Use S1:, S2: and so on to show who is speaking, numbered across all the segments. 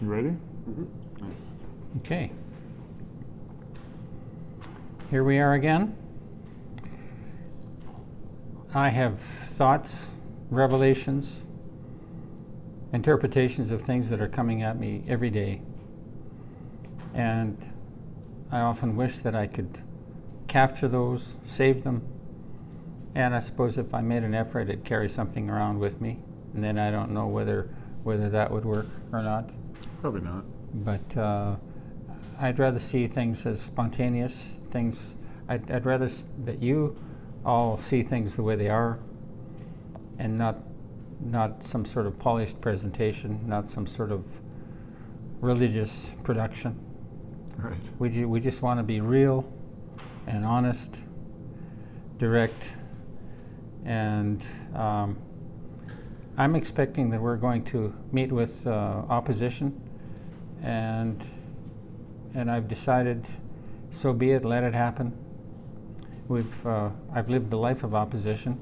S1: You ready?
S2: Okay. Here we are again. I have thoughts, revelations, interpretations of things that are coming at me every day. And I often wish that I could capture those, save them. And I suppose if I made an effort, I'd carry something around with me. And then I don't know whether, whether that would work or not
S1: Probably not.
S2: but uh, I'd rather see things as spontaneous things. I'd, I'd rather s- that you all see things the way they are, and not not some sort of polished presentation, not some sort of religious production.
S1: Right.
S2: We ju- we just want to be real, and honest, direct, and. Um, I'm expecting that we're going to meet with uh, opposition, and and I've decided, so be it. Let it happen. We've uh, I've lived the life of opposition,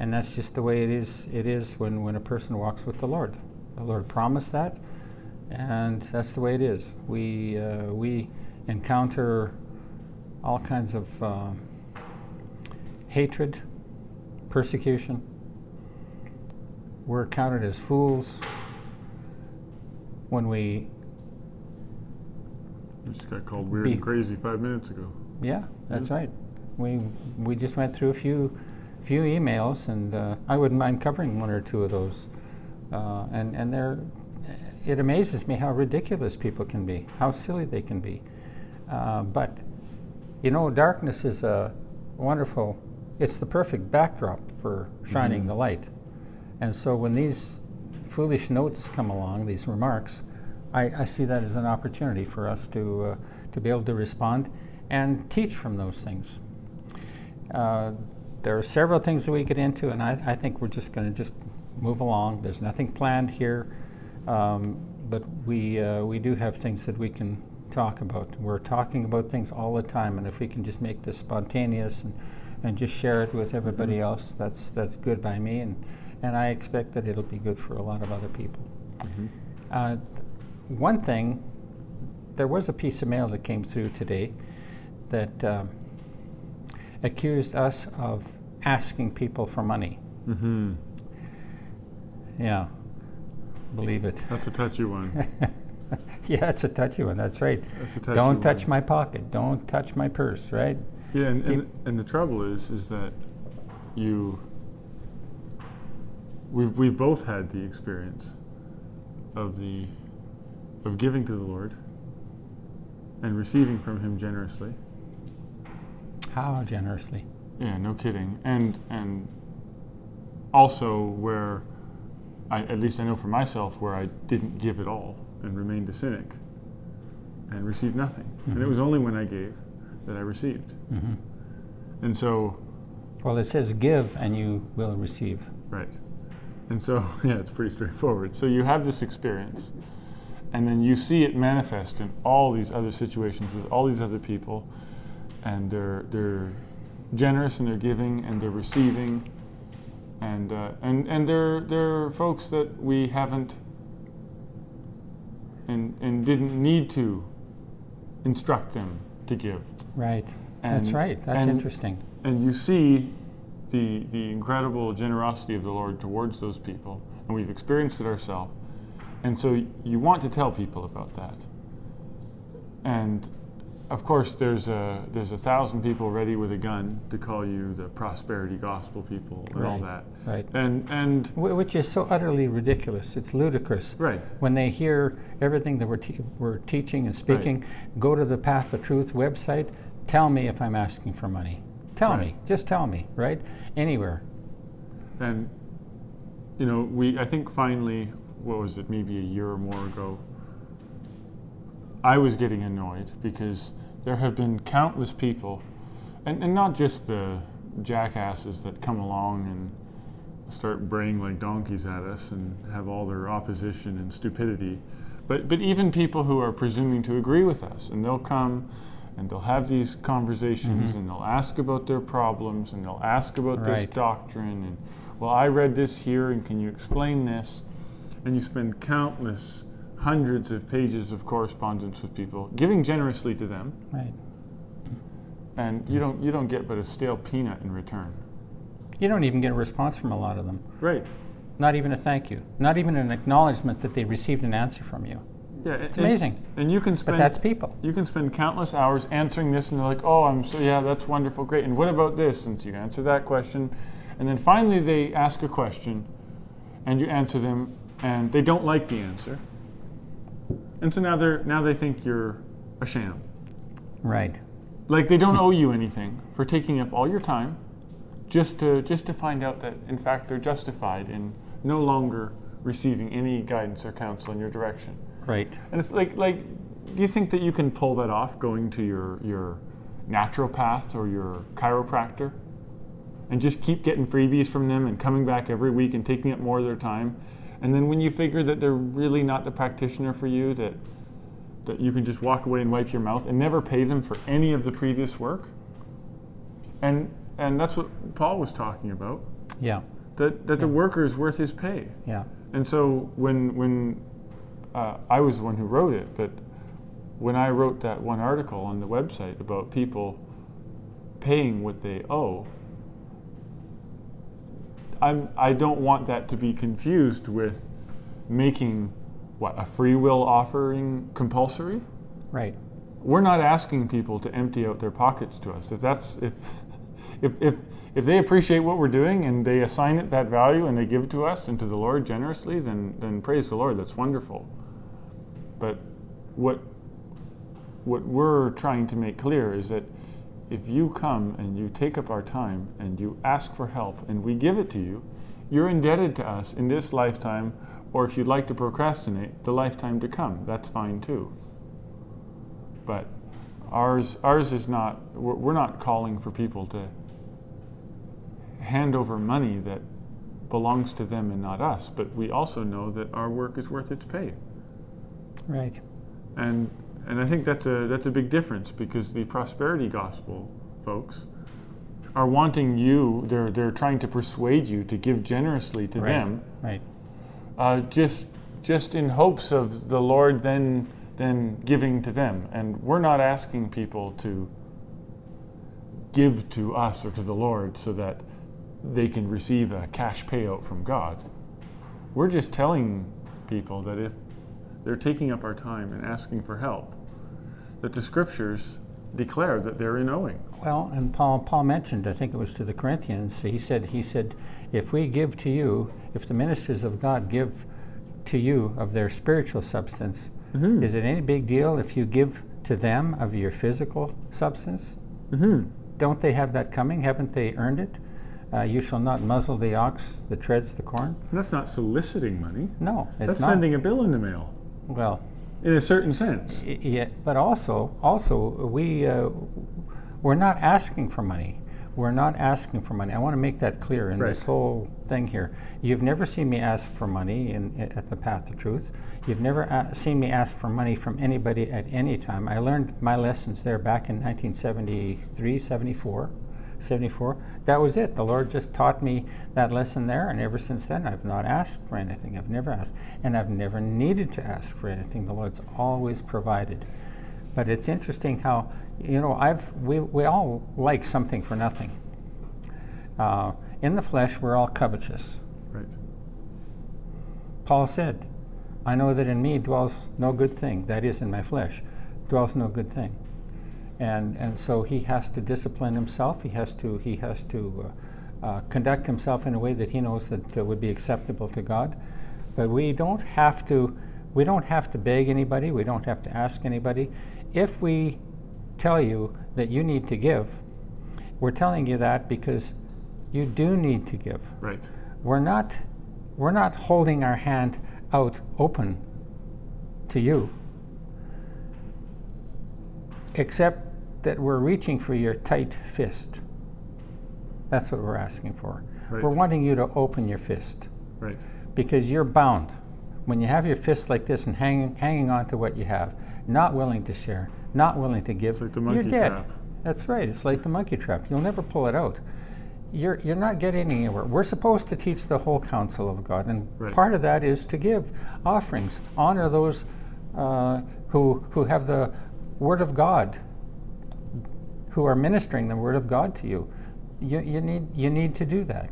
S2: and that's just the way it is. It is when when a person walks with the Lord. The Lord promised that, and that's the way it is. We uh, we encounter all kinds of uh, hatred, persecution we're counted as fools when we
S1: We just got called weird
S2: Be-
S1: and crazy five minutes ago.
S2: yeah that's right we we just went through a few few emails and uh, I wouldn't mind covering one or two of those uh, and and they're it amazes me how ridiculous people can be how silly they can be uh, but you know darkness is a wonderful it's the perfect backdrop for shining the light and so when these foolish notes come along these remarks I, I see that as an opportunity for us to uh, to be able to respond and teach from those things uh, there are several things that we get into, and I, I think we're just going to just move along. There's nothing planned here, um, but we uh, we do have things that we can talk about. We're talking about things all the time, and if we can just make this spontaneous and, and just share it with everybody else, that's that's good by me, and and I expect that it'll be good for a lot of other people.
S1: Mm-hmm.
S2: Uh, th- one thing, there was a piece of mail that came through today that. Um, accused us of asking people for money.
S1: Mm-hmm.
S2: Yeah, believe it.
S1: That's a touchy one.
S2: yeah, it's a touchy one. That's right.
S1: That's a touchy
S2: Don't
S1: one.
S2: touch my pocket. Don't touch my purse. Right?
S1: Yeah, and, and, and the trouble is, is that you. We've we've both had the experience of the of giving to the Lord and receiving from Him generously.
S2: How generously.
S1: Yeah, no kidding. And and also where I at least I know for myself where I didn't give at all and remained a cynic and received nothing. And it was only when I gave that I received.
S2: hmm
S1: And so
S2: Well, it says give and you will receive.
S1: Right. And so, yeah, it's pretty straightforward. So you have this experience, and then you see it manifest in all these other situations with all these other people, and they're they're generous and they're giving and they're receiving, and uh, and and they're they're folks that we haven't and and didn't need to instruct them to give
S2: Right. That's
S1: And-
S2: right. That's
S1: and-
S2: interesting.
S1: and you see the the incredible generosity of the Lord towards those people, and we've experienced it ourselves. And so you want to tell people about that. And of course, there's a there's a thousand people ready with a gun to call you the prosperity gospel people and all
S2: Right.
S1: that.
S2: Right.
S1: And and
S2: Wh- Which is so utterly ridiculous. It's ludicrous.
S1: right,
S2: when they hear everything that we're, te- we're teaching and speaking, go to the Path of Truth website. Tell me if I'm asking for money. Tell me. Just tell me, right? Anywhere.
S1: and you know we I think finally what was it maybe a year or more ago I was getting annoyed because there have been countless people, and, and not just the jackasses that come along and start braying like donkeys at us and have all their opposition and stupidity, but, but even people who are presuming to agree with us. And they'll come and they'll have these conversations and they'll ask about their problems and they'll ask about this
S2: Right.
S1: doctrine and, well, I read this here and can you explain this? And you spend countless hundreds of pages of correspondence with people, giving generously to them,
S2: right.
S1: and you don't you don't get but a stale peanut in return.
S2: You don't even get a response from a lot of them.
S1: Right.
S2: Not even a thank you. Not even an acknowledgement that they received an answer from you.
S1: Yeah. It's
S2: amazing.
S1: And you can
S2: But
S1: spend
S2: that's people.
S1: you can spend countless hours answering this, and they're like, "Oh, I'm so yeah, that's wonderful, great." And what about this? Since you answer that question, and then finally they ask a question, and you answer them, and they don't like the answer, and so now they're now they think you're a sham.
S2: Right.
S1: Like they don't owe you anything for taking up all your time, just to just to find out that in fact they're justified in no longer receiving any guidance or counsel in your direction.
S2: Right.
S1: And it's like, like, do you think that you can pull that off going to your your naturopath or your chiropractor, and just keep getting freebies from them and coming back every week and taking up more of their time, and then when you figure that they're really not the practitioner for you, that that you can just walk away and wipe your mouth and never pay them for any of the previous work. And and that's what Paul was talking about.
S2: Yeah.
S1: That that the worker is worth his pay.
S2: Yeah.
S1: And so when when uh, I was the one who wrote it, but when I wrote that one article on the website about people paying what they owe, I'm I don't want that to be confused with making what a free will offering compulsory.
S2: Right.
S1: We're not asking people to empty out their pockets to us. If that's if if, if, if they appreciate what we're doing and they assign it that value and they give to us and to the Lord generously, then, then praise the Lord. That's wonderful. But what, what we're trying to make clear is that if you come and you take up our time and you ask for help and we give it to you, you're indebted to us in this lifetime, or if you'd like to procrastinate, the lifetime to come. That's fine too. But ours, ours is not, we're, we're not calling for people to hand over money that belongs to them and not us, but we also know that our work is worth its pay.
S2: Right.
S1: And and I think that's a that's a big difference because the prosperity gospel folks are wanting you they're they're trying to persuade you to give generously to
S2: Right.
S1: them
S2: Right.
S1: uh, just just in hopes of the Lord then then giving to them. And we're not asking people to give to us or to the Lord so that they can receive a cash payout from God. We're just telling people that if they're taking up our time and asking for help, that the scriptures declare that they're in owing.
S2: Well, and Paul Paul mentioned, I think it was to the Corinthians, he said he said, if we give to you, if the ministers of God give to you of their spiritual substance,
S1: Mm-hmm.
S2: is it any big deal if you give to them of your physical substance?
S1: Mm-hmm.
S2: Don't they have that coming? Haven't they earned it? Uh, you shall not muzzle the ox that treads the corn.
S1: And that's not soliciting money.
S2: No, it's
S1: That's
S2: not.
S1: sending a bill in the mail,
S2: well,
S1: in a certain sense.
S2: I- Yeah, but also, also we uh, we're not asking for money. We're not asking for money. I want to make that clear in this
S1: Right.
S2: whole thing here. You've never seen me ask for money in, i- at the Path to Truth. You've never a- seen me ask for money from anybody at any time. I learned my lessons there back in 1973, 74. 74. That was it. The Lord just taught me that lesson there, and ever since then, I've not asked for anything. I've never asked, and I've never needed to ask for anything. The Lord's always provided. But it's interesting how, you know, I've we, we all like something for nothing. Uh, in the flesh, we're all covetous.
S1: Right.
S2: Paul said, I know that in me dwells no good thing, that is, in my flesh, dwells no good thing. And, and so he has to discipline himself. He has to, he has to uh, uh, conduct himself in a way that he knows that uh, would be acceptable to God. But we don't have to, we don't have to beg anybody. We don't have to ask anybody. If we tell you that you need to give, we're telling you that because you do need to give
S1: Right.
S2: we're not we're not holding our hand out open to you except that we're reaching for your tight fist that's what we're asking for
S1: Right.
S2: we're wanting you to open your fist
S1: Right.
S2: because you're bound when you have your fist like this and hanging hanging on to what you have not willing to share not willing to give
S1: like the
S2: you're
S1: monkey
S2: dead
S1: trap.
S2: that's right it's like the monkey trap you'll never pull it out you're, you're not getting anywhere. We're supposed to teach the whole counsel of God, and
S1: Right.
S2: part of that is to give offerings, honor those uh, who, who have the Word of God, who are ministering the Word of God to you. You, you, need, you need to do that.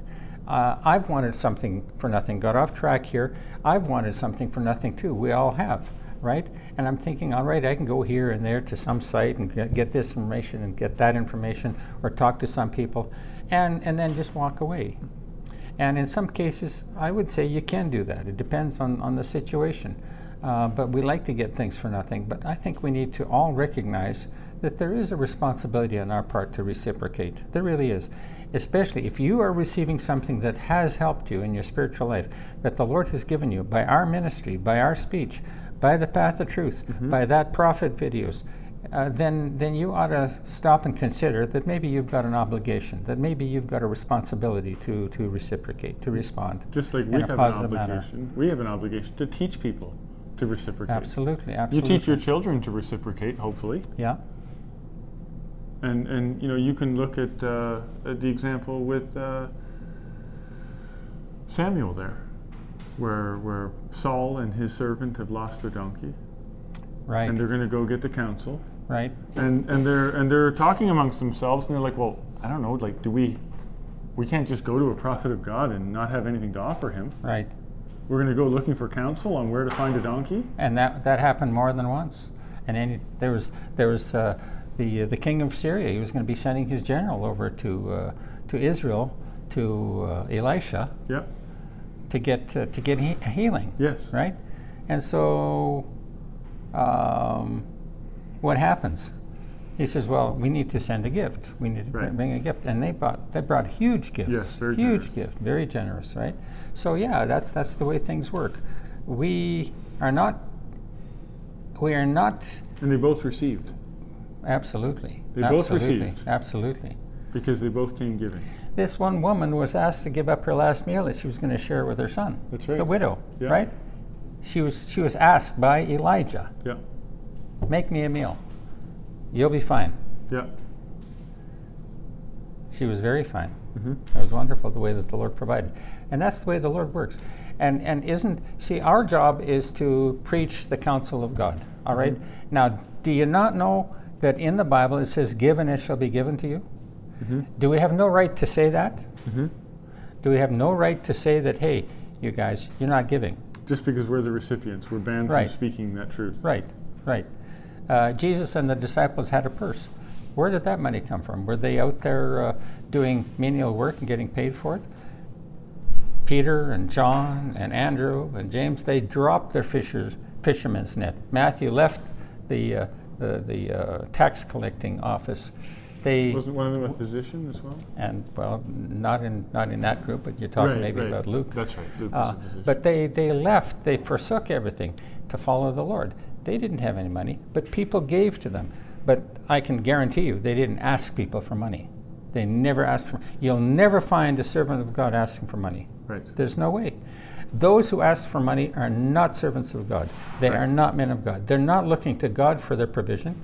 S2: Uh, I've wanted something for nothing. Got off track here. I've wanted something for nothing too. We all have, right? And I'm thinking, all right, I can go here and there to some site and get, get this information and get that information or talk to some people and, and then just walk away. And in some cases, I would say you can do that. It depends on, on the situation. Uh, but we like to get things for nothing. But I think we need to all recognize that there is a responsibility on our part to reciprocate. There really is. Especially if you are receiving something that has helped you in your spiritual life, that the Lord has given you by our ministry, by our speech, by the path of truth, by that prophet videos, uh, then then you ought to stop and consider that maybe you've got an obligation, that maybe you've got a responsibility to to reciprocate, to respond.
S1: Just like
S2: in
S1: we
S2: a
S1: have an
S2: positive manner.
S1: obligation, we have an obligation to teach people to reciprocate.
S2: Absolutely,
S1: You
S2: absolutely.
S1: teach your children to reciprocate, hopefully,
S2: yeah,
S1: and and you know you can look at, uh, at the example with uh, Samuel there, where where Saul and his servant have lost their donkey,
S2: right,
S1: and they're going to go get the council,
S2: right.
S1: and and they're and they're talking amongst themselves, and they're like, well, I don't know, like, do we? We can't just go to a prophet of God and not have anything to offer him.
S2: Right.
S1: We're going to go looking for counsel on where to find a donkey.
S2: And that, that happened more than once. And any, there was, there was uh, the, uh, the king of Syria, he was going to be sending his general over to, uh, to Israel, to uh, Elisha,
S1: Yep.
S2: to get, uh, to get he- healing.
S1: Yes.
S2: right? And so, um, what happens? He says, "Well, we need to send a gift. We need to br-
S1: Right.
S2: bring a gift." And they brought they brought huge gifts.
S1: Yes, very
S2: huge
S1: generous.
S2: gift, very generous, right? So yeah, that's that's the way things work. We are not. We are not
S1: And they both received
S2: absolutely.
S1: They both
S2: absolutely,
S1: received.
S2: Absolutely.
S1: because they both came giving.
S2: This one woman was asked to give up her last meal that she was going to share with her son.
S1: That's right.
S2: The widow,
S1: Yeah.
S2: right? She was she was asked by Elijah.
S1: Yeah.
S2: Make me a meal. You'll be fine.
S1: Yeah.
S2: She was very fine. It was wonderful the way that the Lord provided. And that's the way the Lord works. And, and isn't, see, our job is to preach the counsel of God. All right? Now, do you not know that in the Bible it says, Give and it shall be given to you? Do we have no right to say that? Do we have no right to say that, hey, you guys, you're not giving?
S1: Just because we're the recipients, we're banned
S2: Right.
S1: from speaking that truth.
S2: Right, right. Uh, Jesus and the disciples had a purse. Where did that money come from? Were they out there uh, doing menial work and getting paid for it? Peter and John and Andrew and James, they dropped their fishers, fisherman's net. Matthew left the, uh, the, the uh, tax collecting office. They,
S1: Wasn't one of them a physician as well?
S2: and well, not in, not in that group, but you're talking maybe about Luke.
S1: That's right. Luke
S2: Uh,
S1: was a physician.
S2: but they, they left, they forsook everything to follow the Lord. They didn't have any money, but people gave to them. But I can guarantee you, they didn't ask people for money. They never asked for You'll never find a servant of God asking for money.
S1: right.
S2: There's no way. Those who ask for money are not servants of God. They are not men of God. They're not looking to God for their provision.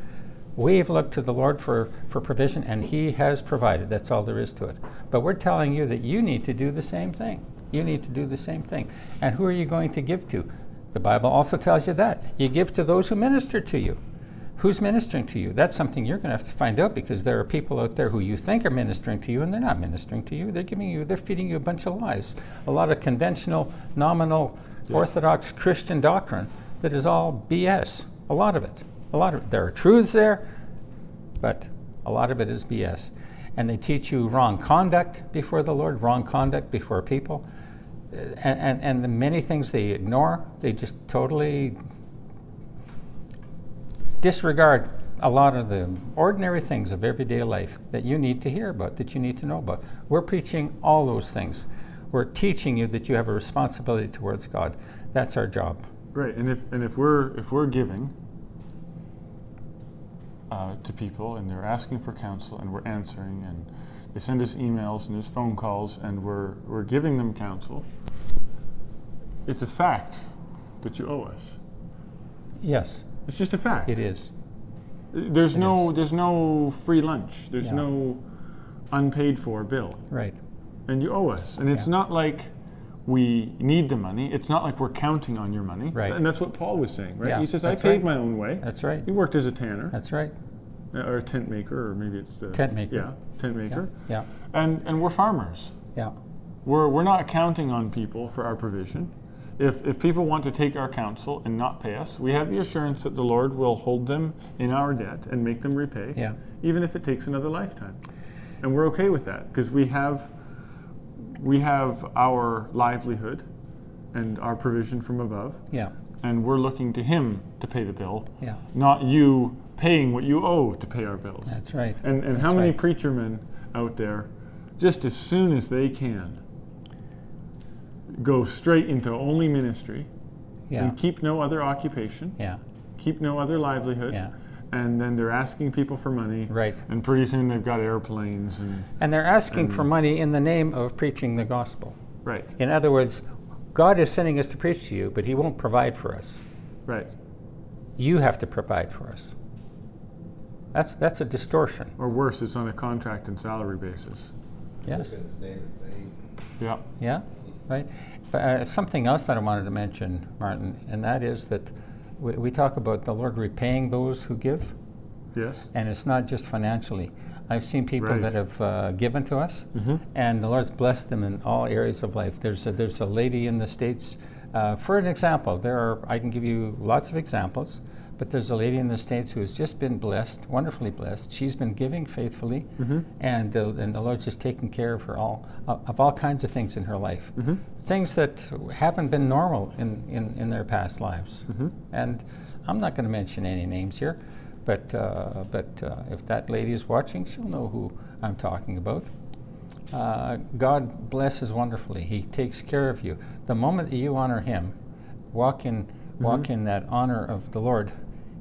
S2: We've looked to the Lord for, for provision, and He has provided. That's all there is to it. But we're telling you that you need to do the same thing. You need to do the same thing. And who are you going to give to? The Bible also tells you that. You give to those who minister to you. Who's ministering to you? That's something you're going to have to find out because there are people out there who you think are ministering to you and they're not ministering to you. They're giving you, they're feeding you a bunch of lies, a lot of conventional, nominal, orthodox Christian doctrine that is all BS. A lot of it. A lot of it. There are truths there, but a lot of it is BS. And they teach you wrong conduct before the Lord, wrong conduct before people, uh, and, and, and the many things they ignore. They just totally disregard a lot of the ordinary things of everyday life that you need to hear about, that you need to know about. We're preaching all those things. We're teaching you that you have a responsibility towards God. That's our job.
S1: Right. And if and if we're if we're giving uh, to people and they're asking for counsel and we're answering and they send us emails and there's phone calls and we're we're giving them counsel, it's a fact that you owe us.
S2: Yes,
S1: It's just a fact.
S2: it is.
S1: There's
S2: It
S1: no there's no free lunch. There's
S2: Yeah.
S1: no unpaid for bill.
S2: Right,
S1: and you owe us. And it's
S2: Yeah.
S1: not like we need the money. It's not like we're counting on your money.
S2: Right.
S1: And that's what Paul was saying, right?
S2: Yeah,
S1: he says, I
S2: that's
S1: paid
S2: right.
S1: my own way.
S2: That's right.
S1: He worked as a tanner
S2: That's right.
S1: uh, or a tent maker, or maybe it's the
S2: Tent maker.
S1: Yeah, tent maker.
S2: Yeah.
S1: And, and we're farmers.
S2: Yeah.
S1: We're, we're not counting on people for our provision. If, if people want to take our counsel and not pay us, we have the assurance that the Lord will hold them in our debt and make them repay,
S2: Yeah.
S1: even if it takes another lifetime. And we're okay with that because we have, we have our livelihood and our provision from above,
S2: Yeah.
S1: and we're looking to Him to pay the bill,
S2: Yeah.
S1: not you paying what you owe to pay our bills.
S2: That's right.
S1: And, and how many
S2: right.
S1: preacher men out there, just as soon as they can, go straight into only ministry
S2: Yeah.
S1: and keep no other occupation,
S2: Yeah.
S1: keep no other livelihood,
S2: Yeah.
S1: and then they're asking people for money.
S2: Right.
S1: And pretty soon they've got airplanes and
S2: And they're asking for money in the name of preaching the gospel.
S1: right,
S2: In other words, God is sending us to preach to you, but He won't provide for us.
S1: right,
S2: You have to provide for us. That's that's a distortion.
S1: or worse, it's on a contract and salary basis.
S2: Yes.
S1: Yeah,
S2: Yeah. Right. But uh, something else that I wanted to mention, Martin, and that is that we, we talk about the Lord repaying those who give,
S1: yes,
S2: and it's not just financially. I've seen people
S1: Right.
S2: that have uh, given to us, and the Lord's blessed them in all areas of life. There's a, there's a lady in the states. Uh, for an example, there are I can give you lots of examples, but there's a lady in the states who has just been blessed, wonderfully blessed. She's been giving faithfully, and the, and the Lord's just taking care of her all uh, of all kinds of things in her life, things that haven't been normal in in, in their past lives. And I'm not going to mention any names here, but uh, but uh, if that lady is watching, she'll know who I'm talking about. Uh, God blesses wonderfully. He takes care of you. The moment that you honor Him, walk in walk in that honor of the Lord,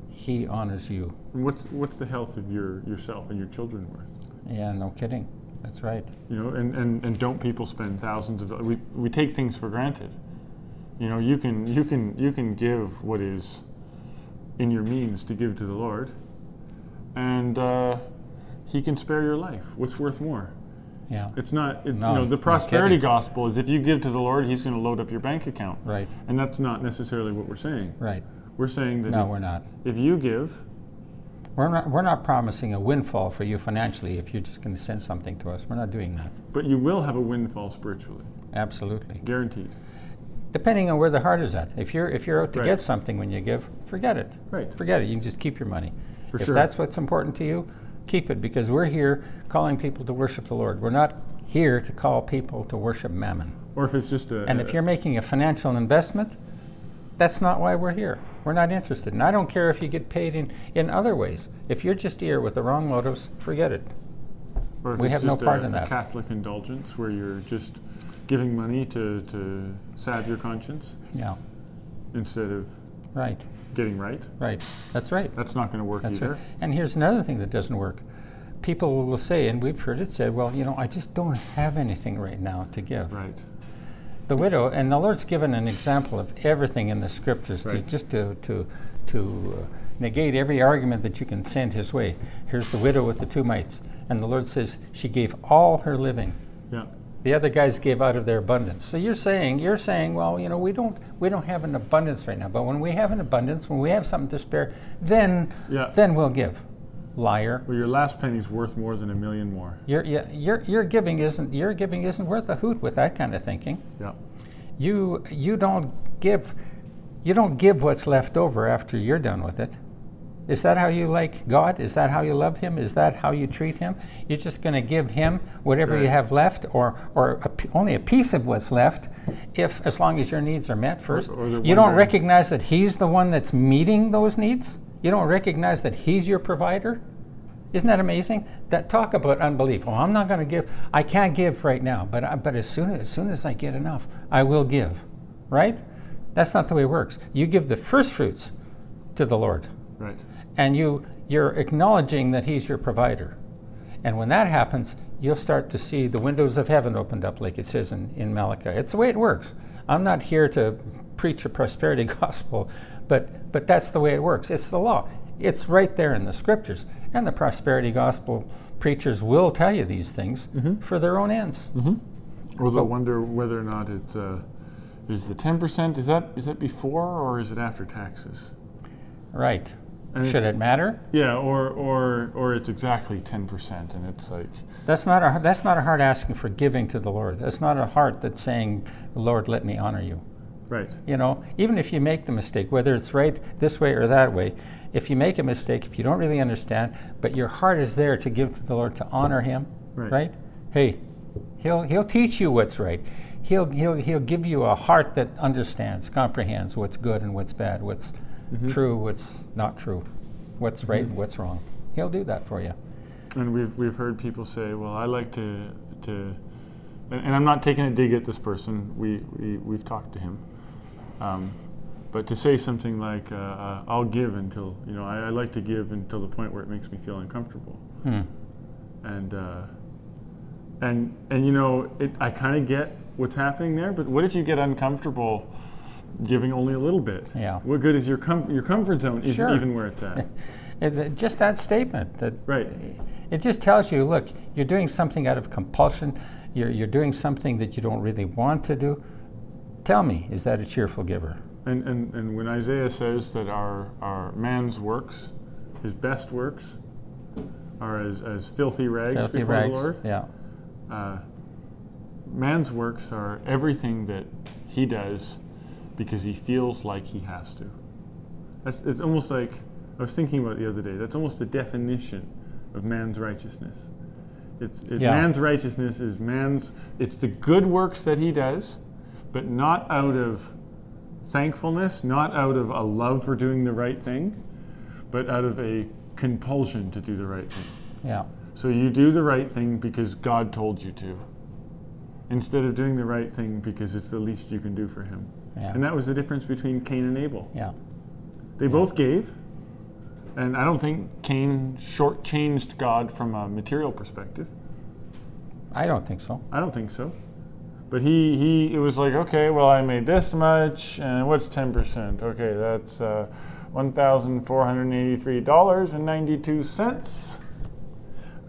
S2: He honors you.
S1: And what's what's the health of your yourself and your children worth?
S2: Yeah, no kidding. That's right.
S1: you know and, and, and don't people spend thousands of we, we take things for granted you know you can you can you can give what is in your means to give to the lord and uh, he can spare your life what's worth more
S2: Yeah,
S1: it's not it,
S2: No,
S1: you know the
S2: no
S1: prosperity
S2: kidding.
S1: gospel is if you give to the lord he's going to load up your bank account
S2: right,
S1: and that's not necessarily what we're saying
S2: right.
S1: we're saying that
S2: No,
S1: if-
S2: we're not.
S1: if you give
S2: We're not. We're not promising a windfall for you financially if you're just going to send something to us. We're not doing that.
S1: but you will have a windfall spiritually
S2: Absolutely.
S1: guaranteed
S2: Depending on where the heart is at. If you're if you're out to
S1: Right.
S2: get something when you give, forget it.
S1: right
S2: Forget it. You can just keep your money.
S1: For
S2: if
S1: sure.
S2: that's what's important to you, keep it because we're here calling people to worship the Lord. We're not here to call people to worship mammon.
S1: or if it's just a
S2: And if you're making a financial investment, that's not why we're here. We're not interested. And I don't care if you get paid in, in other ways. If you're just here with the wrong motives, forget it.
S1: Or if
S2: We
S1: it's
S2: have no
S1: just a-
S2: part in
S1: a
S2: that.
S1: Catholic indulgence where you're just giving money to, to salve your conscience
S2: Yeah.
S1: instead of
S2: Right.
S1: getting right.
S2: Right. That's right.
S1: That's not going to work
S2: That's
S1: either.
S2: right. And here's another thing that doesn't work. People will say, and we've heard it said, well, you know, I just don't have anything right now to give.
S1: Right.
S2: the widow, and the Lord's given an example of everything in the scriptures to,
S1: Right.
S2: just to, to, to uh, negate every argument that you can send his way. Here's the widow with the two mites, and the Lord says she gave all her living.
S1: Yeah.
S2: The other guys gave out of their abundance. So you're saying you're saying, well, you know, we don't we don't have an abundance right now, but when we have an abundance, when we have something to spare, then
S1: Yeah.
S2: then we'll give. Liar.
S1: Well, your last penny's worth more than a million more.
S2: Your, your, your, your giving isn't your giving isn't worth a hoot with that kind of thinking.
S1: Yeah.
S2: you you don't give you don't give what's left over after you're done with it is that how you like god is that how you love him is that how you treat him you're just going to give him whatever you
S1: Right.
S2: have left or or a p only a piece of what's left if as long as your needs are met first
S1: or they're
S2: you don't
S1: wondering-
S2: recognize that he's the one that's meeting those needs you don't recognize that he's your provider isn't that amazing? That talk about unbelief. Oh, I'm not going to give. I can't give right now, but I, but as soon as soon as I get enough, I will give. Right? That's not the way it works. You give the first fruits to the Lord,
S1: Right.
S2: and you you're acknowledging that He's your provider. And when that happens, you'll start to see the windows of heaven opened up, like it says in, in Malachi. It's the way it works. I'm not here to preach a prosperity gospel, but, but that's the way it works. It's the law, it's right there in the scriptures. And the
S1: Mm-hmm.
S2: prosperity gospel preachers will tell you these things for their own ends.
S1: Or they'll
S2: But-
S1: wonder whether or not it's uh, is the ten percent is that is that before or is it after taxes?
S2: Right.
S1: And
S2: Should
S1: it's-
S2: it matter?
S1: Yeah, or or or it's exactly ten percent, and it's like
S2: That's not a that's not a heart asking for giving to the Lord. That's not a heart that's saying, "Lord, let me honor you."
S1: right.
S2: You know, even if you make the mistake, whether it's right this way or that way, if you make a mistake, if you don't really understand, but your heart is there to give to the Lord to honor Him,
S1: Right.
S2: Hey, He'll He'll teach you what's right. He'll He'll He'll give you a heart that understands, comprehends what's good and what's bad, what's
S1: Mm-hmm.
S2: true, what's not true, what's right, and what's wrong. He'll do that for you.
S1: And we've we've heard people say, well, I like to to, and, and I'm not taking a dig at this person. We we we've talked to him, um, but to say something like, uh, uh, I'll give until you know, I, I like to give until the point where it makes me feel uncomfortable.
S2: Hmm.
S1: and uh, and and you know, it, I kind of get what's happening there. But what if you get uncomfortable giving only a little bit?
S2: Yeah.
S1: What good is your com- your comfort zone? Isn't
S2: Sure.
S1: even where it's at.
S2: It- it- uh, just that statement that
S1: right.
S2: It just tells you, look, you're doing something out of compulsion. You're, you're doing something that you don't really want to do. Tell me, is that a cheerful giver?
S1: And, and and when Isaiah says that our our man's works, his best works, are as, as filthy rags
S2: Filthy
S1: before
S2: rags.
S1: the Lord.
S2: Yeah,
S1: uh, man's works are everything that he does because he feels like he has to. That's, it's almost like I was thinking about it the other day. That's almost the definition of man's righteousness. It's it,
S2: Yeah.
S1: man's righteousness is man's. It's the good works that he does, but not out of thankfulness, not out of a love for doing the right thing, but out of a compulsion to do the right thing.
S2: yeah,
S1: So you do the right thing because God told you to, instead of doing the right thing because it's the least you can do for Him.
S2: yeah,
S1: And that was the difference between Cain and Abel.
S2: yeah.
S1: They both gave, and I don't think Cain shortchanged God from a material perspective.
S2: I don't think so.
S1: I don't think so. But he, he it was like, okay, well, I made this much, and what's 10%? Okay, that's uh, $1,483.92.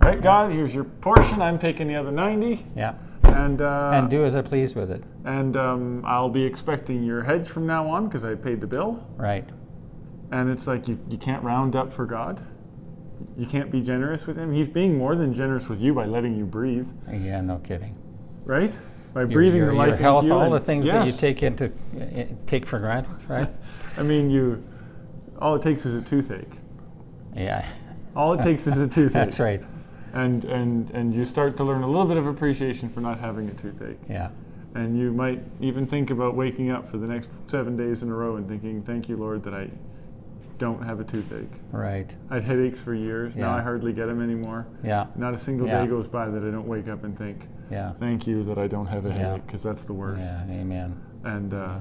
S1: All right, God, here's your portion. I'm taking the other 90,
S2: Yeah,
S1: and uh,
S2: and do as I please with it.
S1: and, um, I'll be expecting your hedge from now on because I paid the bill.
S2: Right.
S1: And it's like you, you can't round up for God. You can't be generous with him. He's being more than generous with you by letting you breathe,
S2: Yeah, no kidding.
S1: right? By
S2: Your-
S1: breathing
S2: your,
S1: the
S2: your
S1: life
S2: health,
S1: into you.
S2: all
S1: and-
S2: the things that you
S1: Yes.
S2: take into uh, take for granted, right?
S1: I mean, you. All it takes is a toothache.
S2: yeah,
S1: All it takes is a toothache.
S2: that's right.
S1: And and and you start to learn a little bit of appreciation for not having a toothache.
S2: Yeah,
S1: And you might even think about waking up for the next seven days in a row and thinking, "Thank you, Lord, that I don't have a toothache.
S2: right.
S1: I had headaches for years. Now
S2: Yeah.
S1: I hardly get them anymore.
S2: Yeah,
S1: Not a single
S2: Yeah.
S1: day goes by that I don't wake up and think."
S2: yeah,
S1: Thank you that I don't have a
S2: Yeah.
S1: headache because that's the worst.
S2: yeah. Amen.
S1: And uh,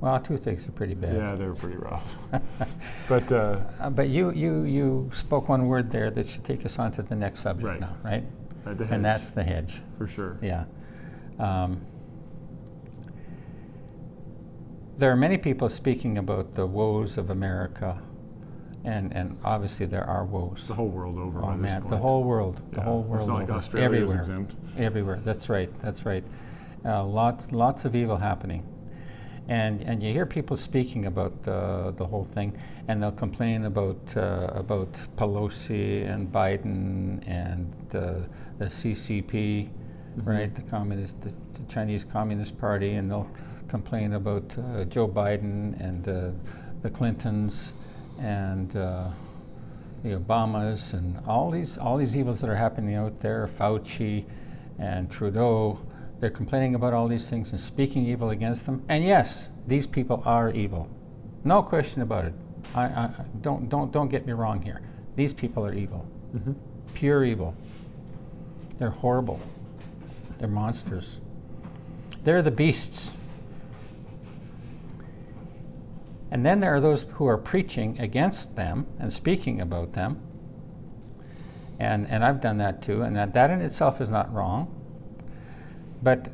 S2: Well, toothaches are pretty bad.
S1: yeah, they're pretty rough. but uh,
S2: Uh, But you, you, you spoke one word there that should take us on to the next subject
S1: Right.
S2: now, right?
S1: at the
S2: And
S1: hedge,
S2: that's the hedge,
S1: for sure.
S2: yeah. Um, there are many people speaking about the woes of America, and, and obviously there are woes.
S1: the whole world over
S2: oh
S1: by this
S2: man,
S1: point.
S2: the whole world, the
S1: Yeah.
S2: whole world,
S1: It's not like
S2: over,
S1: Australia is
S2: everywhere.
S1: exempt.
S2: Everywhere. That's right. That's right. Uh, lots, lots of evil happening, and and you hear people speaking about uh, the whole thing, and they'll complain about uh, about Pelosi and Biden and uh, the CCP,
S1: Mm-hmm.
S2: right? The communist, the, the Chinese Communist Party, and they'll complain about uh, Joe Biden and uh, the Clintons and. Uh, the Obamas and all these all these evils that are happening out there, Fauci and Trudeau, they're complaining about all these things and speaking evil against them. And yes, these people are evil, no question about it. I, I I- don't don't don't get me wrong here. These people are evil, pure evil. They're horrible. They're monsters. They're the beasts. And then there are those who are preaching against them and speaking about them. And, and I've done that too, and that, that in itself is not wrong. But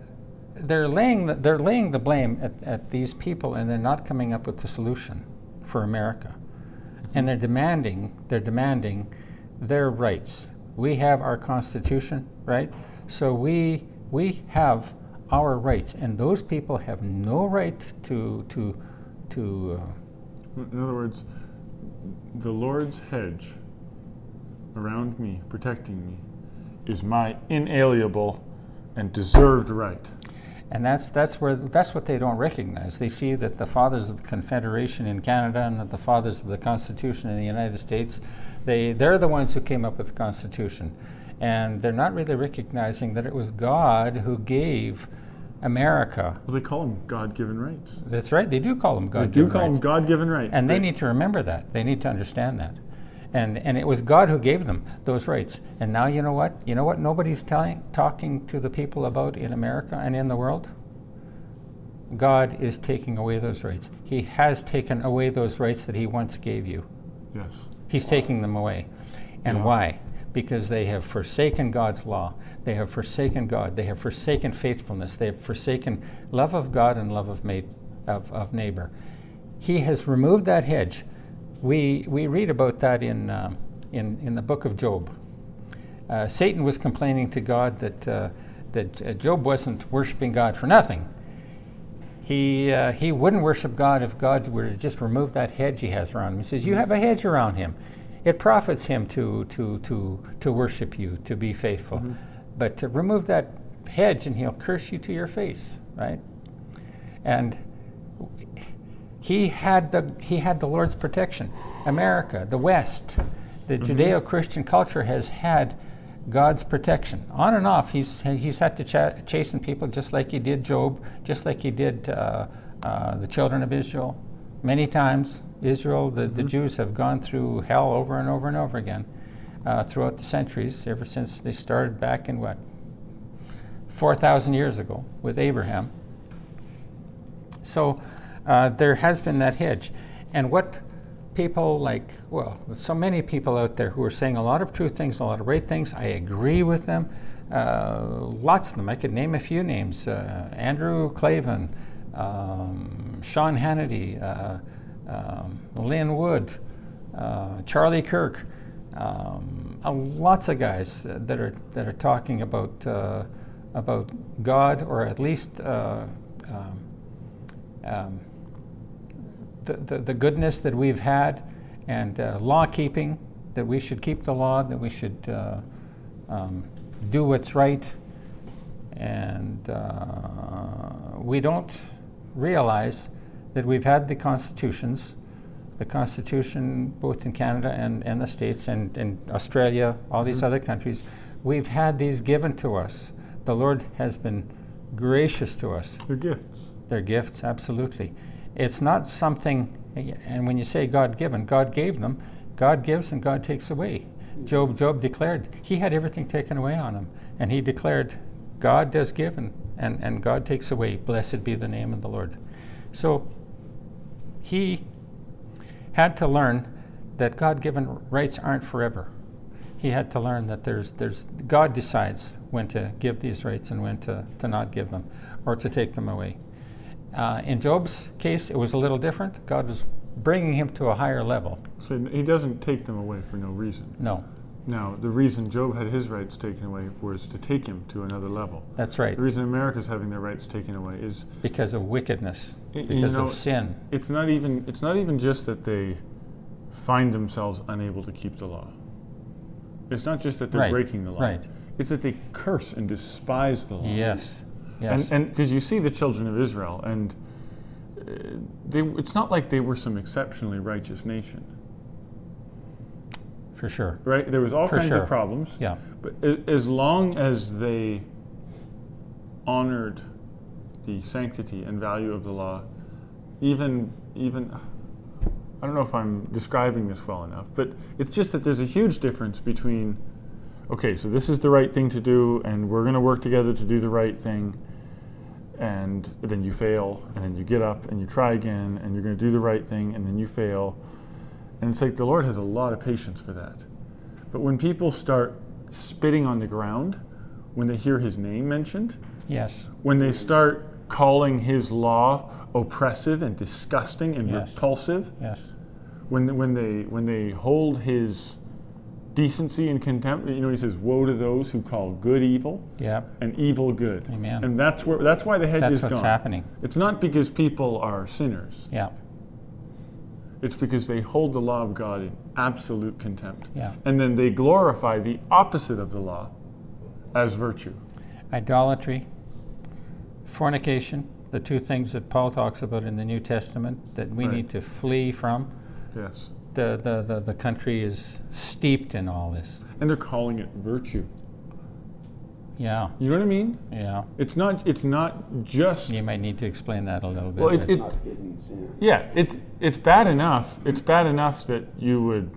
S2: they're laying the, they're laying the blame at, at these people, and they're not coming up with the solution for America. And they're demanding they're demanding their rights. We have our Constitution, right? So we we have our rights, and those people have no right to to to. Uh,
S1: In other words, the Lord's hedge around me, protecting me, is my inalienable and deserved right.
S2: And that's, that's where that's what they don't recognize. They see that the fathers of the Confederation in Canada and that the fathers of the Constitution in the United States, they, they're the ones who came up with the Constitution. And they're not really recognizing that it was God who gave America.
S1: Well, they call them God-given rights.
S2: That's right, they do call them
S1: They
S2: God
S1: do
S2: given
S1: call
S2: rights.
S1: them God-given rights.
S2: And they
S1: but-
S2: need to remember that. They need to understand that. And, and it was God who gave them those rights. And now you know what? You know what nobody's telling, talking to the people about in America and in the world? God is taking away those rights. He has taken away those rights that He once gave you.
S1: Yes.
S2: He's taking them away. And why? Because they have forsaken God's law. They have forsaken God. They have forsaken faithfulness. They have forsaken love of God and love of, mate, of, of neighbor. He has removed that hedge. We, we read about that in, um, in, in the book of Job. Uh, Satan was complaining to God that, uh, that uh, Job wasn't worshiping God for nothing. He, uh, he wouldn't worship God if God were to just remove that hedge he has around him. He says, You have a hedge around him. It profits him to, to, to, to worship you, to be faithful. But to remove that hedge and he'll curse you to your face, right? And he had the, he had the Lord's protection. America, the West, the Judeo Christian culture has had God's protection. On and off, he's, he's had to cha- chasten people just like he did Job, just like he did uh, uh, the children of Israel. Many times, Israel, the, the Jews have gone through hell over and over and over again uh, throughout the centuries, ever since they started back in what? 4,000 years ago with Abraham. So uh, there has been that hedge. And what people like, well, so many people out there who are saying a lot of true things, a lot of right things, I agree with them. Uh, lots of them. I could name a few names uh, Andrew Clavin, um, Sean Hannity, uh, um, Lynn Wood, uh, Charlie Kirk. Um, uh, lots of guys that are that are talking about uh, about God or at least uh, um, um, the, the, the goodness that we've had and uh, law keeping, that we should keep the law, that we should uh, um, do what's right. And uh, we don't realize that we've had the constitutions, the constitution both in Canada and, and the States and, and Australia, all these other countries. We've had these given to us. The Lord has been gracious to us
S1: They're gifts.
S2: their gifts absolutely it's not something and when you say god given god gave them god gives and god takes away job job declared he had everything taken away on him and he declared god does give and, and, and god takes away blessed be the name of the lord so he had to learn that god-given rights aren't forever he had to learn that there's, there's god decides when to give these rights and when to, to not give them or to take them away uh, in Job's case, it was a little different. God was bringing him to a higher level.
S1: So he doesn't take them away for no reason.
S2: No,
S1: Now, the reason Job had his rights taken away was to take him to another level.
S2: that's right,
S1: The reason America's having their rights taken away is
S2: because of wickedness,
S1: Y- you
S2: because
S1: know-
S2: of sin.
S1: it's not even it's not even just that they find themselves unable to keep the law. It's not just that they're
S2: Right,
S1: breaking the law.
S2: right.
S1: It's that they curse and despise the law.
S2: Yes, yes,
S1: And because you see the children of Israel, and uh, they, it's not like they were some exceptionally righteous nation,
S2: for sure.
S1: right? There was all
S2: For
S1: kinds
S2: sure.
S1: of problems.
S2: Yeah,
S1: But a- as long as they honored the sanctity and value of the law, even even I don't know if I'm describing this well enough, but it's just that there's a huge difference between okay, so this is the right thing to do, and we're going to work together to do the right thing. And then you fail, and then you get up and you try again, and you're going to do the right thing, and then you fail. And it's like the Lord has a lot of patience for that. But when people start spitting on the ground, when they hear his name mentioned,
S2: yes,
S1: when they start calling his law oppressive and disgusting and
S2: Yes.
S1: repulsive,
S2: yes,
S1: when, when, they, when they hold his decency and contempt. You know, he says, "Woe to those who call good evil
S2: Yeah.
S1: and evil good."
S2: Amen.
S1: And that's where that's why the hedge
S2: That's
S1: is
S2: what's
S1: gone.
S2: happening.
S1: It's not because people are sinners.
S2: Yeah.
S1: It's because they hold the law of God in absolute contempt.
S2: Yeah.
S1: And then they glorify the opposite of the law as virtue.
S2: Idolatry, fornication, the two things that Paul talks about in the New Testament that we
S1: Right.
S2: need to flee from.
S1: Yes.
S2: The, the, the, the country is steeped in all this.
S1: And they're calling it virtue.
S2: Yeah.
S1: You know what I mean?
S2: Yeah.
S1: It's not it's not just
S2: You might need to explain that a little bit.
S1: well it,
S2: but-
S1: it
S3: not hidden sin.
S1: yeah, it's it's bad enough. It's bad enough that you would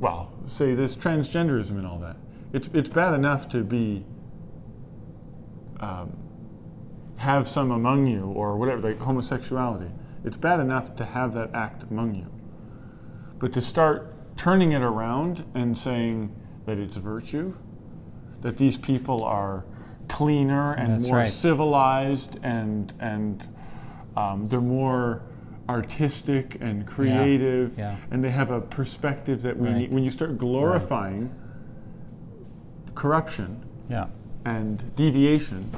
S1: well, say this transgenderism and all that. It's it's bad enough to be um, have some among you or whatever, like homosexuality. It's bad enough to have that act among you. But to start turning it around and saying that it's virtue, that these people are cleaner and
S2: That's
S1: more
S2: right.
S1: civilized and and um, they're more artistic and creative
S2: yeah.
S1: and they have a perspective that we
S2: Right.
S1: need when you start glorifying corruption
S2: yeah.
S1: and deviation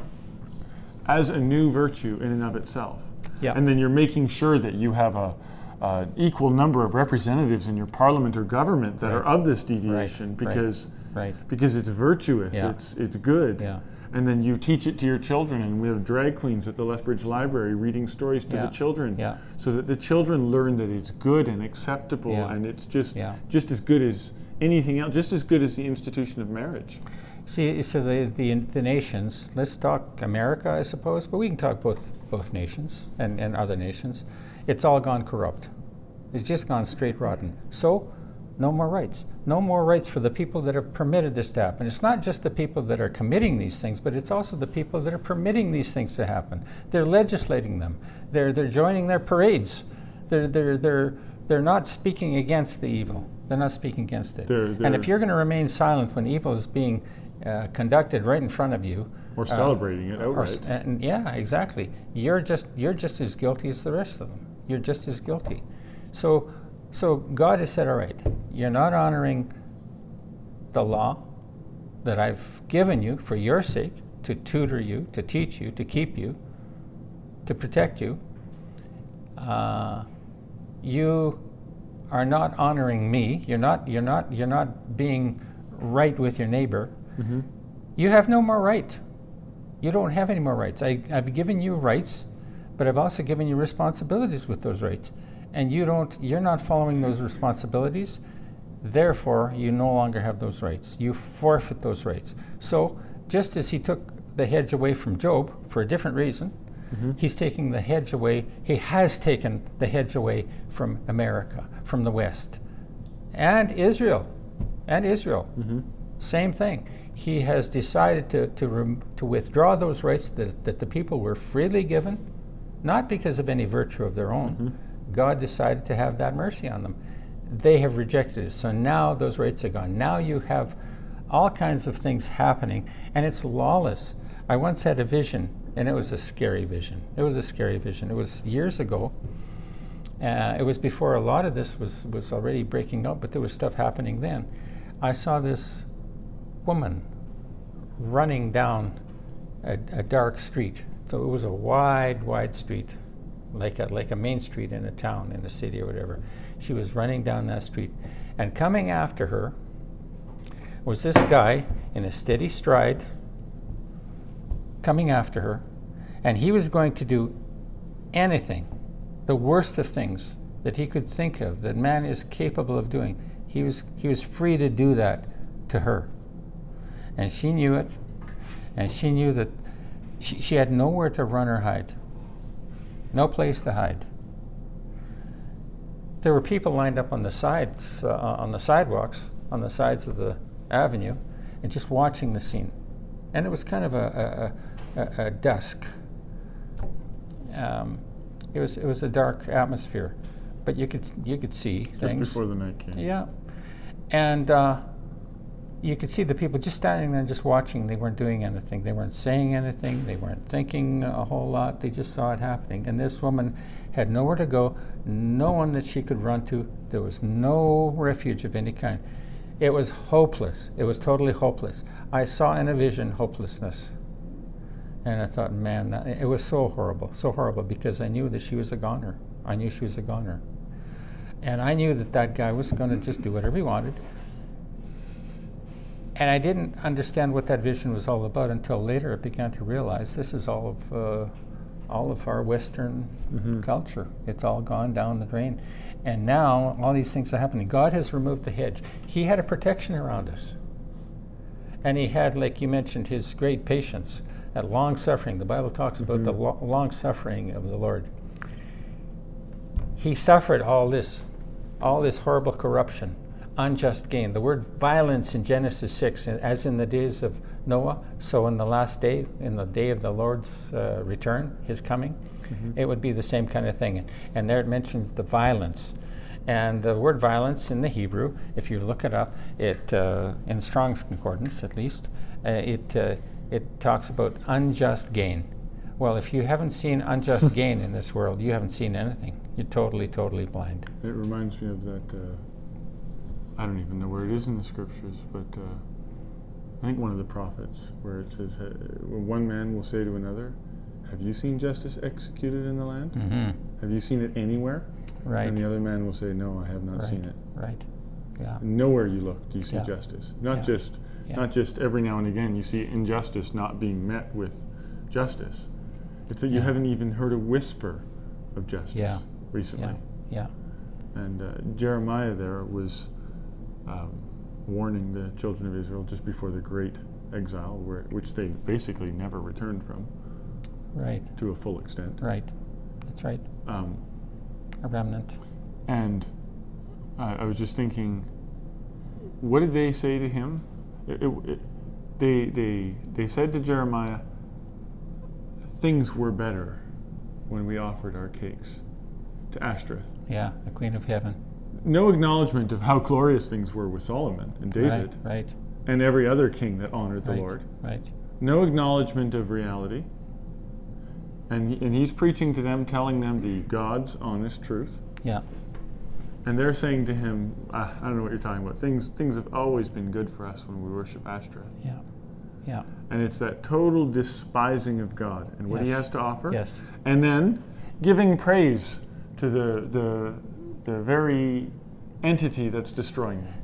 S1: as a new virtue in and of itself.
S2: Yeah.
S1: And then you're making sure that you have a, a equal number of representatives in your parliament or government that are
S2: Right.
S1: of this deviation
S2: right.
S1: because
S2: Right.
S1: because it's virtuous,
S2: Yeah.
S1: it's it's good.
S2: Yeah.
S1: And then you teach it to your children, and we have drag queens at the Lethbridge Library reading stories to
S2: Yeah.
S1: the children,
S2: Yeah.
S1: so that the children learn that it's good and acceptable,
S2: Yeah.
S1: and it's just
S2: Yeah.
S1: just as good as anything else, just as good as the institution of marriage.
S2: See, so the, the, the nations, let's talk America, I suppose, but we can talk both, both nations and, and other nations. It's all gone corrupt. It's just gone straight rotten. So, no more rights. No more rights for the people that have permitted this to happen. It's not just the people that are committing these things, but it's also the people that are permitting these things to happen. They're legislating them, they're, they're joining their parades, they're, they're, they're, they're not speaking against the evil. They're not speaking against it.
S1: They're-
S2: and
S1: they're-
S2: if you're going to remain silent when evil is being uh, conducted right in front of you, uh,
S1: Or celebrating it
S2: or
S1: outright.
S2: s- and yeah, exactly. You're just you're just as guilty as the rest of them. You're just as guilty. So, so God has said, all right, you're not honoring the law that I've given you for your sake to tutor you, to teach you, to keep you, to protect you. Uh, you are not honoring me. You're not. You're not. You're not being right with your neighbor. You have no more right. You don't have any more rights. I, I've given you rights, but I've also given you responsibilities with those rights, and you don't. You're not following those responsibilities. Therefore, you no longer have those rights. You forfeit those rights. So, just as he took the hedge away from Job for a different reason, he's taking the hedge away. He has taken the hedge away from America, from the West, and Israel, and Israel. Same thing. He has decided to, to, rem- to withdraw those rights that, that the people were freely given, not because of any virtue of their own. God decided to have that mercy on them. They have rejected it. So now those rights are gone. Now you have all kinds of things happening, and it's lawless. I once had a vision, and it was a scary vision. It was a scary vision. It was years ago. Uh, it was before a lot of this was, was already breaking out, but there was stuff happening then. I saw this woman running down a, a dark street. So it was a wide, wide street, like a, like a main street in a town, in a city or whatever. She was running down that street. And coming after her was this guy in a steady stride coming after her. And he was going to do anything, the worst of things that he could think of that man is capable of doing. He was, he was free to do that to her. And she knew it. And she knew that she, she had nowhere to run or hide, no place to hide. There were people lined up on the sides, uh, on the sidewalks, on the sides of the avenue, and just watching the scene. And it was kind of a, a, a, a dusk um, it was it was a dark atmosphere, but you could you could see
S1: Just
S2: things.
S1: before the night came.
S2: Yeah, and uh, you could see the people just standing there, and just watching. They weren't doing anything. They weren't saying anything. They weren't thinking a whole lot. They just saw it happening. And this woman had nowhere to go, no one that she could run to. There was no refuge of any kind. It was hopeless. It was totally hopeless. I saw in a vision hopelessness. And I thought, man, that, it was so horrible, so horrible because I knew that she was a goner. I knew she was a goner. And I knew that that guy was going to just do whatever he wanted. And I didn't understand what that vision was all about until later I began to realize this is all of, uh, all of our Western
S1: Mhm.
S2: culture. It's all gone down the drain. And now all these things are happening. God has removed the hedge, He had a protection around us. And he had, like you mentioned, his great patience, that long suffering. The Bible talks about the lo- long suffering of the Lord. He suffered all this, all this horrible corruption, unjust gain. The word violence in Genesis 6, uh, as in the days of Noah, so in the last day, in the day of the Lord's uh, return, his coming, it would be the same kind of thing. And there it mentions the violence. And the word violence in the Hebrew, if you look it up, it uh, in Strong's Concordance at least, uh, it uh, it talks about unjust gain. Well, if you haven't seen unjust gain in this world, you haven't seen anything. You're totally, totally blind.
S1: It reminds me of that. Uh, I don't even know where it is in the scriptures, but uh, I think one of the prophets, where it says, uh, "One man will say to another, Have you seen justice executed in the land?
S2: Mm-hmm.
S1: Have you seen it anywhere?"
S2: Right.
S1: And the other man will say, "No, I have not
S2: right.
S1: seen it."
S2: Right. Yeah.
S1: Nowhere you look, do you see
S2: Yeah.
S1: justice. Not
S2: Yeah.
S1: just,
S2: Yeah.
S1: not just every now and again, you see injustice not being met with justice. It's that you
S2: Yeah.
S1: haven't even heard a whisper of justice
S2: Yeah.
S1: recently.
S2: Yeah. Yeah.
S1: And uh, Jeremiah there was um, warning the children of Israel just before the great exile, where, which they basically never returned from
S2: Right.
S1: to a full extent.
S2: Right. That's right.
S1: Um,
S2: A remnant.
S1: and uh, I was just thinking, what did they say to him? It, it, it, they, they, they said to Jeremiah, things were better when we offered our cakes to Ashtoreth.
S2: Yeah. The Queen of Heaven.
S1: No acknowledgement of how glorious things were with Solomon and David.
S2: Right. Right.
S1: and every other king that honored the
S2: right,
S1: Lord.
S2: Right.
S1: No acknowledgement of reality. And, he- and he's preaching to them, telling them the God's honest truth.
S2: Yeah.
S1: And they're saying to him, "Ah, I, I don't know what you're talking about. Things, things have always been good for us when we worship Ashtoreth.
S2: Yeah. Yeah.
S1: And it's that total despising of God and what he
S2: Yes.
S1: has to offer.
S2: Yes.
S1: And then giving praise to the, the, the very entity that's destroying them.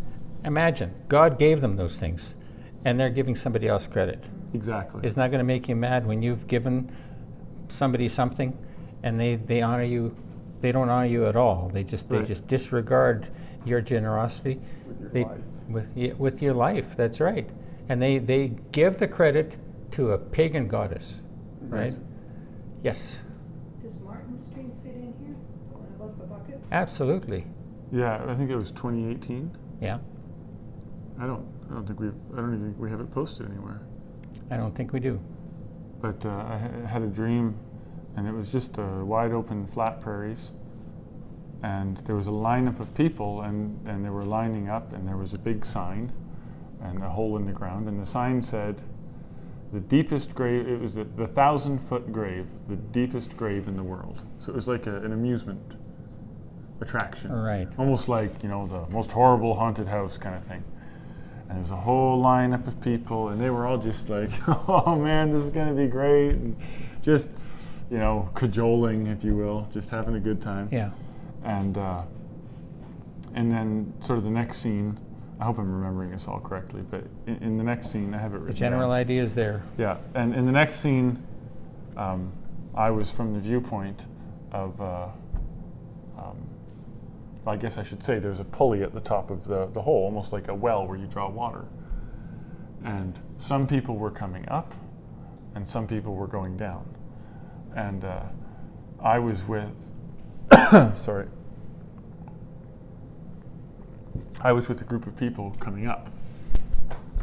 S2: Imagine God gave them those things, and they're giving somebody else credit.
S1: Exactly.
S2: Isn't that going to make you mad when you've given somebody something, and they, they honor you? They don't honor you at all. They just they
S1: Right.
S2: just disregard your generosity. With your life. With, yeah, with your life. That's right. And they they give the credit to a pagan goddess, right? Yes,
S3: Does Martin Street fit in here? The one above the buckets?
S2: absolutely.
S1: Yeah, I think it was 2018.
S2: Yeah.
S1: I don't. I don't think we. I don't even think we have it posted anywhere.
S2: I don't think we do.
S1: But uh, I ha- had a dream, and it was just uh, wide open flat prairies, and there was a lineup of people, and and they were lining up, and there was a big sign, and a hole in the ground, and the sign said, "The deepest grave." It was the, the thousand foot grave, the deepest grave in the world. So it was like a, an amusement attraction.
S2: All right.
S1: almost like you know the most horrible haunted house kind of thing and there was a whole lineup of people and they were all just like oh man this is going to be great and just you know cajoling if you will just having a good time
S2: Yeah.
S1: and uh, and then sort of the next scene i hope i'm remembering this all correctly but in, in the next scene i have it
S2: The
S1: written
S2: general
S1: down.
S2: idea is there.
S1: Yeah, and in the next scene, um, I was from the viewpoint of, uh, um, I guess I should say, there's a pulley at the top of the, the hole, almost like a well where you draw water. And some people were coming up, and some people were going down. And uh, I was with, sorry, I was with a group of people coming up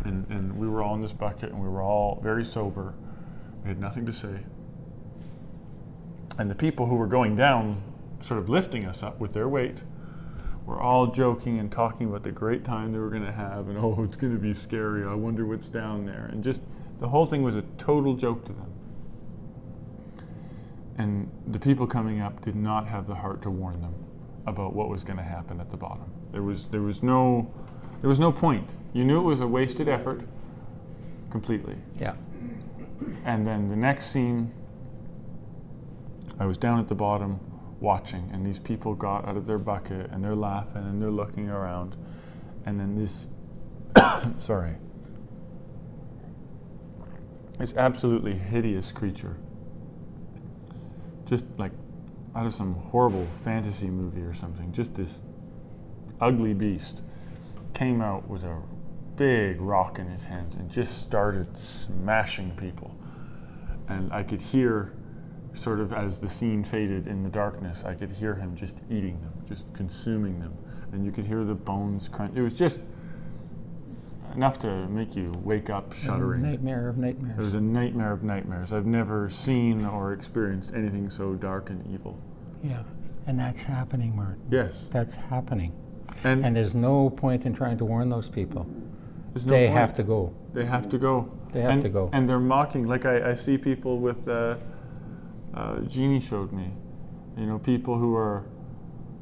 S1: and, and we were all in this bucket and we were all very sober. We had nothing to say. And the people who were going down, sort of lifting us up with their weight, were all joking and talking about the great time they were going to have and oh, it's going to be scary. I wonder what's down there. And just the whole thing was a total joke to them. and the people coming up did not have the heart to warn them about what was going to happen at the bottom. There was there was no there was no point. You knew it was a wasted effort completely.
S2: Yeah.
S1: And then the next scene, I was down at the bottom watching, and these people got out of their bucket and they're laughing and they're looking around. And then this, sorry, this absolutely hideous creature, just like out of some horrible fantasy movie or something, just this ugly beast, came out with a big rock in his hands and just started smashing people. And I could hear, sort of as the scene faded in the darkness, I could hear him just eating them, just consuming them. And you could hear the bones crunch. It was just enough to make you wake up shuddering.
S2: Nightmare of nightmares.
S1: It was a nightmare of nightmares. I've never seen or experienced anything so dark and evil.
S2: yeah. And that's happening, Martin.
S1: Yes.
S2: That's happening.
S1: And,
S2: And there's no point in trying to warn those people.
S1: there's no
S2: they
S1: point.
S2: have to go.
S1: They have to go.
S2: They have
S1: and,
S2: to go.
S1: And they're mocking. Like I, I see people with, uh, uh, Jeannie showed me, you know, people who are,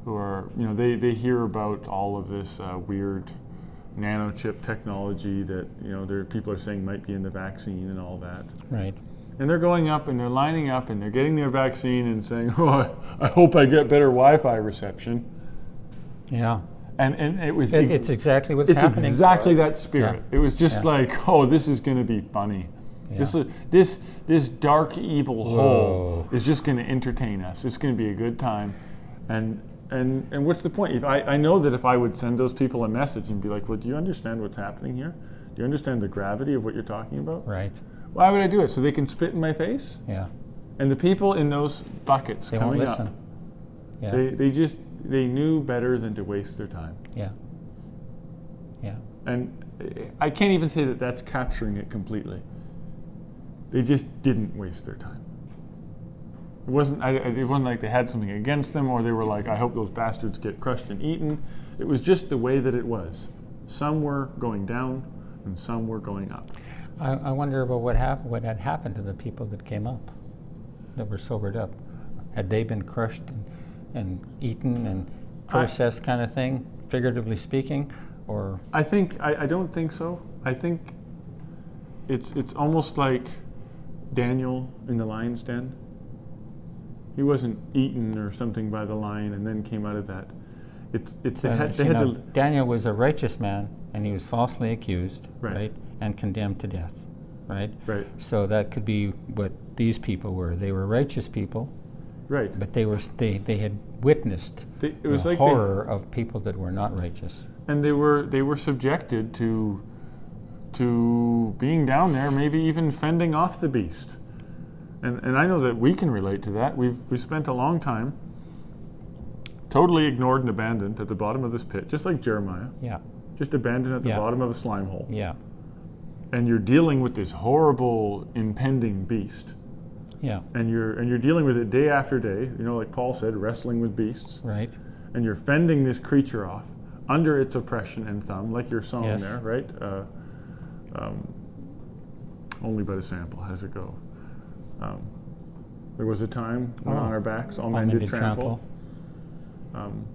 S1: who are, you know, they, they hear about all of this uh, weird nanochip technology that, you know, there people are saying might be in the vaccine and all that.
S2: Right.
S1: And they're going up and they're lining up and they're getting their vaccine and saying, oh, I, I hope I get better Wi-Fi reception.
S2: Yeah.
S1: And, and it was
S2: It, it's exactly what's
S1: it's
S2: happening.
S1: exactly that spirit. It was just like, oh, this is going to be funny. This is this this dark evil hole
S2: Whoa.
S1: is just going to entertain us. It's going to be a good time, and and and what's the point? If I I know that if I would send those people a message and be like, well, do you understand what's happening here? Do you understand the gravity of what you're talking about?
S2: Right.
S1: Why would I do it? So they can spit in my face?
S2: Yeah.
S1: And the people in those buckets
S2: They won't
S1: coming
S2: listen.
S1: up,
S2: Yeah.
S1: they they just they knew better than to waste their time.
S2: yeah. Yeah.
S1: And uh, I can't even say that that's capturing it completely. They just didn't waste their time. It wasn't, I, I- it wasn't like they had something against them or they were like, I hope those bastards get crushed and eaten. It was just the way that it was. Some were going down and some were going up.
S2: I, I wonder about what happened. What had happened to the people that came up, that were sobered up? Had they been crushed and, and eaten and processed, kind of thing, figuratively speaking, or
S1: I think, I, I don't think so. I think it's, it's almost like Daniel in the lion's den. He wasn't eaten or something by the lion and then came out of that. It's, it's, they had, they
S2: You
S1: had
S2: know,
S1: to,
S2: Daniel was a righteous man, and he was falsely accused,
S1: Right.
S2: and condemned to death, right?
S1: right,
S2: So that could be what these people were. They were righteous people,
S1: right.
S2: but they were they, they had witnessed
S1: They, it was
S2: the
S1: like, they,
S2: horror of people that were not righteous.
S1: and they were, they were subjected to, to being down there, maybe even fending off the beast. And, and I know that we can relate to that. We've, we spent a long time totally ignored and abandoned at the bottom of this pit, just like Jeremiah.
S2: Yeah,
S1: just abandoned at the
S2: Yeah.
S1: bottom of a slime hole
S2: yeah,
S1: and you're dealing with this horrible impending beast
S2: yeah.
S1: and you're and you're dealing with it day after day you know like paul said wrestling with beasts
S2: Right.
S1: and you're fending this creature off under its oppression and thumb like your song
S2: Yes.
S1: there right uh, um, only but a sample how does it go um, there was a time when on
S2: Oh.
S1: our backs all
S2: All
S1: men
S2: men
S1: did trample, Um,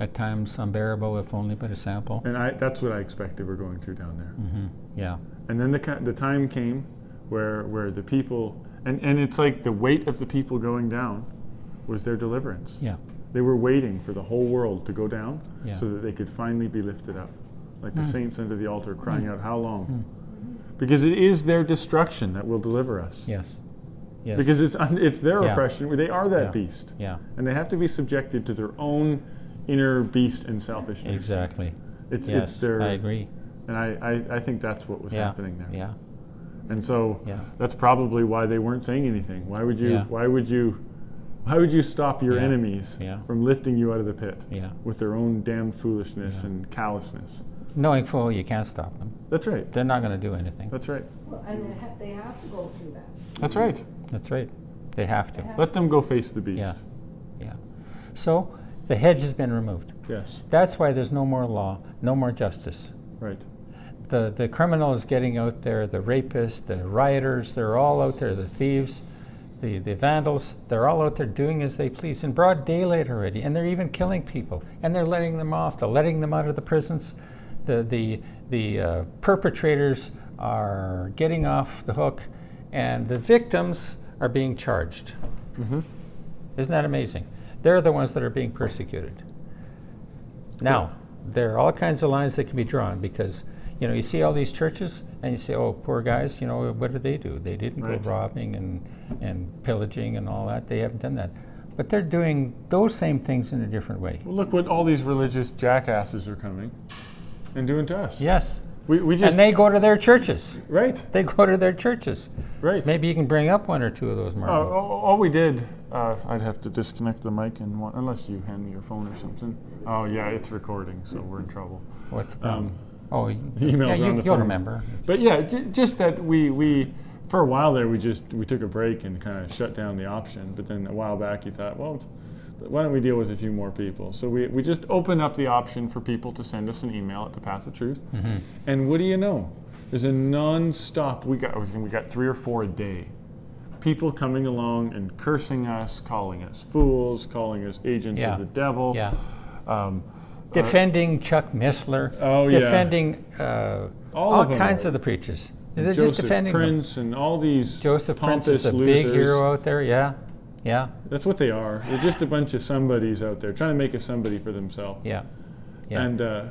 S2: At times unbearable, if only but a sample.
S1: and I, that's what i expect they were going through down there
S2: hmm Yeah,
S1: And then the, ki- the time came where, where the people, and, and it's like the weight of the people going down was their deliverance.
S2: yeah,
S1: They were waiting for the whole world to go down
S2: Yeah. Hmm.
S1: so that they could finally be lifted up. Like the saints under the altar crying out, How long? Because it is their destruction that will deliver us.
S2: yes, yes.
S1: Because it's, un- it's their
S2: Yeah.
S1: oppression. They are that
S2: Yeah.
S1: beast.
S2: yeah,
S1: And they have to be subjected to their own inner beast and selfishness.
S2: exactly.
S1: It's,
S2: yes,
S1: it's their,
S2: I agree.
S1: and I, I, I think that's what was
S2: Yeah,
S1: happening there.
S2: Yeah,
S1: And so
S2: Yeah.
S1: that's probably why they weren't saying anything. Why would you
S2: Yeah.
S1: why would you why would you stop your
S2: Yeah.
S1: enemies
S2: Yeah.
S1: from lifting you out of the pit
S2: yeah.
S1: with their own damn foolishness and callousness?
S2: Knowing full well you can't stop them.
S1: That's right.
S2: They're not going to do anything.
S1: That's right.
S3: Well, and they have, they have to go through that.
S1: That's right.
S2: That's right. They have to.
S1: Let them go face the beast.
S2: Yeah. Yeah. So the hedge has been removed.
S1: Yes.
S2: That's why there's no more law, no more justice.
S1: Right.
S2: The the criminal is getting out there, the rapists, the rioters, they're all out there, the thieves. the, the vandals, they're all out there doing as they please in broad daylight already, and they're even killing people, and they're letting them off, they're letting them out of the prisons. The, the, the uh, perpetrators are getting off the hook, and the victims are being charged. Isn't that amazing? They're the ones that are being persecuted. Now, there are all kinds of lines that can be drawn because, you know, you see all these churches and you say, oh, poor guys, you know, what did they do? They didn't
S1: Right.
S2: go robbing and, and pillaging and all that. They haven't done that. But they're doing those same things in a different way.
S1: Well, look what all these religious jackasses are coming and doing to us.
S2: Yes.
S1: We, we just.
S2: And they go to their churches.
S1: right,
S2: They go to their churches.
S1: right.
S2: Maybe you can bring up one or two of those,
S1: Uh,
S2: Margot.
S1: all, all we did, uh, I'd have to disconnect the mic and one, unless you hand me your phone or something. Oh yeah, it's recording, so we're in trouble.
S2: What's the
S1: Um,
S2: problem? oh, y-
S1: the emails
S2: yeah,
S1: are
S2: you,
S1: on the
S2: you'll
S1: phone.
S2: remember.
S1: But yeah, j- just that we we for a while there we just we took a break and kind of shut down the option. But then a while back you thought, well, why don't we deal with a few more people? So we we just opened up the option for people to send us an email at the path of truth.
S2: Mm-hmm.
S1: And what do you know? There's a non-stop. We got I think we got three or four a day. People coming along and cursing us, calling us fools, calling us agents
S2: Yeah.
S1: of the devil.
S2: Yeah.
S1: Um,
S2: Uh, defending Chuck Missler,
S1: Oh, yeah.
S2: defending uh,
S1: All
S2: all,
S1: of 'em
S2: kinds
S1: are.
S2: of the preachers. They're
S1: Joseph
S2: just defending them.
S1: Prince and all these
S2: Joseph Prince is
S1: pompous
S2: a
S1: losers.
S2: big hero out there. Yeah, yeah,
S1: That's what they are. They're just a bunch of somebodies out there trying to make a somebody for themselves.
S2: yeah, yeah.
S1: And uh,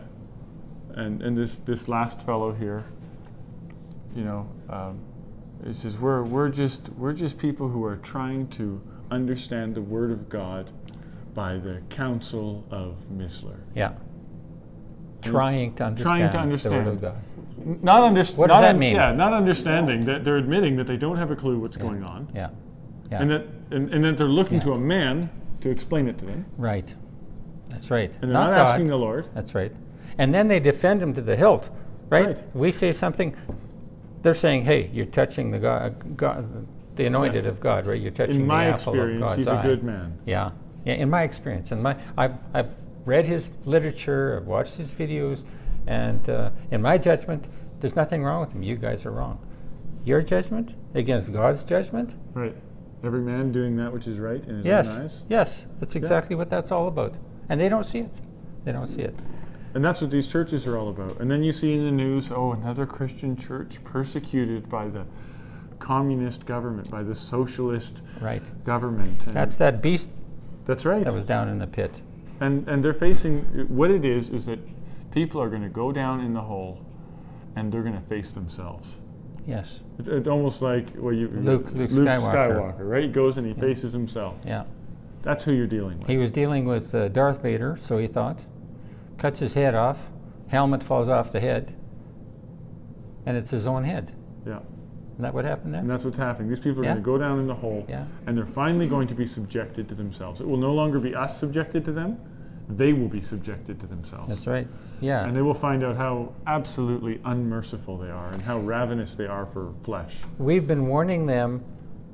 S1: and and this this last fellow here, you know, um, it says we're we're just we're just people who are trying to understand the Word of God by the counsel of Misler.
S2: yeah. Trying to
S1: Trying
S2: understand.
S1: to
S2: The
S1: understand.
S2: word of God.
S1: N- Not understanding.
S2: What does that mean?
S1: Yeah, not understanding that they're admitting that they don't have a clue what's going on,
S2: Yeah, yeah.
S1: and that and, and that they're looking to a man to explain it to them,
S2: right. That's right.
S1: and they're not,
S2: God.
S1: asking the Lord.
S2: That's right. And then they defend him to the hilt, right?
S1: Right.
S2: We say something, they're saying, "Hey, you're touching the God, God the anointed of God, right? You're touching
S1: In my
S2: the apple of
S1: experience,
S2: God's
S1: he's
S2: eye."
S1: a good man.
S2: Yeah, yeah. In my experience, and my I've I've read his literature, I've watched his videos, and uh, in my judgment, there's nothing wrong with him. You guys are wrong. Your judgment against God's judgment?
S1: Right. Every man doing that which is right in his
S2: Yes,
S1: own eyes.
S2: yes. That's exactly what that's all about, and they don't see it. They don't see it.
S1: And that's what these churches are all about. And then you see in the news, oh, another Christian church persecuted by the communist government, by the socialist
S2: Right.
S1: government. And
S2: That's that beast
S1: that's right.
S2: that was down in the pit.
S1: and and they're facing what it is is that people are going to go down in the hole and they're going to face themselves.
S2: Yes.
S1: It's, it's almost like well, you
S2: Luke- Luke
S1: Skywalker.
S2: Skywalker.
S1: right? He goes and he faces himself.
S2: Yeah.
S1: That's who you're dealing with.
S2: He was dealing with uh, Darth Vader, so he thought. Cuts his head off. Helmet falls off the head. And it's his own head.
S1: Yeah.
S2: Isn't that what happened there?
S1: And that's what's happening. These people are
S2: Yeah.
S1: going to go down in the hole,
S2: Yeah.
S1: and they're finally going to be subjected to themselves. It will no longer be us subjected to them; they will be subjected to themselves,
S2: That's right. Yeah.
S1: and they will find out how absolutely unmerciful they are, and how ravenous they are for flesh
S2: We've been warning them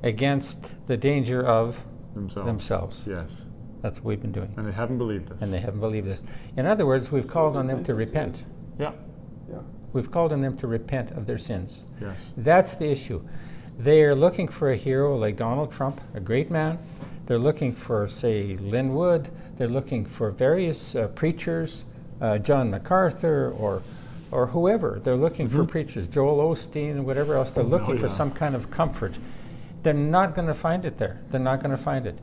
S2: against the danger of
S1: themselves.
S2: themselves.
S1: Yes,
S2: That's what we've been doing.
S1: and they haven't believed us.
S2: And they haven't believed this. In other words, we've called on them to repent.
S1: yeah.
S2: We've called on them to repent of their sins.
S1: Yes.
S2: That's the issue. They are looking for a hero like Donald Trump, a great man. They're looking for, say, Lynn Wood. They're looking for various uh, preachers, uh, John MacArthur or, or whoever. They're looking for preachers, Joel Osteen, whatever else. They're looking for
S1: yeah.
S2: some kind of comfort. They're not going to find it there. They're not going to find it.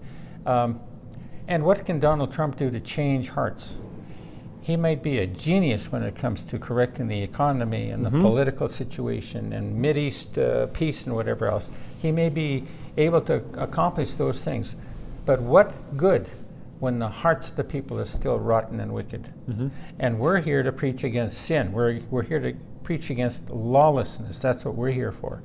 S2: Um, and what can Donald Trump do to change hearts? he might be a genius when it comes to correcting the economy and the political situation and Mideast uh, peace and whatever else. He may be able to accomplish those things. But what good when the hearts of the people are still rotten and wicked? And we're here to preach against sin. We're, we're here to preach against lawlessness. That's what we're here for.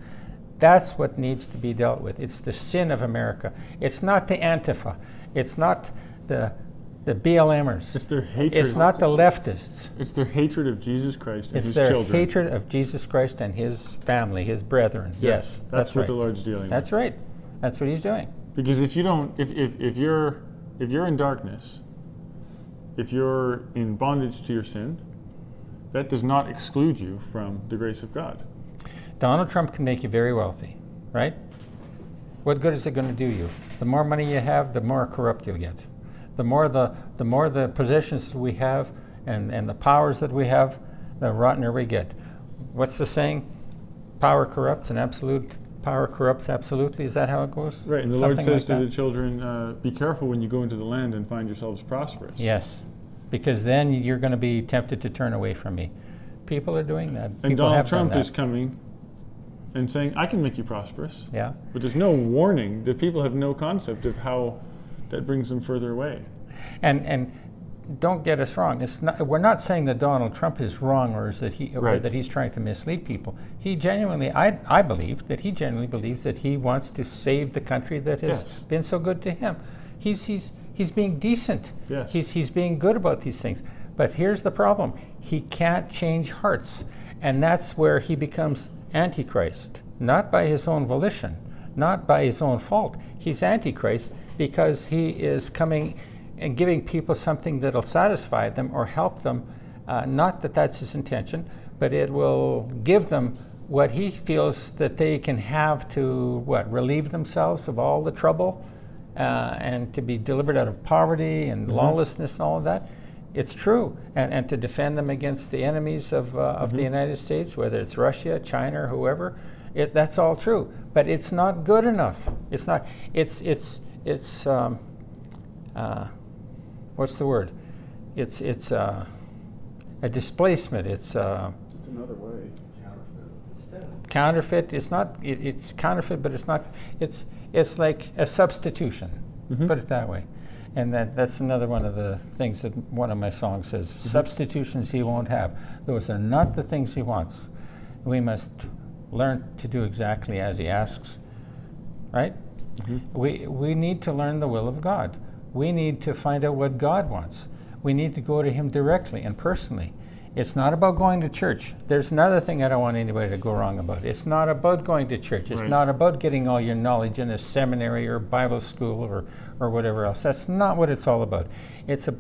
S2: That's what needs to be dealt with. It's the sin of America. It's not the Antifa. It's not the, the BLMers.
S1: It's their hatred.
S2: It's not the leftists.
S1: It's their hatred of Jesus Christ and
S2: It's
S1: his
S2: their
S1: children.
S2: hatred of Jesus Christ and his family, his brethren.
S1: Yes,
S2: Yes,
S1: that's,
S2: that's,
S1: what
S2: right.
S1: the Lord's dealing with.
S2: That's right. That's what he's doing.
S1: Because if you don't, if, if, if you're if you're in darkness, if you're in bondage to your sin, that does not exclude you from the grace of God.
S2: Donald Trump can make you very wealthy, right? What good is it going to do you? The more money you have, the more corrupt you'll get. The more the, the more the positions we have and, and the powers that we have, the rottener we get. What's the saying? Power corrupts and absolute power corrupts absolutely. Is that how it goes?
S1: Right, and the Lord
S2: Something
S1: says
S2: like
S1: to the
S2: that?
S1: children, uh, "Be careful when you go into the land and find yourselves prosperous."
S2: Yes, because then you're going to be tempted to turn away from me. People are doing that.
S1: And
S2: People
S1: Donald
S2: have
S1: Trump
S2: done that.
S1: is coming and saying, "I can make you prosperous,"
S2: Yeah.
S1: but there's no warning. The people have no concept of how that brings them further away.
S2: And and don't get us wrong. It's not, we're not saying that Donald Trump is wrong or is that he or
S1: Right.
S2: that he's trying to mislead people. He genuinely, I I believe that he genuinely believes that he wants to save the country that has
S1: Yes.
S2: been so good to him. He's he's he's being decent.
S1: Yes.
S2: He's he's being good about these things. But here's the problem: he can't change hearts, and that's where he becomes antichrist. Not by his own volition, not by his own fault. He's antichrist because he is coming and giving people something that'll satisfy them or help them. Uh, not that that's his intention, but it will give them what he feels that they can have to what relieve themselves of all the trouble uh, and to be delivered out of poverty and lawlessness and all of that. It's true. And, and to defend them against the enemies of, uh, of the United States, whether it's Russia, China, or whoever, it, that's all true. But it's not good enough. It's not, it's, it's, it's, um, uh, what's the word? It's, it's uh, a displacement. It's, uh,
S4: It's another way.
S2: counterfeit it's not it, it's counterfeit but it's not it's it's like a substitution put it that way and that that's another one of the things that one of my songs says substitutions he won't have those are not the things he wants we must learn to do exactly as he asks right we we need to learn the will of god we need to find out what god wants we need to go to him directly and personally it's not about going to church. There's another thing I don't want anybody to go wrong about. It's not about going to church. It's
S1: Right.
S2: not about getting all your knowledge in a seminary or Bible school or, or whatever else. That's not what it's all about. It's a,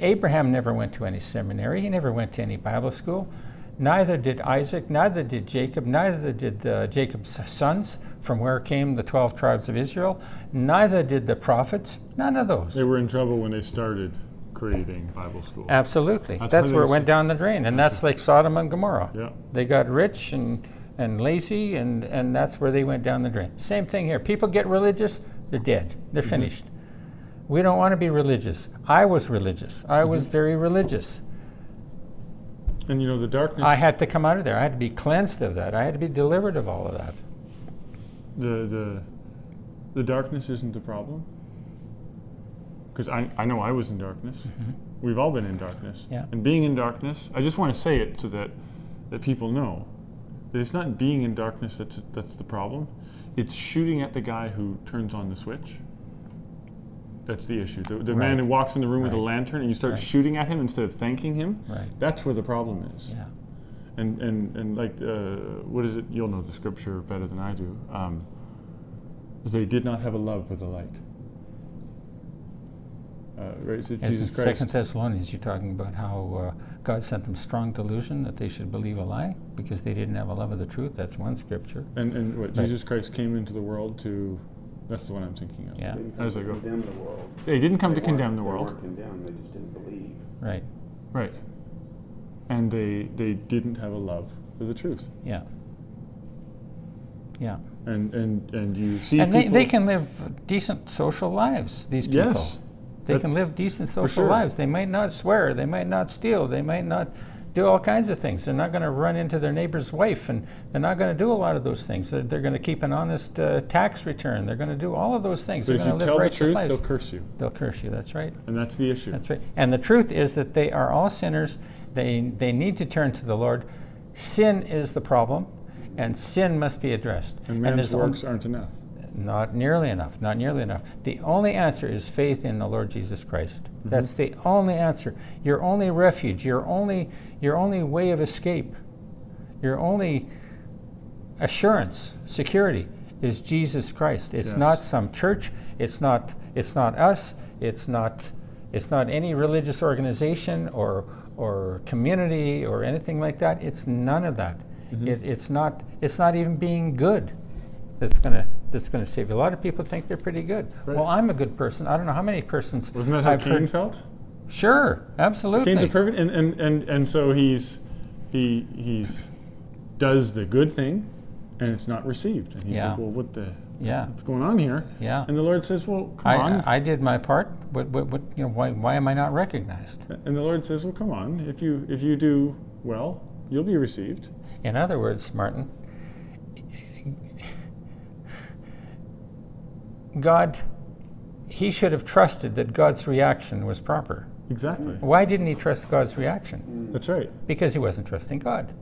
S2: Abraham never went to any seminary. He never went to any Bible school. Neither did Isaac. Neither did Jacob. Neither did uh, Jacob's sons, from where came the twelve tribes of Israel. Neither did the prophets. None of those.
S1: They were in trouble when they started creating Bible school.
S2: Absolutely.
S1: That's
S2: That's,
S1: how they
S2: where it
S1: s-
S2: went down the drain. And that's like Sodom and Gomorrah.
S1: Yeah.
S2: They got rich and, and lazy, and, and that's where they went down the drain. Same thing here. People get religious, they're dead, they're
S1: Mm-hmm.
S2: finished. We don't want to be religious. I was religious, I was
S1: Mm-hmm.
S2: very religious.
S1: And you know the darkness.
S2: I had to come out of there. I had to be cleansed of that. I had to be delivered of all of that.
S1: the the the darkness isn't the problem because I, I know i was in darkness we've all been in darkness
S2: Mm-hmm. Yeah.
S1: and being in darkness i just want to say it so that that people know that it's not being in darkness that's that's the problem it's shooting at the guy who turns on the switch that's the issue the, the man
S2: Right.
S1: who walks in the room with a
S2: Right.
S1: lantern and you start
S2: Right.
S1: shooting at him instead of thanking him
S2: Right.
S1: that's where the problem is
S2: Yeah.
S1: and and and like uh, what is it? You'll know the scripture better than I do. Um, is they did not have a love for the light. Uh, right? Is it
S2: It's
S1: Jesus
S2: in
S1: Christ?
S2: Second Thessalonians, you're talking about how uh, God sent them strong delusion that they should believe a lie because they didn't have a love of the truth. That's one scripture.
S1: and and what
S2: Right.
S1: Jesus Christ came into the world to. That's the one I'm thinking of.
S2: Yeah.
S4: They didn't
S1: How does that go?
S4: come to Condemn the world.
S1: They didn't come
S4: They
S1: to condemn
S4: weren't-
S1: the
S4: They
S1: world.
S4: weren't condemned, they just didn't believe.
S2: Right.
S1: Right. And they they didn't have a love for the truth.
S2: Yeah. Yeah.
S1: And and and you see
S2: and they,
S1: people.
S2: they can live decent social lives, these people.
S1: Yes.
S2: They
S1: that-
S2: can live decent social
S1: sure.
S2: lives. They might not swear, they might not steal, they might not do all kinds of things. They're not going to run into their neighbor's wife, and they're not going to do a lot of those things. They're, they're going to keep an honest uh, tax return. They're going to do all of those things.
S1: But if
S2: they're going
S1: you
S2: to live
S1: tell the
S2: righteous
S1: truth,
S2: lives.
S1: they'll curse you,
S2: They'll curse you. That's right.
S1: and that's the issue.
S2: That's right. And the truth is that they are all sinners. They, they need to turn to the Lord. Sin is the problem, and sin must be addressed.
S1: and man's
S2: there's on-
S1: works aren't enough.
S2: not nearly enough. Not nearly enough. The only answer is faith in the Lord Jesus Christ.
S1: Mm-hmm.
S2: That's the only answer. Your only refuge. Your only your only way of escape. Your only assurance, security is Jesus Christ. It's
S1: Yes.
S2: not some church. It's not it's not us. It's not it's not any religious organization or or community or anything like that.
S1: Mm-hmm.
S2: It's none of that. It, it's not it's not even being good that's gonna that's going to save you. A lot of people think they're pretty good.
S1: Right.
S2: Well, I'm a good person. I don't know how many persons
S1: Wasn't that how
S2: I've
S1: Cain
S2: heard.
S1: felt?
S2: Sure, absolutely.
S1: Cain to perfect, and, and, and, and so he's he he's does the good thing, and it's not received. And he's
S2: Yeah.
S1: like, well, what the
S2: yeah,
S1: what's going on here?
S2: yeah.
S1: And the Lord says, well, come on.
S2: I, I did my part. What, what, what, you know, why, why am I not recognized?
S1: and the Lord says, well, come on. If you if you do well, you'll be received.
S2: In other words, Martin, God, he should have trusted that God's reaction was proper.
S1: Exactly.
S2: Why didn't he trust God's reaction?
S1: That's right.
S2: Because he wasn't trusting God.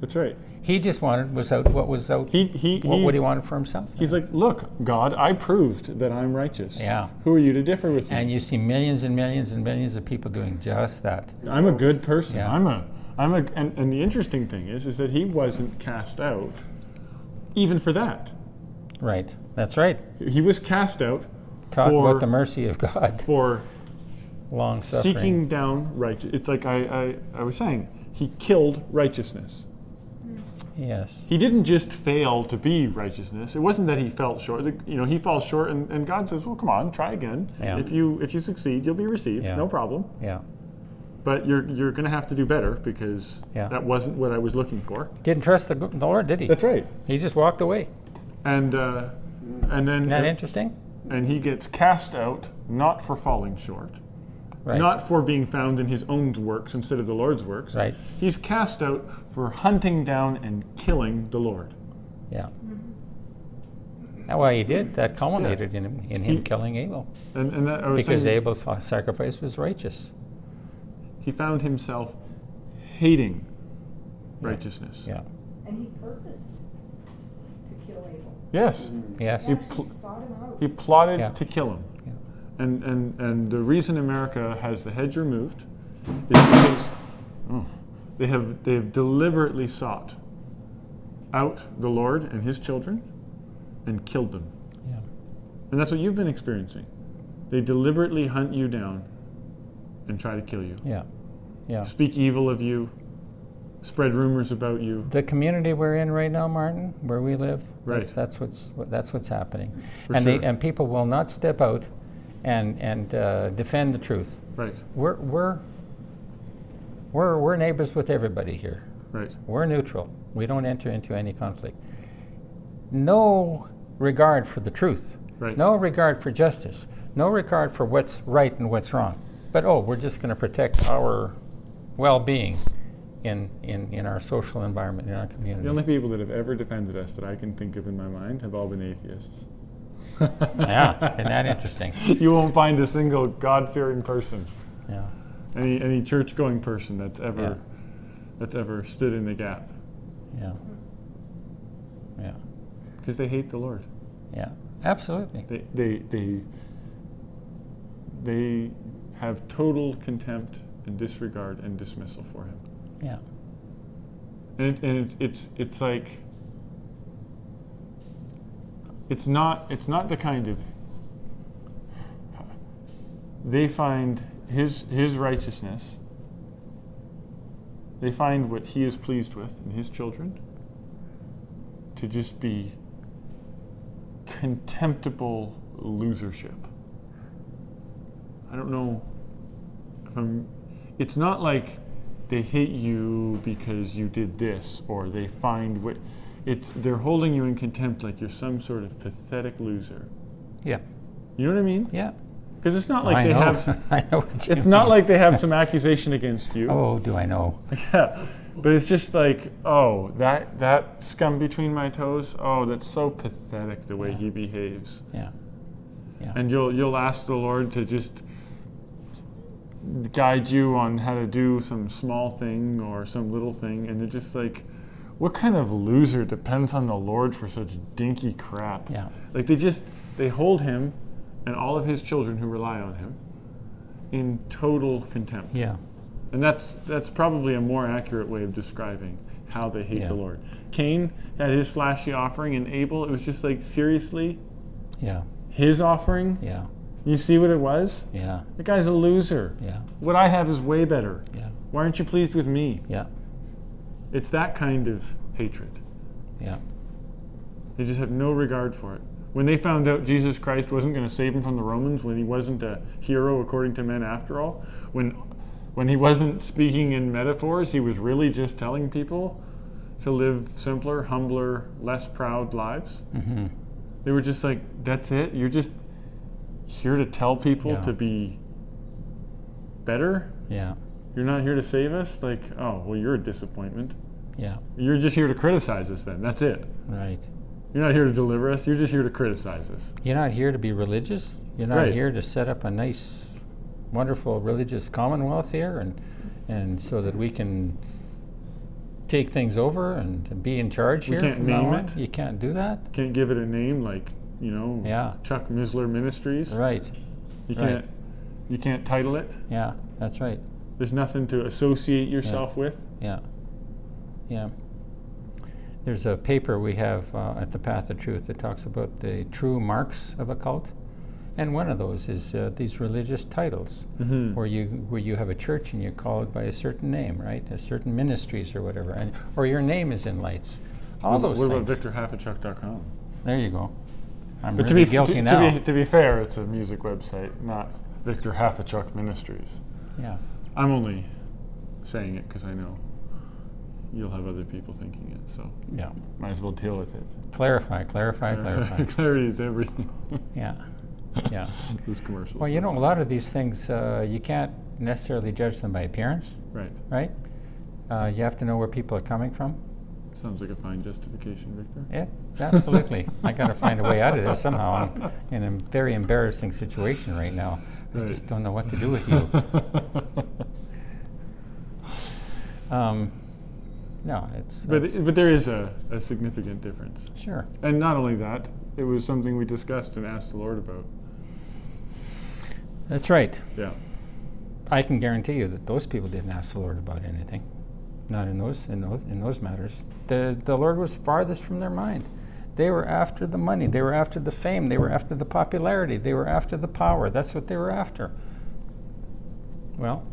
S1: That's right.
S2: He just wanted was out what was out
S1: He he,
S2: what,
S1: he
S2: what he wanted for himself.
S1: he's like, look, God, I proved that I'm righteous.
S2: Yeah.
S1: Who are you to differ with me?
S2: And you see millions and millions and millions of people doing just that.
S1: I'm a good person.
S2: Yeah.
S1: I'm a I'm a and, and the interesting thing is is that he wasn't cast out even for that.
S2: Right. That's right.
S1: He was cast out
S2: Talk
S1: for
S2: about the mercy of God.
S1: for
S2: Long suffering.
S1: seeking down righteous. It's like I, I I was saying, he killed righteousness.
S2: Yes.
S1: He didn't just fail to be righteousness. It wasn't that he fell short. Like, You know, he falls short, and, and God says, "Well, come on, try again.
S2: Yeah.
S1: If you if you succeed, you'll be received.
S2: Yeah.
S1: No problem.
S2: Yeah.
S1: But you're you're going to have to do better because
S2: Yeah.
S1: that wasn't what I was looking for.
S2: Didn't trust the, the Lord, did he?
S1: That's right.
S2: He just walked away.
S1: and uh, and then
S2: Isn't that interesting?
S1: and he gets cast out not for falling short,
S2: Right.
S1: not for being found in his own works instead of the Lord's works.
S2: Right.
S1: He's cast out for hunting down and killing the Lord.
S2: Yeah. Now, well, he did. That culminated in him, in him
S1: Mm-hmm. He-
S2: killing Abel
S1: And and that, I was
S2: because
S1: saying,
S2: Abel's sa- sacrifice was righteous.
S1: he found himself hating righteousness.
S2: Yeah.
S3: And he purposed to kill Abel.
S1: Yes.
S2: Yes.
S3: He actually
S1: pl-
S3: sought him out.
S1: He plotted
S2: Yeah.
S1: to kill him.
S2: Yeah.
S1: And, and, and the reason America has the hedge removed is because oh, they have they have deliberately sought out the Lord and his children and killed them.
S2: Yeah.
S1: And that's what you've been experiencing. They deliberately hunt you down and try to kill you.
S2: Yeah. Yeah.
S1: Speak evil of you, spread rumors about you.
S2: The community we're in right now, Martin, where we live, that-
S1: Right.
S2: that's what's what- that's what's happening,
S1: For
S2: and
S1: sure.
S2: they, and people will not step out, and and uh, defend the truth.
S1: Right,
S2: We're we're we're we're neighbors with everybody here.
S1: right.
S2: We're neutral. We don't enter into any conflict. No regard for the truth.
S1: Right.
S2: No regard for justice. No regard for what's right and what's wrong. But oh, we're just going to protect our well-being in, in, in our social environment, in our community.
S1: The only people that have ever defended us that I can think of in my mind have all been atheists.
S2: yeah, isn't that interesting?
S1: you won't find a single God-fearing person,
S2: Yeah.
S1: any any church-going person that's ever that's ever stood in the gap
S2: Yeah. Yeah.
S1: because they hate the Lord.
S2: Yeah. Absolutely.
S1: They they they they have total contempt and disregard and dismissal for him.
S2: Yeah.
S1: And it, and it, it's it's like it's not it's not the kind of they find his his righteousness. They find what he is pleased with in his children to just be contemptible losership. I don't know if I'm Um, it's not like they hate you because you did this or they find what it's they're holding you in contempt like you're some sort of pathetic loser
S2: Yeah.
S1: you know what i mean
S2: Yeah.
S1: because it's not like
S2: I
S1: they
S2: know.
S1: have
S2: I know what you
S1: it's not
S2: mean.
S1: like they have some accusation against you
S2: Oh, do I know?
S1: yeah but it's just like oh that that scum between my toes oh that's so pathetic the way he behaves
S2: Yeah.
S1: and you'll you'll ask the Lord to just guide you on how to do some small thing or some little thing, and they're just like, what kind of loser depends on the Lord for such dinky crap?
S2: Yeah.
S1: Like they just they hold him and all of his children who rely on him in total contempt,
S2: Yeah.
S1: and that's that's probably a more accurate way of describing how they hate
S2: Yeah.
S1: the Lord. Cain had his flashy offering, and Abel it was just like seriously
S2: Yeah.
S1: his offering.
S2: Yeah.
S1: You see what it was?
S2: Yeah.
S1: The guy's a loser.
S2: Yeah.
S1: What I have is way better.
S2: Yeah.
S1: Why aren't you pleased with me?
S2: Yeah.
S1: It's that kind of hatred.
S2: Yeah.
S1: They just have no regard for it. When they found out Jesus Christ wasn't going to save them from the Romans, when he wasn't a hero according to men after all, when when he wasn't speaking in metaphors, he was really just telling people to live simpler, humbler, less proud lives. They were just like, "That's it. You're just here to tell people
S2: Yeah.
S1: to be better.
S2: Yeah.
S1: You're not here to save us." Like, "Oh, well, you're a disappointment.
S2: Yeah.
S1: You're just here to criticize us. Then that's it."
S2: Right.
S1: You're not here to deliver us. You're just here to criticize us.
S2: You're not here to be religious. You're not
S1: Right.
S2: here to set up a nice, wonderful religious commonwealth here, and and so that we can take things over and be in charge
S1: We
S2: here.
S1: can't
S2: from now
S1: name
S2: on.
S1: it.
S2: You can't do that.
S1: Can't give it a name like you know
S2: Yeah.
S1: Chuck Misler Ministries.
S2: Right.
S1: You
S2: right.
S1: can't you can't title it.
S2: Yeah. That's right.
S1: There's nothing to associate yourself with.
S2: Yeah. Yeah. There's a paper we have uh, at the Path of Truth that talks about the true marks of a cult, and one of those is uh, these religious titles,
S1: Hmm.
S2: where you where you have a church and you call it by a certain name, right? A certain ministries or whatever, and or your name is in lights. All
S1: what
S2: those
S1: what
S2: things.
S1: about VictorHavichuk.com?
S2: There you go. I'm
S1: But
S2: really
S1: to be
S2: guilty
S1: to,
S2: now.
S1: to be to be fair, it's a music website, not Victor Havichuk Ministries.
S2: yeah.
S1: I'm only saying it because I know you'll have other people thinking it, so
S2: Yeah.
S1: might as well deal with it.
S2: Clarify. Clarify. Clarify.
S1: Clarity is everything.
S2: yeah. Yeah.
S1: Those commercials.
S2: Well, you know, a lot of these things uh, you can't necessarily judge them by appearance.
S1: right.
S2: right? Uh, you have to know where people are coming from.
S1: Sounds like a fine justification, Victor.
S2: Yeah, absolutely. I got to find a way out of this somehow. I'm in a very embarrassing situation right now. I
S1: Right.
S2: just don't know what to do with you. Um, no, it's. it's-
S1: but but there is a, a significant difference,
S2: sure.
S1: and not only that, it was something we discussed and asked the Lord about.
S2: That's right.
S1: Yeah,
S2: I can guarantee you that those people didn't ask the Lord about anything. Not in those in those in those matters. The the Lord was farthest from their mind. They were after the money, they were after the fame, they were after the popularity, they were after the power. That's what they were after. Well,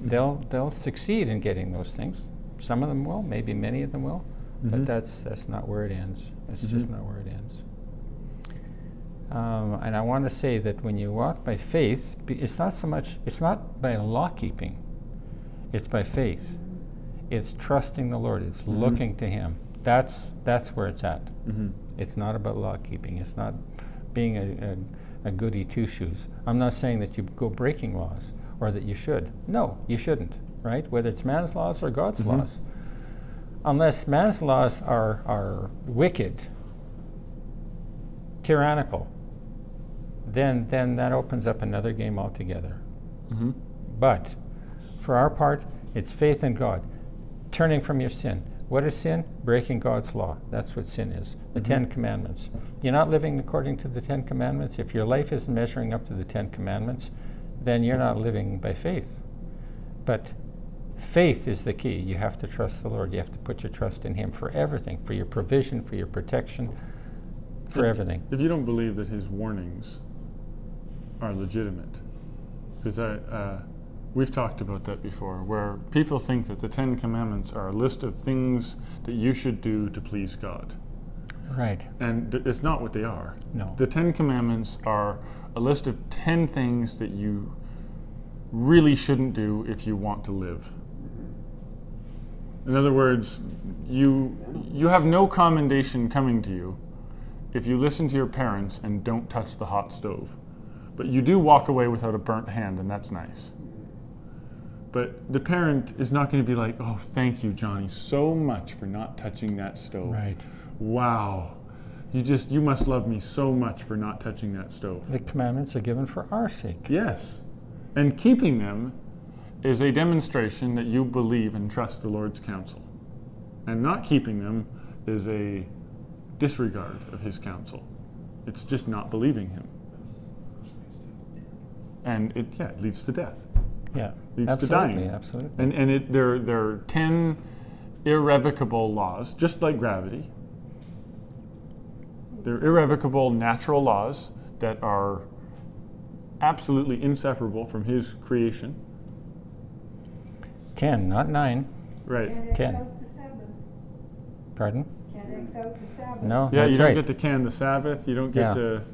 S2: they'll they'll succeed in getting those things. Some of them will, maybe many of them will. But that's that's not where it ends. That's just not where it ends. Um, and I want to say that when you walk by faith, be- it's not so much, it's not by law keeping, it's by faith.
S3: Mm-hmm.
S2: It's trusting the Lord, it's looking to Him. That's, that's where it's at.
S1: Mhm.
S2: It's not about law keeping, it's not being a, a, a goody two shoes. I'm not saying that you go breaking laws or that you should. No, you shouldn't, right? Whether it's man's laws or God's laws. Unless man's laws are, are wicked, tyrannical, then then that opens up another game altogether.
S1: Mhm.
S2: But for our part, it's faith in God, turning from your sin. What is sin? Breaking God's law. That's what sin is. The
S1: Mm-hmm.
S2: Ten Commandments. You're not living according to the Ten Commandments. If your life isn't measuring up to the Ten Commandments, then you're not living by faith. But faith is the key. You have to trust the Lord. You have to put your trust in Him for everything, for your provision, for your protection, for everything.
S1: if you don't believe that his warnings are legitimate, because I uh, we've talked about that before, where people think that the Ten Commandments are a list of things that you should do to please God,
S2: Right.
S1: and th- it's not what they are.
S2: No.
S1: The Ten Commandments are a list of ten things that you really shouldn't do if you want to live. In other words, you you have no commendation coming to you if you listen to your parents and don't touch the hot stove. But you do walk away without a burnt hand, and that's nice. But the parent is not going to be like, oh, thank you, Johnny, so much for not touching that stove.
S2: Right.
S1: Wow. You just you must love me so much for not touching that stove.
S2: The commandments are given for our sake.
S1: Yes. And keeping them is a demonstration that you believe and trust the Lord's counsel. And not keeping them is a disregard of his counsel. It's just not believing him. And it yeah, it leads to death.
S2: Yeah.
S1: Leads to
S2: absolutely,
S1: dying.
S2: absolutely.
S1: And and it there there are ten irrevocable laws, just like gravity. They're irrevocable natural laws that are absolutely inseparable from his creation.
S2: Ten, not nine.
S1: Right.
S3: Can't
S2: Ten.
S3: act out the Sabbath.
S2: Pardon?
S3: Can't X out the Sabbath.
S2: No,
S1: Yeah,
S2: that's
S1: you don't
S2: right.
S1: get to can the Sabbath. You don't get
S2: Yeah.
S1: to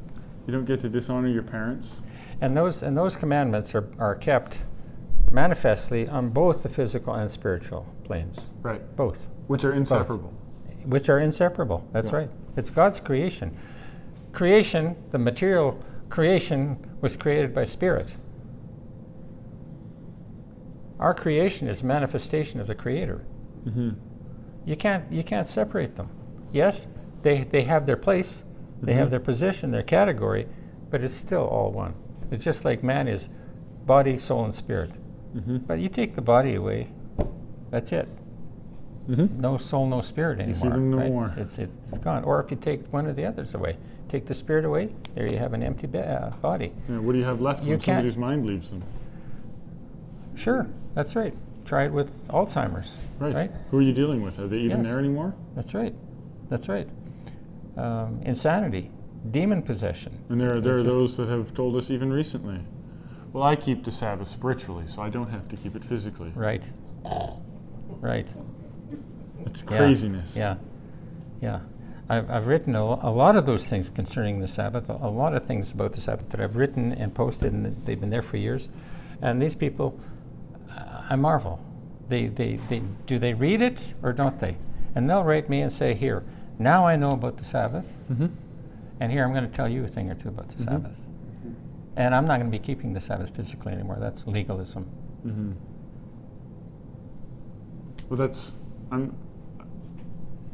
S1: you don't get to dishonor your parents.
S2: And those and those commandments are, are kept manifestly on both the physical and spiritual planes,
S1: Right.
S2: both,
S1: Which are inseparable.
S2: which are inseparable. That's
S1: Yeah.
S2: right. It's God's creation. Creation, the material creation, was created by spirit. Our creation is manifestation of the Creator.
S1: hmm
S2: You can't you can't separate them. Yes, they they have their place, they have
S1: Mhm.
S2: their position, their category, but it's still all one. It's just like man is body, soul, and spirit.
S1: hmm
S2: But you take the body away, that's it.
S1: hmm
S2: No soul, no spirit anymore.
S1: It's even no
S2: right?
S1: more.
S2: It's, it's, it's gone. Or if you take one of the others away, take the spirit away, there you have an empty ba- uh, body.
S1: Yeah, what do you have left
S2: You
S1: when
S2: can't-
S1: somebody's mind leaves them?
S2: Sure, that's right. Try it with Alzheimer's.
S1: Right.
S2: right?
S1: Who are you dealing with? Are they even
S2: Yes.
S1: there anymore?
S2: That's right. That's right. Um, insanity, demon possession.
S1: And there, are-
S2: It's
S1: there are
S2: just-
S1: those that have told us even recently, well, I keep the Sabbath spiritually, so I don't have to keep it physically.
S2: Right. Right.
S1: It's
S2: Yeah.
S1: craziness.
S2: Yeah. Yeah. I've, I've written a, lo- a lot of those things concerning the Sabbath, a lot of things about the Sabbath that I've written and posted, and they've been there for years. And these people, I I marvel. They, they, they, do they read it or don't they? And they'll write me and say, Here, now I know about the Sabbath,
S1: hmm
S2: and here I'm going to tell you a thing or two about the
S1: Mhm.
S2: Sabbath. And I'm not going to be keeping the Sabbath physically anymore. That's legalism.
S1: hmm Well, that's I'm.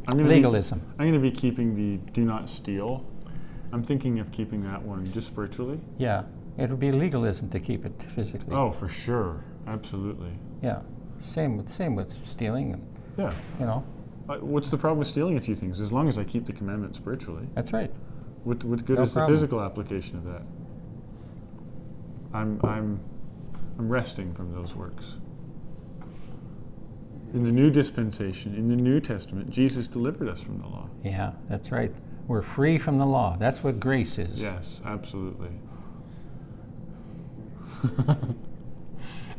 S1: I'm gonna be-
S2: Legalism.
S1: I'm going to be keeping the "do not steal." I'm thinking of keeping that one just spiritually.
S2: Yeah, it would be legalism to keep it physically.
S1: Oh, for sure, absolutely.
S2: Yeah, same with same with stealing, and
S1: Yeah.
S2: you know
S1: Uh, What's the problem with stealing a few things? As long as I keep the commandment spiritually,
S2: that's right.
S1: what, what good
S2: No
S1: is
S2: problem.
S1: the physical application of that? I'm I'm I'm resting from those works. In the new dispensation, in the New Testament, Jesus delivered us from the law.
S2: Yeah, that's right. We're free from the law. That's what grace is.
S1: Yes, absolutely.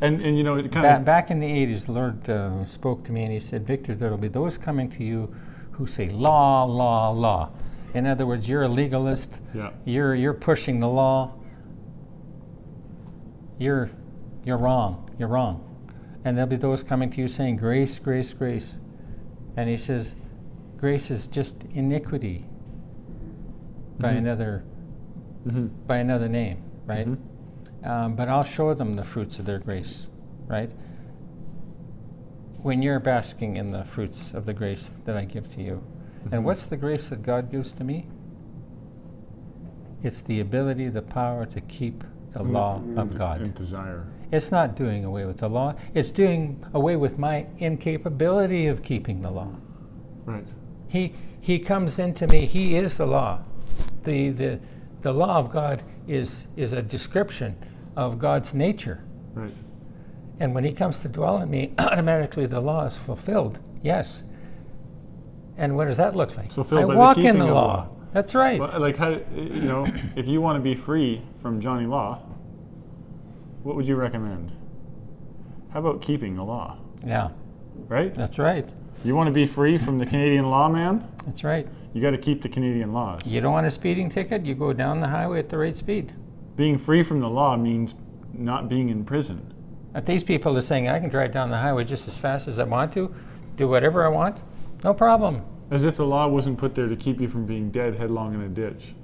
S1: and and you know it kind
S2: Ba-
S1: of
S2: back in the '80s, the Lord uh, spoke to me and He said, "Victor, there'll be those coming to you who say law, law, law. In other words, you're a legalist.
S1: yeah
S2: You're you're pushing the law. You're you're wrong. You're wrong. And there'll be those coming to you saying grace, grace, grace. And he says, grace is just iniquity by
S1: Mhm.
S2: another
S1: Mhm.
S2: by another name, right?
S1: Mhm.
S2: Um, but I'll show them the fruits of their grace, right? When you're basking in the fruits of the grace that I give to you. And
S1: Mhm.
S2: what's the grace that God gives to me? It's the ability, the power to keep the
S1: And-
S2: law of
S1: and-
S2: God.
S1: and desire.
S2: It's not doing away with the law, it's doing away with my incapability of keeping the law.
S1: Right.
S2: He, he comes into me, he is the law. The, the, the law of God is, is a description of God's nature.
S1: Right.
S2: And when he comes to dwell in me, automatically the law is fulfilled. Yes. And what does that look like?
S1: It's fulfilled
S2: I
S1: by the
S2: walk in
S1: keeping
S2: the
S1: of the
S2: law.
S1: law.
S2: That's right.
S1: Well, like how you know if you want to be free from Johnny Law, what would you recommend? How about keeping the law?
S2: Yeah,
S1: Right.
S2: that's right.
S1: You want to be free from the Canadian law, man?
S2: That's right.
S1: You got to keep the Canadian laws.
S2: You don't want a speeding ticket, you go down the highway at the right speed.
S1: Being free from the law means not being in prison.
S2: But these people are saying, I can drive down the highway just as fast as I want to, do whatever I want, no problem.
S1: As if the law wasn't put there to keep you from being dead headlong in a ditch.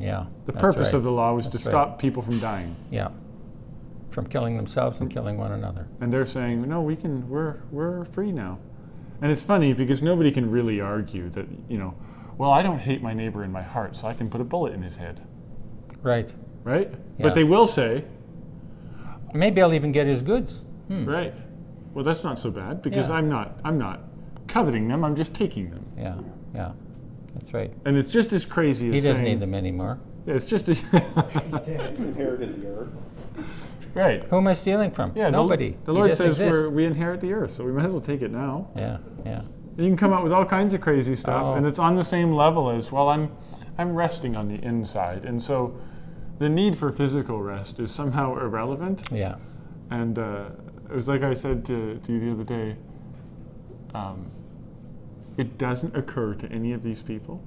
S2: Yeah.
S1: The
S2: that's
S1: purpose
S2: right.
S1: of the law was
S2: That's
S1: to
S2: right.
S1: stop people from dying.
S2: Yeah. From killing themselves and killing one another.
S1: And they're saying, no, we can, we're, we're free now. And it's funny because nobody can really argue that, you know, well, I don't hate my neighbor in my heart, so I can put a bullet in his head,
S2: Right.
S1: right?
S2: Yeah.
S1: But they will say,
S2: Maybe I'll even get his goods. Hmm.
S1: right, well, that's not so bad because
S2: Yeah.
S1: I'm not, I'm not coveting them, I'm just taking them.
S2: Yeah. Yeah. That's right.
S1: And it's just as crazy as
S2: He doesn't
S1: saying,
S2: need them anymore.
S1: Yeah, it's just as,
S4: He's inherited the earth.
S1: right.
S2: Who am I stealing from?
S1: Yeah, the-
S2: Nobody.
S1: The,
S2: He
S1: Lord
S2: doesn't
S1: says
S2: exist.
S1: we're, we inherit the earth, so we might as well take it now.
S2: Yeah. Yeah.
S1: You can come up with all kinds of crazy stuff,
S2: Oh.
S1: and it's on the same level as well. I'm, I'm resting on the inside, and so the need for physical rest is somehow irrelevant.
S2: Yeah.
S1: And uh, it was like I said to, to you the other day. Um, it doesn't occur to any of these people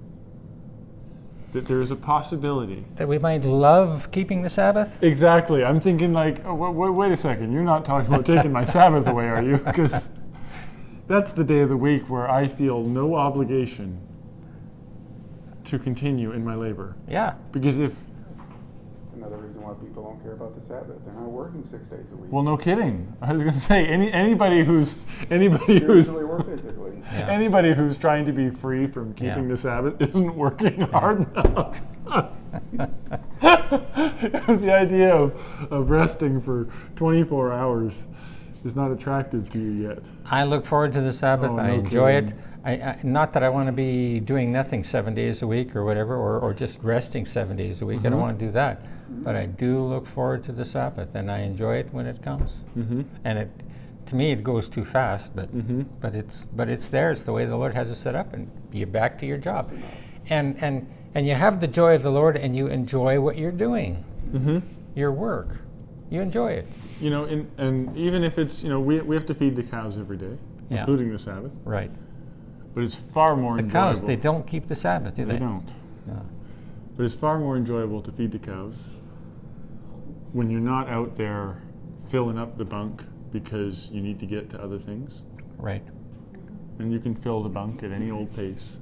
S1: that there is a possibility.
S2: That we might love keeping the Sabbath?
S1: Exactly. I'm thinking like, oh, wa- wa- wait a second. You're not talking about taking my Sabbath away, are you? Because that's the day of the week where I feel no obligation to continue in my labor.
S2: Yeah.
S1: Because if
S4: It's another reason why people don't care about the Sabbath. They're not working six days a week.
S1: well, no kidding. I was going to say any anybody who's anybody who's
S4: spiritually or physically.
S2: Yeah.
S1: Anybody who's trying to be free from keeping
S2: Yeah.
S1: the Sabbath isn't working hard enough. It was the idea of, of resting for 24 hours is not attractive to you yet.
S2: I look forward to the Sabbath.
S1: Oh,
S2: I
S1: no
S2: enjoy it.
S1: kidding.
S2: I, I, not that I want to be doing nothing seven days a week or whatever, or, or just resting seven days a week. I don't
S1: Mhm.
S2: want to do that. But I do look forward to the Sabbath, and I enjoy it when it comes.
S1: Mm-hmm.
S2: And it, to me, it goes too fast, but
S1: Mhm.
S2: but it's but it's there. It's the way the Lord has it set up, and you're back to your job, and and and you have the joy of the Lord, and you enjoy what you're doing,
S1: Mm-hmm.
S2: your work. You enjoy it,
S1: You know, and, and even if it's, you know, we, we have to feed the cows every day,
S2: Yeah.
S1: including the Sabbath,
S2: right?
S1: but it's far more
S2: The
S1: enjoyable.
S2: cows, they don't keep the Sabbath, do they?
S1: They don't.
S2: No.
S1: But it's far more enjoyable to feed the cows when you're not out there filling up the bunk because you need to get to other things.
S2: Right.
S1: And you can fill the bunk at any old pace.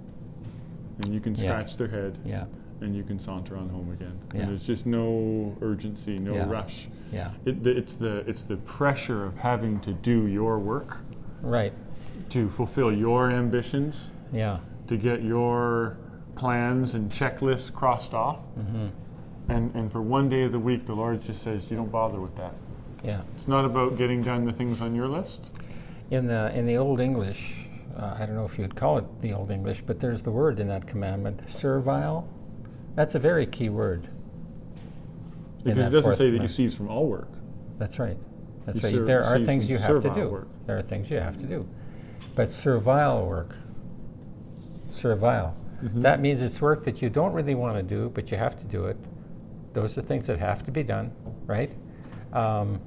S1: And you can
S2: Yeah.
S1: scratch their head
S2: Yeah.
S1: and you can saunter on home again.
S2: Yeah.
S1: And there's just no urgency, no
S2: Yeah.
S1: rush.
S2: Yeah.
S1: It, the, it's, the, it's the pressure of having to do your work,
S2: Right.
S1: to fulfill your ambitions,
S2: Yeah.
S1: to get your plans and checklists crossed off.
S2: Mm-hmm.
S1: And, and for one day of the week, the Lord just says, you don't bother with that.
S2: Yeah.
S1: It's not about getting done the things on your list.
S2: In the in the Old English, uh, I don't know if you'd call it the Old English, but there's the word in that commandment, servile. That's a very key word. in
S1: Because it
S2: that
S1: doesn't
S2: fourth
S1: say that you
S2: command.
S1: cease from all work.
S2: That's right. That's
S1: You
S2: right.
S1: serve-
S2: there are
S1: cease
S2: things
S1: from
S2: you have to
S1: servile
S2: do.
S1: work.
S2: There are things you have to do. But servile work, servile,
S1: Mm-hmm.
S2: that means it's work that you don't really want to do, but you have to do it. Those are things that have to be done, right? Um,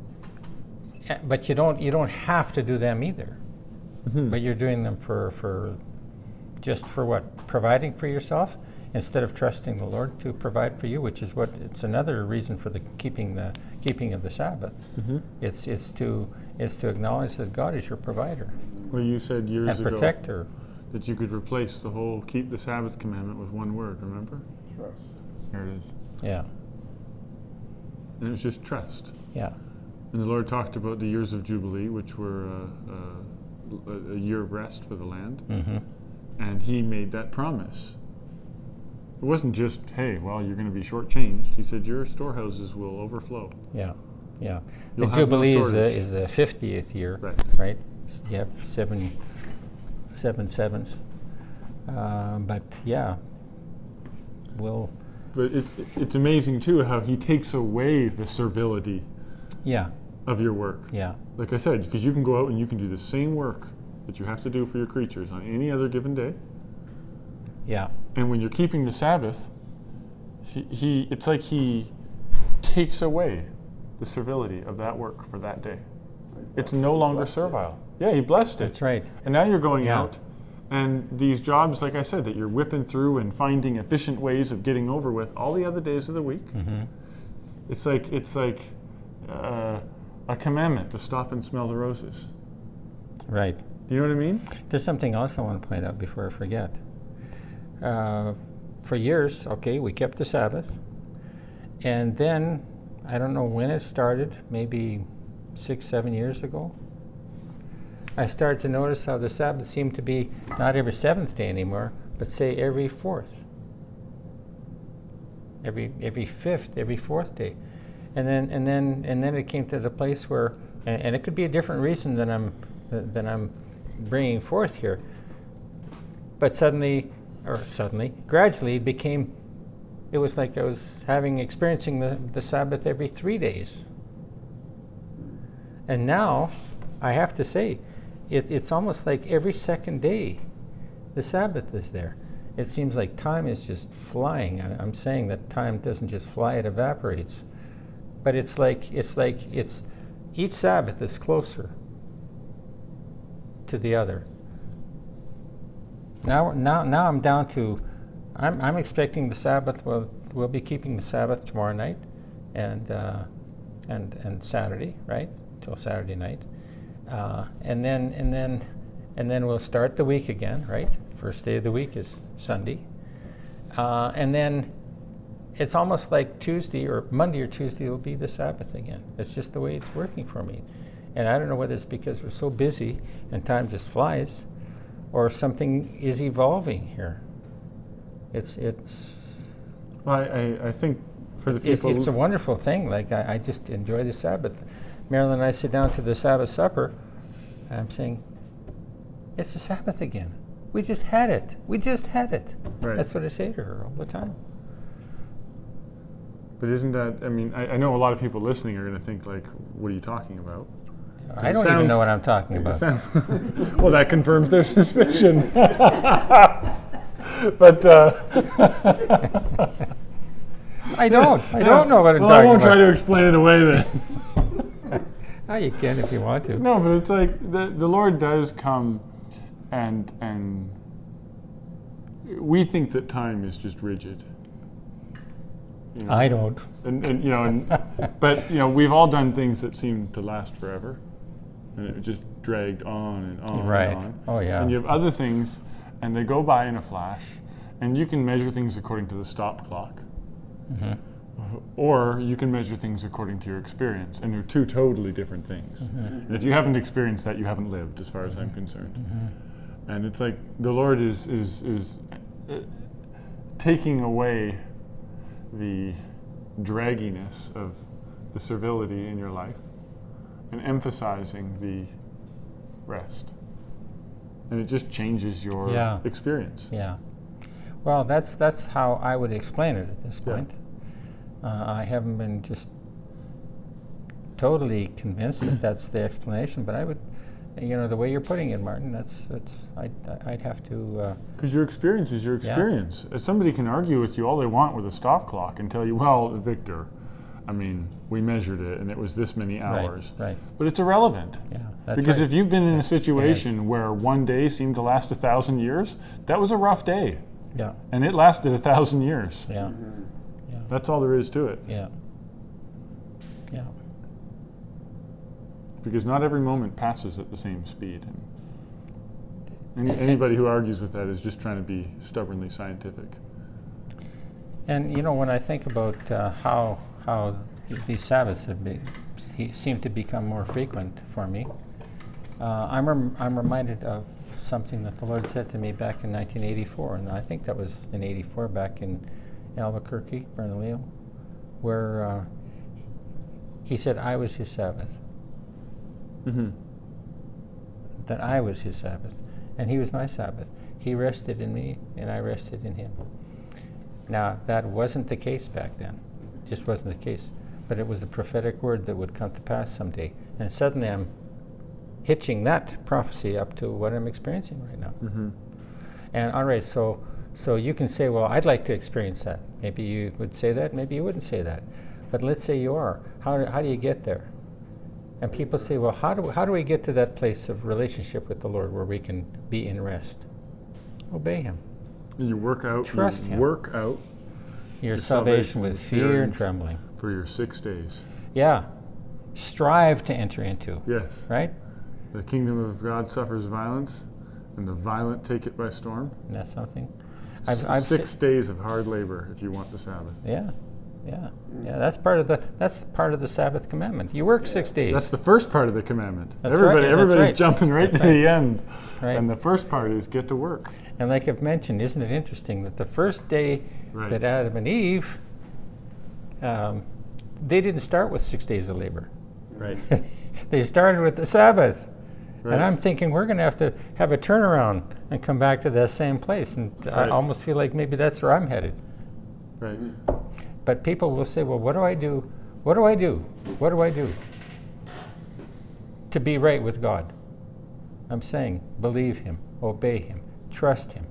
S2: eh, but you don't you don't have to do them either.
S1: Mm-hmm.
S2: But you're doing them for for just for what? Providing for yourself instead of trusting the Lord to provide for you, which is what it's another reason for the keeping the keeping of the Sabbath. It's it's to it's to acknowledge that God is your provider
S1: Well, you said years
S2: and
S1: ago
S2: protector.
S1: that you could replace the whole keep the Sabbath commandment with one word, remember?
S4: Trust.
S1: There it is.
S2: Yeah,
S1: And it was just trust.
S2: yeah,
S1: And the Lord talked about the years of Jubilee, which were uh, uh, a- a year of rest for the land.
S2: hmm
S1: And He made that promise. It wasn't just, hey, well, you're going to be shortchanged. He said, your storehouses will overflow.
S2: yeah, yeah.
S1: You'll
S2: the
S1: have no
S2: Jubilee is the
S1: shortage.
S2: is the fiftieth year,
S1: Right.
S2: Right. S- You have seven, seven sevens. Uh, but yeah, we'll
S1: But it, it's amazing, too, how He takes away the servility
S2: yeah
S1: of your work.
S2: yeah
S1: Like I said, because you can go out and you can do the same work that you have to do for your creatures on any other given day.
S2: yeah
S1: And when you're keeping the Sabbath, he, he it's like he takes away the servility of that work for that day. It's no longer servile. Yeah, he blessed it.
S2: that's right
S1: And now you're going
S2: Yeah.
S1: out and these jobs, like I said, that you're whipping through and finding efficient ways of getting over with all the other days of the week.
S2: hmm
S1: It's like it's like uh, a commandment to stop and smell the roses.
S2: right.
S1: Do you know what I mean?
S2: There's something else I want to point out before I forget. Uh, for years, okay, we kept the Sabbath, and then I don't know when it started, maybe six, seven years ago. I started to notice how the Sabbath seemed to be not every seventh day anymore, but say every fourth, every every fifth, every fourth day, and then and then and then it came to the place where, and, and it could be a different reason than I'm than than I'm bringing forth here, but suddenly, or suddenly, gradually it became, it was like I was having experiencing the, the Sabbath every three days. And now, I have to say, it, it's almost like every second day, the Sabbath is there. It seems like time is just flying. I, I'm saying that time doesn't just fly; it evaporates. But it's like it's like it's each Sabbath is closer to the other. Now, now, now I'm down to, I'm, I'm expecting the Sabbath. Well, we'll be keeping the Sabbath tomorrow night, and uh, and and Saturday, right? Till Saturday night, uh, and then and then and then we'll start the week again, right? First day of the week is Sunday, uh, and then it's almost like Tuesday or Monday or Tuesday will be the Sabbath again. It's just the way it's working for me, and I don't know whether it's because we're so busy and time just flies or something is evolving here. It's it's
S1: Well, I, I, I think for the
S2: it's,
S1: people,
S2: it's a wonderful thing. Like I, I just enjoy the Sabbath. Marilyn and I sit down to the Sabbath supper, and I'm saying, "It's the Sabbath again. We just had it. We just had it."
S1: Right.
S2: That's what I say to her all the time.
S1: but isn't that? I mean, I, I know a lot of people listening are going to think like, "What are you talking about?"
S2: I
S1: It
S2: don't even
S1: sounds-
S2: know what I'm talking
S1: It
S2: about.
S1: sounds- well, that confirms their suspicion. but uh,
S2: I don't. I don't know what I'm
S1: well, I
S2: talking
S1: won't try
S2: about.
S1: to explain it away then.
S2: Oh, you can if you want to.
S1: No, but it's like the, the Lord does come, and and we think that time is just rigid. You know,
S2: I don't.
S1: and, and you know, and, but you know, we've all done things that seem to last forever, and it just dragged on and on
S2: Right.
S1: and on.
S2: Oh, yeah.
S1: And you have other things, and they go by in a flash, and you can measure things according to the stop clock.
S2: Mhm.
S1: Or you can measure things according to your experience, and they're two totally different things.
S2: Mm-hmm.
S1: And if you haven't experienced that, you haven't lived, as far as I'm concerned.
S2: Mm-hmm.
S1: And it's like the Lord is is is uh, taking away the dragginess of the servility in your life, and emphasizing the rest. And it just changes your
S2: Yeah.
S1: experience.
S2: Yeah. Well, that's that's how I would explain it at this
S1: Yeah.
S2: point. Uh, I haven't been just totally convinced that that's the explanation, but I would, you know, the way you're putting it, Martin, that's that's I'd, I'd have to. Uh,
S1: Because your experience is your experience. If somebody can argue with you all they want with a stop clock and tell you, well, Victor, I mean, we measured it and it was this many
S2: right,
S1: hours.
S2: Right.
S1: But it's irrelevant.
S2: Yeah. That's
S1: because
S2: right.
S1: if you've been in a situation where one day seemed to last a thousand years, that was a rough day
S2: Yeah.
S1: and it lasted a thousand years.
S2: Yeah.
S4: Mm-hmm.
S1: That's all there is to it.
S2: Yeah. Yeah.
S1: Because not every moment passes at the same speed. And any, anybody who argues with that is just trying to be stubbornly scientific.
S2: And you know, when I think about uh, how how these Sabbaths have been, se- seem to become more frequent for me, uh, I'm rem- I'm reminded of something that the Lord said to me back in 1984, and I think that was in '84 back in Albuquerque, Bernalillo, where uh, He said, "I was His Sabbath."
S1: hmm
S2: that I was his Sabbath, and he was my Sabbath. He rested in me, and I rested in him. Now, that wasn't the case back then. It just wasn't the case. But it was a prophetic word that would come to pass someday. And suddenly I'm hitching that prophecy up to what I'm experiencing right now.
S1: hmm
S2: And all right, so so you can say, well, I'd like to experience that. Maybe you would say that. Maybe you wouldn't say that. But let's say you are. How do, how do you get there? And people say, well, how do how do we get to that place of relationship with the Lord where we can be in rest? Obey Him.
S1: You work out. you
S2: Trust him.
S1: Work out
S2: Your,
S1: Your
S2: salvation,
S1: salvation
S2: with
S1: with fear
S2: fear and
S1: and-
S2: trembling.
S1: for your six days.
S2: Yeah. Strive to enter into.
S1: Yes.
S2: Right.
S1: The kingdom of God suffers violence, and the violent take it by storm.
S2: And that's something.
S1: S-
S2: se-
S1: six days of hard labor if you want the Sabbath.
S2: Yeah. Yeah. Yeah. That's part of the that's part of the Sabbath commandment. You work six days.
S1: That's the first part of the commandment.
S2: That's right,
S1: Everybody,
S2: that's
S1: everybody's
S2: right.
S1: jumping right
S2: That's
S1: to the end,
S2: right.
S1: and the first part is get to work.
S2: And like I've mentioned, isn't it interesting that the first day
S1: Right.
S2: that Adam and Eve, um, they didn't start with six days of labor.
S1: Right.
S2: they started with the Sabbath.
S1: Right.
S2: And I'm thinking we're going to have to have a turnaround and come back to that same place. And I
S1: Right.
S2: almost feel like maybe that's where I'm headed.
S1: Right.
S2: But people will say, well, what do I do? What do I do? What do I do to be right with God? I'm saying, believe Him, obey Him, trust Him.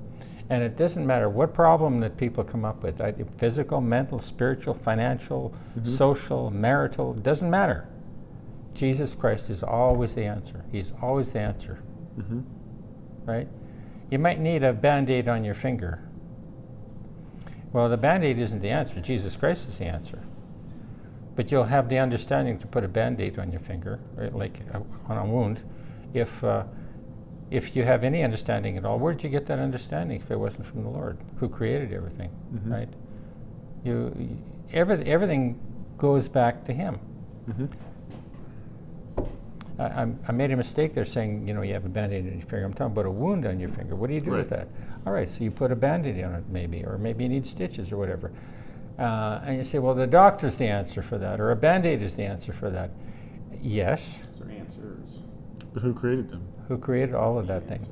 S2: And it doesn't matter what problem that people come up with I- physical, mental, spiritual, financial, social, marital, it doesn't matter.
S1: Mm-hmm.
S2: Jesus Christ is always the answer. He's always the answer. Right? you might need a band aid on your finger. Well, the band aid isn't the answer, Jesus Christ is the answer. But you'll have the understanding to put a band aid on your finger, or like a, on a wound, if, uh, if you have any understanding at all. Where'd you get that understanding if it wasn't from the Lord who created everything,
S1: Mhm.
S2: right? You, every, everything goes back to Him.
S1: Mhm.
S2: I, I'm- I made a mistake there saying, you know, you have a band-aid on your finger. I'm talking about a wound on your finger. What do you do with
S1: Right.
S2: that? All right, so you put a band-aid on it maybe, or maybe you need stitches or whatever. Uh, and you say, well, the doctor's the answer for that, or a band-aid is the answer for that. Yes,
S4: Those are answers.
S1: But who created them?
S2: who created all of that
S4: The
S2: thing?
S4: answer.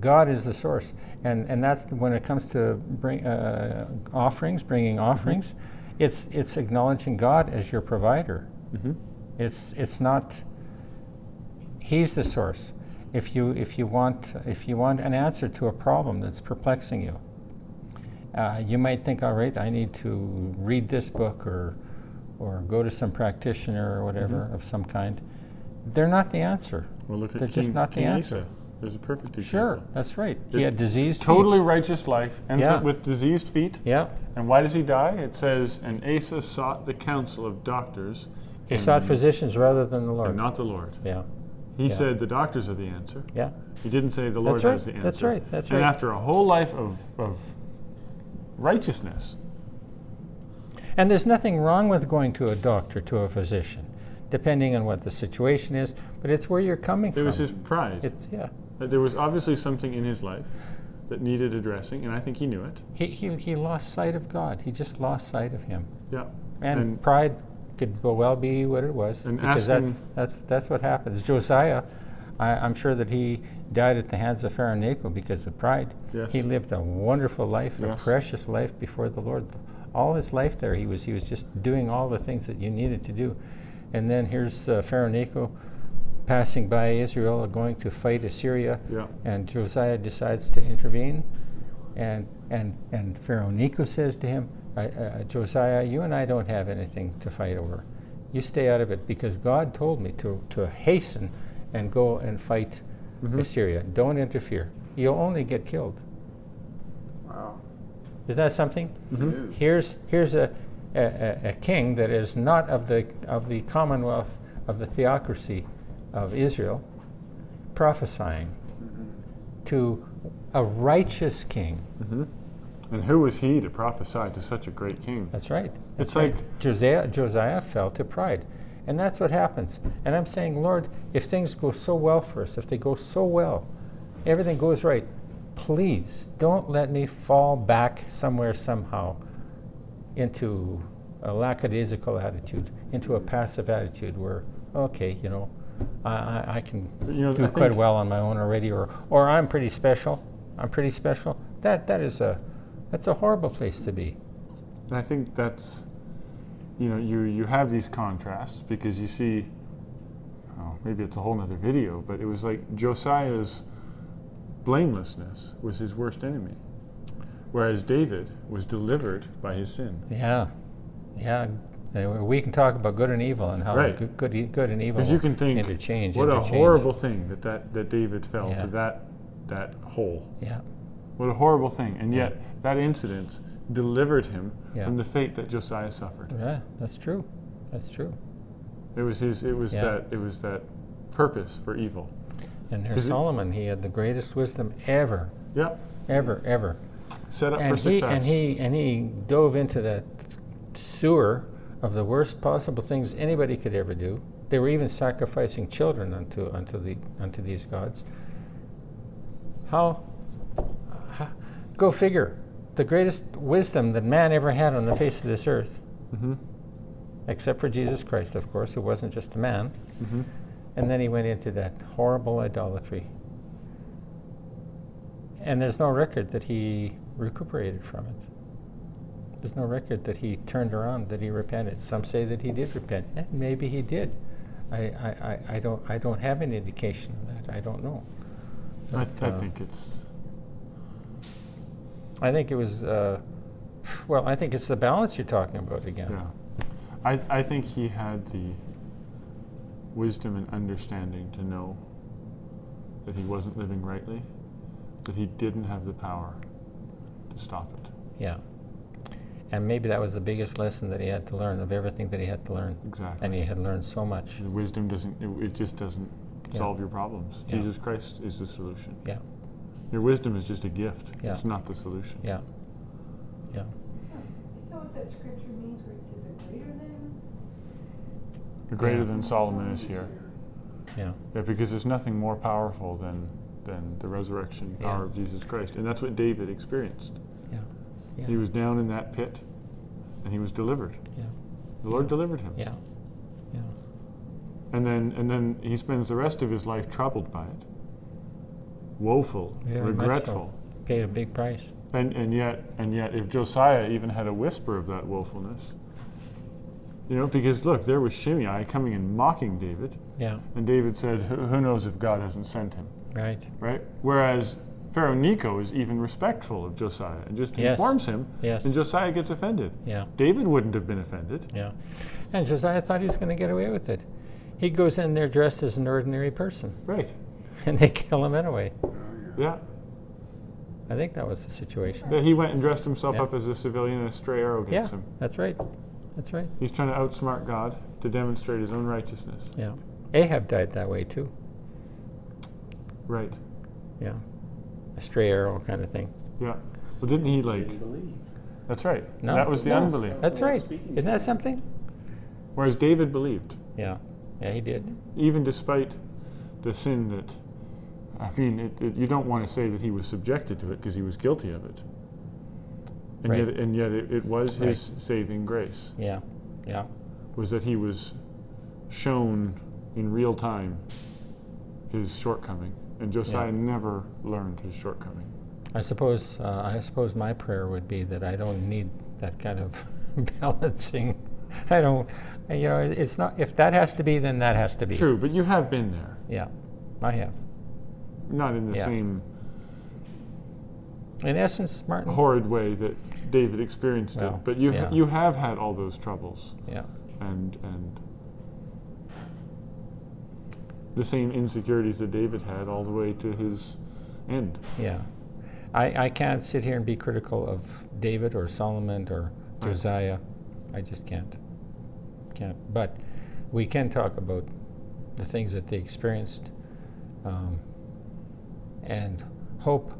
S2: God is the source, and and that's the- when it comes to bring uh, offerings, bringing offerings, it's it's acknowledging God as your provider.
S1: Mm-hmm.
S2: It's it's not. He's the source. If you if you want if you want an answer to a problem that's perplexing you, uh, you might think, all right, I need to read this book or or go to some practitioner or whatever
S1: Mm-hmm.
S2: of some kind. They're not the answer.
S1: Well, look at
S2: They're
S1: King,
S2: just not the
S1: King
S2: answer.
S1: Asa. There's a perfect example.
S2: Sure, that's right. He
S1: It-
S2: had diseased feet.
S1: Totally righteous life ends
S2: Yeah.
S1: up with diseased feet.
S2: Yeah.
S1: And why does he die? It says, and Asa sought the counsel of doctors.
S2: He
S1: and-
S2: sought physicians rather than the
S1: and
S2: Lord.
S1: not the Lord.
S2: yeah.
S1: He
S2: Yeah.
S1: said the doctors are the answer.
S2: Yeah.
S1: He didn't say the Lord
S2: right,
S1: has the answer.
S2: that's right, that's
S1: and
S2: right.
S1: after a whole life of, of righteousness,
S2: And there's nothing wrong with going to a doctor, to a physician, depending on what the situation is, but it's where you're coming
S1: it
S2: from.
S1: was his pride.
S2: it's, yeah.
S1: that there was obviously something in his life that needed addressing, and I think he knew it.
S2: He, he, he lost sight of God. He just lost sight of Him.
S1: Yeah.
S2: And,
S1: And-
S2: pride could go well be what it was.
S1: And
S2: because
S1: asking-
S2: that's, that's, that's what happens. Josiah, I, I'm sure that he died at the hands of Pharaoh Necho because of pride.
S1: Yes.
S2: He lived a wonderful life,
S1: Yes.
S2: a precious life before the Lord. All his life there, he was he was just doing all the things that you needed to do, and then here's uh, Pharaoh Necho passing by Israel, going to fight Assyria,
S1: Yeah.
S2: and Josiah decides to intervene, and and and Pharaoh Necho says to him, I, uh, Josiah, you and I don't have anything to fight over. You stay out of it because God told me to to hasten and go and fight Assyria. Don't interfere. You'll only get killed.
S4: Wow.
S2: Isn't that something?
S1: Mm-hmm.
S4: Dude.
S2: Here's here's a, a- a, a king that is not of the of the commonwealth of the theocracy of Israel, prophesying
S4: Mm-hmm.
S2: to a righteous king.
S1: And who was he to prophesy to such a great king?
S2: That's right. That's
S1: It's
S2: right.
S1: like-
S2: Josiah Josiah fell to pride. And that's what happens. And I'm saying, Lord, if things go so well for us, if they go so well, everything goes right, please don't let me fall back somewhere somehow into a lackadaisical attitude, into a passive attitude where, okay, you know, I, I, I can
S1: You know,
S2: do
S1: I
S2: quite
S1: think-
S2: well on my own already, or, or I'm pretty special. I'm pretty special. That, that is a, that's a horrible place to be.
S1: And I think that's, you know, you, you have these contrasts because you see, oh, maybe it's a whole nother video, but it was like Josiah's blamelessness was his worst enemy, whereas David was delivered by his sin.
S2: Yeah, yeah. They were- We can talk about good and evil and how
S1: Right.
S2: good, good, e- good and evil
S1: Because you can think,
S2: interchange.
S1: what
S2: interchange.
S1: a horrible thing that, that, that David fell
S2: Yeah.
S1: to that, that hole.
S2: Yeah,
S1: What a horrible thing. And yet, that incident delivered him
S2: Yeah.
S1: from the fate that Josiah suffered.
S2: yeah. That's true. That's true.
S1: It was his, it was
S2: Yeah.
S1: that, it was that purpose for evil.
S2: And there's
S1: Is it-
S2: Solomon. He had the greatest wisdom ever,
S1: Yep.
S2: ever, ever.
S1: Set up for
S2: And he
S1: success.
S2: and he and he dove into that sewer of the worst possible things anybody could ever do. They were even sacrificing children unto unto the unto these gods. How? how- Go figure. The greatest wisdom that man ever had on the face of this earth,
S1: Mhm.
S2: except for Jesus Christ, of course, who wasn't just a man.
S1: Mhm.
S2: And then he went into that horrible idolatry. And there's no record that he recuperated from it. There's no record that he turned around, that he repented. Some say that he did repent, and maybe he did. I, I, I, I don't I don't have an indication of that. I don't know.
S1: I, I
S2: uh,
S1: think it's,
S2: I think it was uh, well. I think it's the balance you're talking about again.
S1: yeah. I, I think he had the wisdom and understanding to know that he wasn't living rightly. that he didn't have the power to stop it.
S2: Yeah. And maybe that was the biggest lesson that he had to learn of everything that he had to learn.
S1: Exactly.
S2: And he had learned so much.
S1: The wisdom doesn't, it, it just doesn't
S2: Yeah.
S1: solve your problems.
S2: Yeah.
S1: Jesus Christ is the solution.
S2: Yeah,
S1: Your wisdom is just a gift,
S2: Yeah.
S1: it's not the solution.
S2: yeah, yeah.
S3: Is that what that scripture means where it says a greater than?
S1: You're Greater
S2: Yeah.
S1: than Solomon is here.
S3: Mm-hmm.
S2: Yeah,
S1: Yeah, because there's nothing more powerful than, than the resurrection
S2: Yeah.
S1: power of Jesus Christ. And that's what David experienced.
S2: yeah, yeah,
S1: He was down in that pit and he was delivered.
S2: yeah,
S1: The Lord
S2: Yeah.
S1: delivered him.
S2: yeah, yeah,
S1: And then and then he spends the rest of his life troubled by it. Woeful,
S2: Very much so.
S1: regretful.
S2: Paid a big price.
S1: And and yet and yet if Josiah even had a whisper of that woefulness, you know, because look, there was Shimei coming and mocking David,
S2: Yeah,
S1: and David said, "Who who knows if God hasn't sent him?"
S2: right.
S1: right? Whereas Pharaoh Necho is even respectful of Josiah and just
S2: Yes.
S1: informs him,
S2: Yes.
S1: and Josiah gets offended.
S2: Yeah,
S1: David wouldn't have been offended.
S2: yeah. And Josiah thought he was going to get away with it. He goes in there dressed as an ordinary person,
S1: Right.
S2: and they kill him anyway.
S4: Oh,
S1: Yeah.
S2: I think that was the situation.
S1: Yeah, He went and dressed himself
S2: Yeah.
S1: up as a civilian and a stray arrow
S2: Yeah,
S1: gets him.
S2: that's right. That's right.
S1: He's trying to outsmart God to demonstrate his own righteousness.
S2: Yeah. Ahab died that way too.
S1: Right.
S2: Yeah. A stray arrow kind of thing.
S1: Yeah. Well, didn't he like?
S4: Didn't believe.
S1: That's right.
S2: No.
S1: That was the
S4: No.
S1: unbelief.
S2: That's
S4: So we're
S2: right.
S4: speaking
S2: Isn't
S4: to
S2: that
S4: him.
S2: something?
S1: Whereas David believed,
S2: Yeah. Yeah, he did.
S1: even despite the sin that. I mean, it, it, you don't want to say that he was subjected to it because he was guilty of it. And
S2: Right.
S1: yet, and yet, it, it was
S2: Right.
S1: his saving grace.
S2: Yeah. Yeah.
S1: was that he was shown in real time his shortcoming, and Josiah
S2: Yeah.
S1: never learned his shortcoming.
S2: I suppose uh, I suppose my prayer would be that I don't need that kind of balancing. I don't you know, it- it's not if that has to be then that has to be.
S1: True, but you have been there,
S2: Yeah. I have.
S1: not in the
S2: Yeah.
S1: same
S2: In essence, Martin.
S1: horrid way that David experienced
S2: Well,
S1: it. But you
S2: yeah.
S1: you have had all those troubles
S2: yeah.
S1: and and the same insecurities that David had all the way to his end.
S2: Yeah. I, I can't sit here and be critical of David or Solomon or Josiah. I just can't. Can't. But we can talk about the things that they experienced um, and hope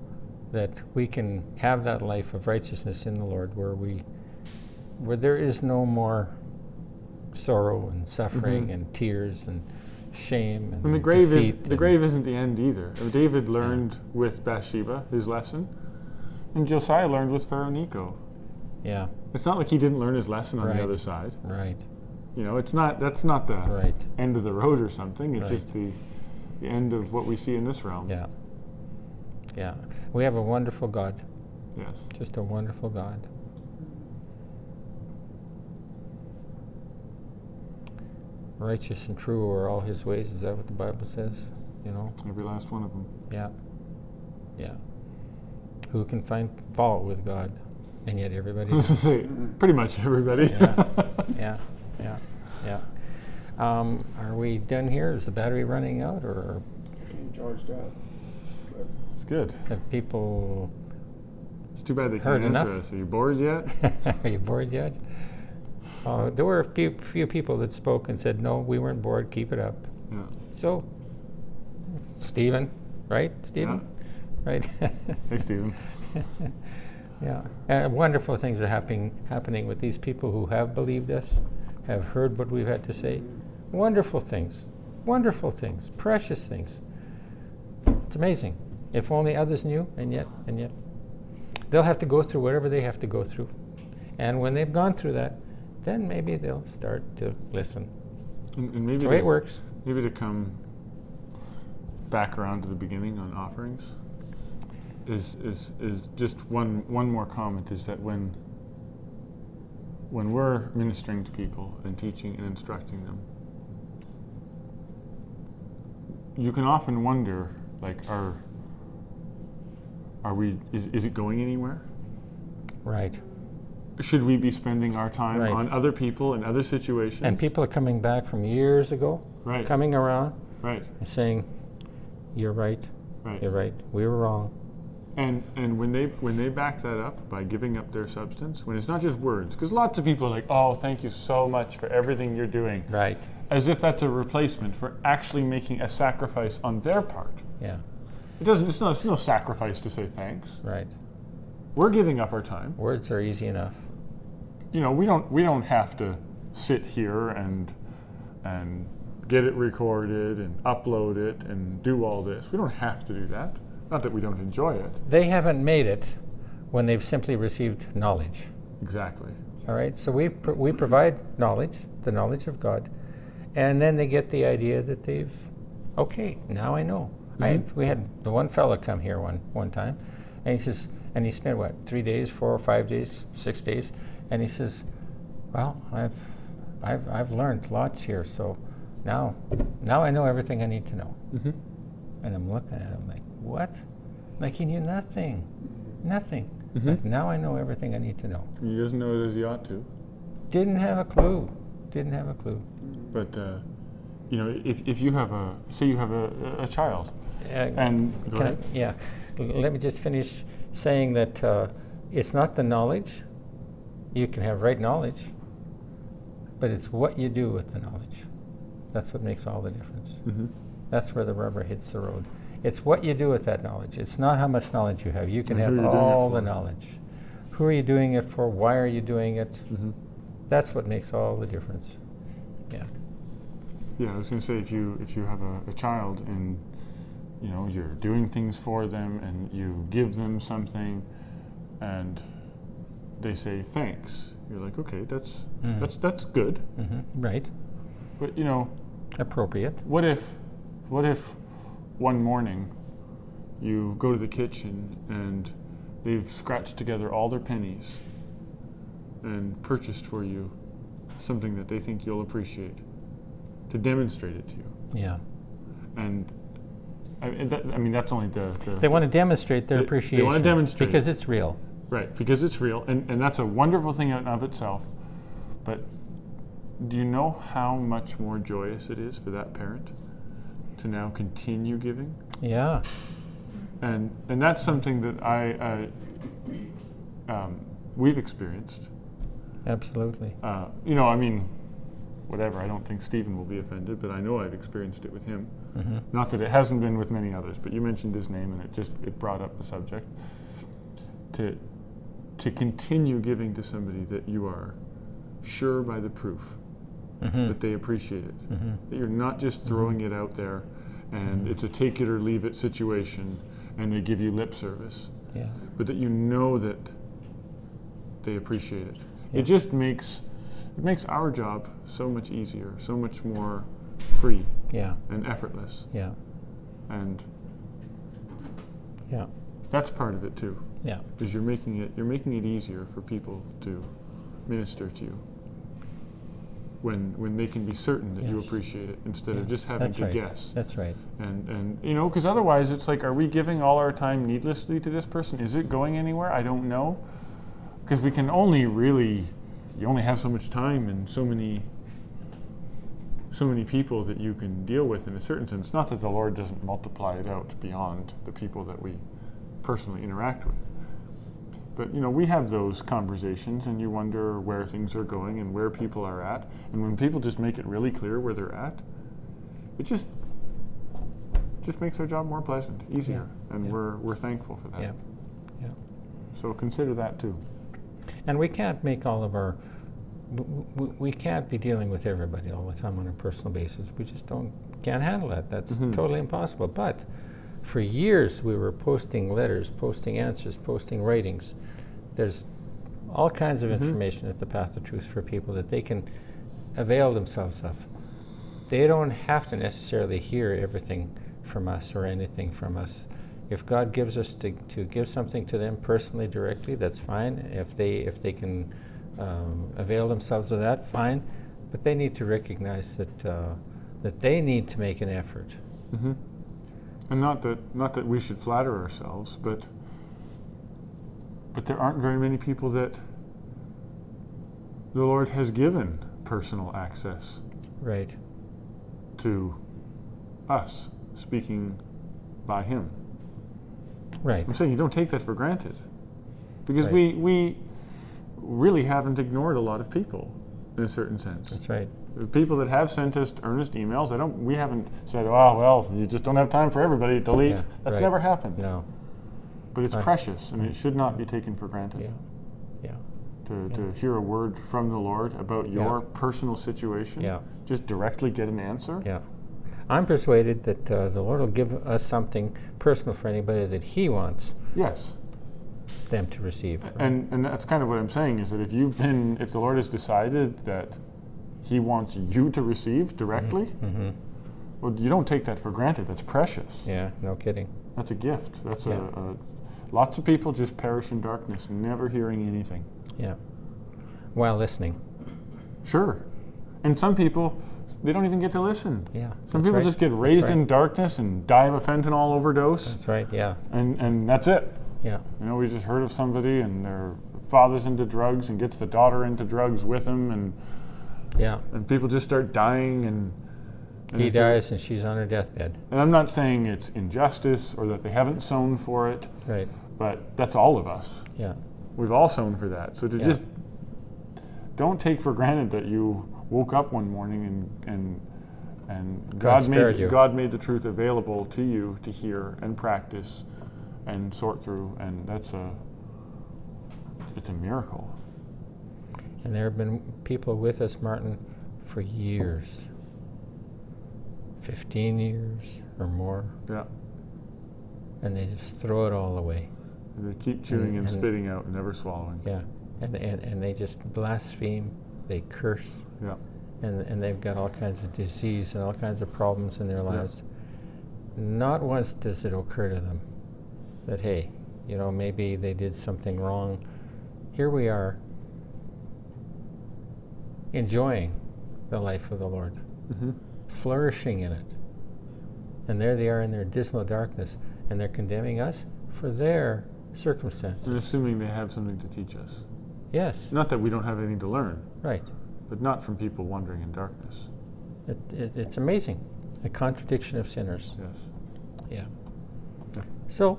S2: that we can have that life of righteousness in the Lord where we where there is no more sorrow and suffering
S1: Mhm.
S2: and tears and shame and,
S1: And the grave is
S2: Mm, defeat
S1: the
S2: and-
S1: grave isn't the end either. Uh, David learned with Bathsheba his lesson, and Josiah learned with Pharaoh Necho.
S2: yeah
S1: It's not like he didn't learn his lesson on
S2: Right.
S1: the other side.
S2: right
S1: You know, it's not that's not the
S2: right
S1: end of the road or something. It's
S2: Right.
S1: just the the end of what we see in this realm.
S2: Yeah. Yeah. We have a wonderful God,
S1: Yes.
S2: just a wonderful God. Righteous and true are all his ways. Is that what the Bible says? You know?
S1: Every last one of them.
S2: Yeah. Yeah. Who can find fault with God? And yet everybody
S1: This is it. Pretty much everybody.
S2: Yeah. Yeah. Yeah. Yeah. Um, are we done here? Is the battery running out or
S4: Being charged up. But
S1: it's good.
S2: have people
S1: It's too bad they
S2: Heard
S1: can't answer
S2: enough.
S1: us. Are you bored yet?
S2: Are you bored yet? Uh, there were a few, few people that spoke and said, no, we weren't bored, keep it up.
S1: yeah.
S2: So, Stephen, right? Stephen? Right?
S1: Hey, Stephen.
S2: yeah. Uh, wonderful things are happening, happening with these people who have believed us, have heard what we've had to say.
S4: mm,
S2: Wonderful things. Wonderful things. Precious things. It's amazing. If only others knew, and yet, and yet. They'll have to go through whatever they have to go through. And when they've gone through that, then maybe they'll start to listen.
S1: And, and maybe
S2: That's the way
S1: to-
S2: it works.
S1: Maybe to come back around to the beginning on offerings is is is just one one more comment is that when when we're ministering to people and teaching and instructing them you can often wonder like are are we is, is it going anywhere
S2: Right.
S1: should we be spending our time
S2: Right.
S1: on other people and other situations
S2: And people are coming back from years ago,
S1: right
S2: coming around
S1: right
S2: and saying, You're right,
S1: right
S2: you're right, we were wrong,
S1: And and when they when they back that up by giving up their substance, when it's not just words, because lots of people are like, oh, thank you so much for everything you're doing,
S2: Right.
S1: as if that's a replacement for actually making a sacrifice on their part.
S2: Yeah.
S1: It doesn't. It's not. It's no sacrifice to say thanks.
S2: Right.
S1: We're giving up our time.
S2: Words are easy enough.
S1: You know, we don't. We don't have to sit here and and get it recorded and upload it and do all this. We don't have to do that. Not that we don't enjoy it.
S2: They haven't made it when they've simply received knowledge.
S1: Exactly.
S2: All right. So we pr- we provide knowledge, the knowledge of God, and then they get the idea that they've, okay, now I know. I had, we had the one fella come here one one time, and he says, and he spent what three days, four or five days, six days, and he says, well, I've I've I've learned lots here, so now now I know everything I need to know.
S1: Mm-hmm.
S2: And I'm looking at him like, what? Like he knew nothing, nothing. But now I know everything I need to know.
S1: He doesn't know it as he ought to.
S2: Didn't have a clue. Didn't have a clue.
S1: But uh, you know, if, if you have a say, you have a, a child,
S2: Uh,
S1: and go
S2: can I-
S1: ahead.
S2: yeah. L- Let me just finish saying that uh, it's not the knowledge. You can have right knowledge, but it's what you do with the knowledge. That's what makes all the difference.
S1: Mhm.
S2: That's where the rubber hits the road. It's what you do with that knowledge. It's not how much knowledge you have. You
S1: And
S2: can
S1: who
S2: have
S1: you're doing it
S2: all the
S1: for.
S2: knowledge. Who are you doing it for? Why are you doing it?
S1: Mhm.
S2: That's what makes all the difference. Yeah.
S1: Yeah, I was going to say if you if you have a, a child and you know you're doing things for them and you give them something and they say thanks, you're like okay, that's
S2: Mhm.
S1: that's that's good.
S2: hmm Right.
S1: But you know,
S2: Appropriate.
S1: what if what if one morning you go to the kitchen and they've scratched together all their pennies and purchased for you something that they think you'll appreciate to demonstrate it to you.
S2: Yeah.
S1: and I, and that, I mean that's only the, the
S2: They want to demonstrate their
S1: They- they wanna
S2: appreciation.
S1: demonstrate.
S2: Because it's real.
S1: right because it's real and, and that's a wonderful thing in and of itself but do you know how much more joyous it is for that parent to now continue giving
S2: Yeah.
S1: and and that's something that I
S3: Mm-hmm.
S1: uh, um, we've experienced
S2: Absolutely.
S1: uh, you know I mean whatever I don't think Stephen will be offended but I know I've experienced it with him
S2: hmm
S1: Not that it hasn't been with many others, but you mentioned his name and it just it brought up the subject. To to continue giving to somebody that you are sure by the proof
S2: hmm
S1: that they appreciate it.
S2: hmm
S1: That you're not just throwing it out there and it's a take it or leave it situation and they give you lip service,
S2: Yeah.
S1: but that you know that they appreciate it.
S2: Yeah.
S1: It just makes it makes our job so much easier, so much more free
S2: Yeah.
S1: and effortless.
S2: Yeah.
S1: And
S2: Yeah.
S1: That's part of it too,
S2: Yeah.
S1: is you're making it you're making it easier for people to minister to you when when they can be certain that you
S2: Yes.
S1: appreciate it instead of
S2: Yeah,
S1: just having
S2: That's
S1: to
S2: right.
S1: guess
S2: That's right.
S1: and and you know because otherwise it's like are we giving all our time needlessly to this person is it going anywhere i don't know because we can only really you only have so much time and so many so many people that you can deal with in a certain sense not that the lord doesn't multiply it out beyond the people that we personally interact with but you know we have those conversations and you wonder where things are going and where people are at and when people just make it really clear where they're at it just just makes our job more pleasant, easier, and
S2: yeah.
S1: we're we're thankful for that.
S2: Yeah. Yeah.
S1: So consider that too.
S2: And we can't make all of our. w- w- We can't be dealing with everybody all the time on a personal basis. We just don't can't handle that. That's
S1: Mhm.
S2: totally impossible. But for years we were posting letters, posting answers, posting writings. There's all kinds of information at the Path of Truth for people that they can avail themselves of. They don't have to necessarily hear everything from us or anything from us. If God gives us to, to give something to them personally, directly, that's fine. If they if they can um, avail themselves of that, fine. But they need to recognize that uh, that they need to make an effort.
S1: Mm-hmm. And not that not that we should flatter ourselves, but but there aren't very many people that the Lord has given personal access
S2: Right.
S1: to us speaking by Him.
S2: Right.
S1: I'm saying you don't take that for granted because
S2: Right.
S1: we, we really haven't ignored a lot of people in a certain sense.
S2: That's right.
S1: The people that have sent us earnest emails, I don't, we haven't said, oh, well, you just don't have time for everybody, delete.
S2: Yeah,
S1: That's
S2: right.
S1: never happened.
S2: No.
S1: But it's
S2: Right.
S1: precious and it should not be taken for granted.
S2: Yeah. Yeah.
S1: To, to hear a word from the Lord about
S2: Yeah.
S1: your personal situation,
S2: Yeah.
S1: just directly get an answer.
S2: Yeah. I'm persuaded that uh, the Lord will give us something personal for anybody that He wants
S1: Yes.
S2: them to receive.
S1: And and that's kind of what I'm saying is that if you've been if the Lord has decided that he wants you to receive directly,
S2: hmm
S1: well you don't take that for granted. That's precious.
S2: Yeah. No kidding.
S1: That's a gift. That's
S2: Yeah.
S1: a, a lots of people just perish in darkness, never hearing anything.
S2: Yeah. While listening.
S1: Sure. And some people they don't even get to listen.
S2: Yeah.
S1: Some
S2: that's
S1: people
S2: right.
S1: just get raised
S2: right.
S1: in darkness and die of a fentanyl overdose
S2: That's right. Yeah.
S1: and, and that's it.
S2: Yeah.
S1: You know, we just heard of somebody and their father's into drugs and gets the daughter into drugs with him and
S2: Yeah.
S1: and people just start dying and, and
S2: He
S1: it's the-
S2: dies and she's on her deathbed.
S1: and i'm not saying it's injustice or that they haven't sown for it
S2: Right.
S1: but that's all of us
S2: Yeah.
S1: we've all sown for that so to
S2: Yeah.
S1: just don't take for granted that you woke up one morning and and and
S2: God
S1: god,
S2: spared
S1: made
S2: you.
S1: god made the truth available to you to hear and practice and sort through and that's a it's a miracle
S2: And there have been people with us, Martin, for years 15 years or more.
S1: yeah
S2: And they just throw it all away.
S1: they keep chewing and
S2: and-
S1: spitting out never swallowing
S2: Yeah. And, and, and they just blaspheme, they curse,
S1: yeah
S2: and, and they've got all kinds of disease and all kinds of problems in their lives. Not once does it occur to them that, hey, you know, maybe they did something wrong. Here we are enjoying the life of the Lord,
S1: hmm
S2: flourishing in it. And there they are in their dismal darkness, and they're condemning us for their
S1: And
S2: circumstances.
S1: assuming they have something to teach us.
S2: Yes,
S1: Not that we don't have anything to learn,
S2: right.
S1: but not from people wandering in darkness.
S2: It, it, it's amazing. A contradiction of sinners.
S1: Yes.
S2: Yeah.
S1: Yeah.
S2: So,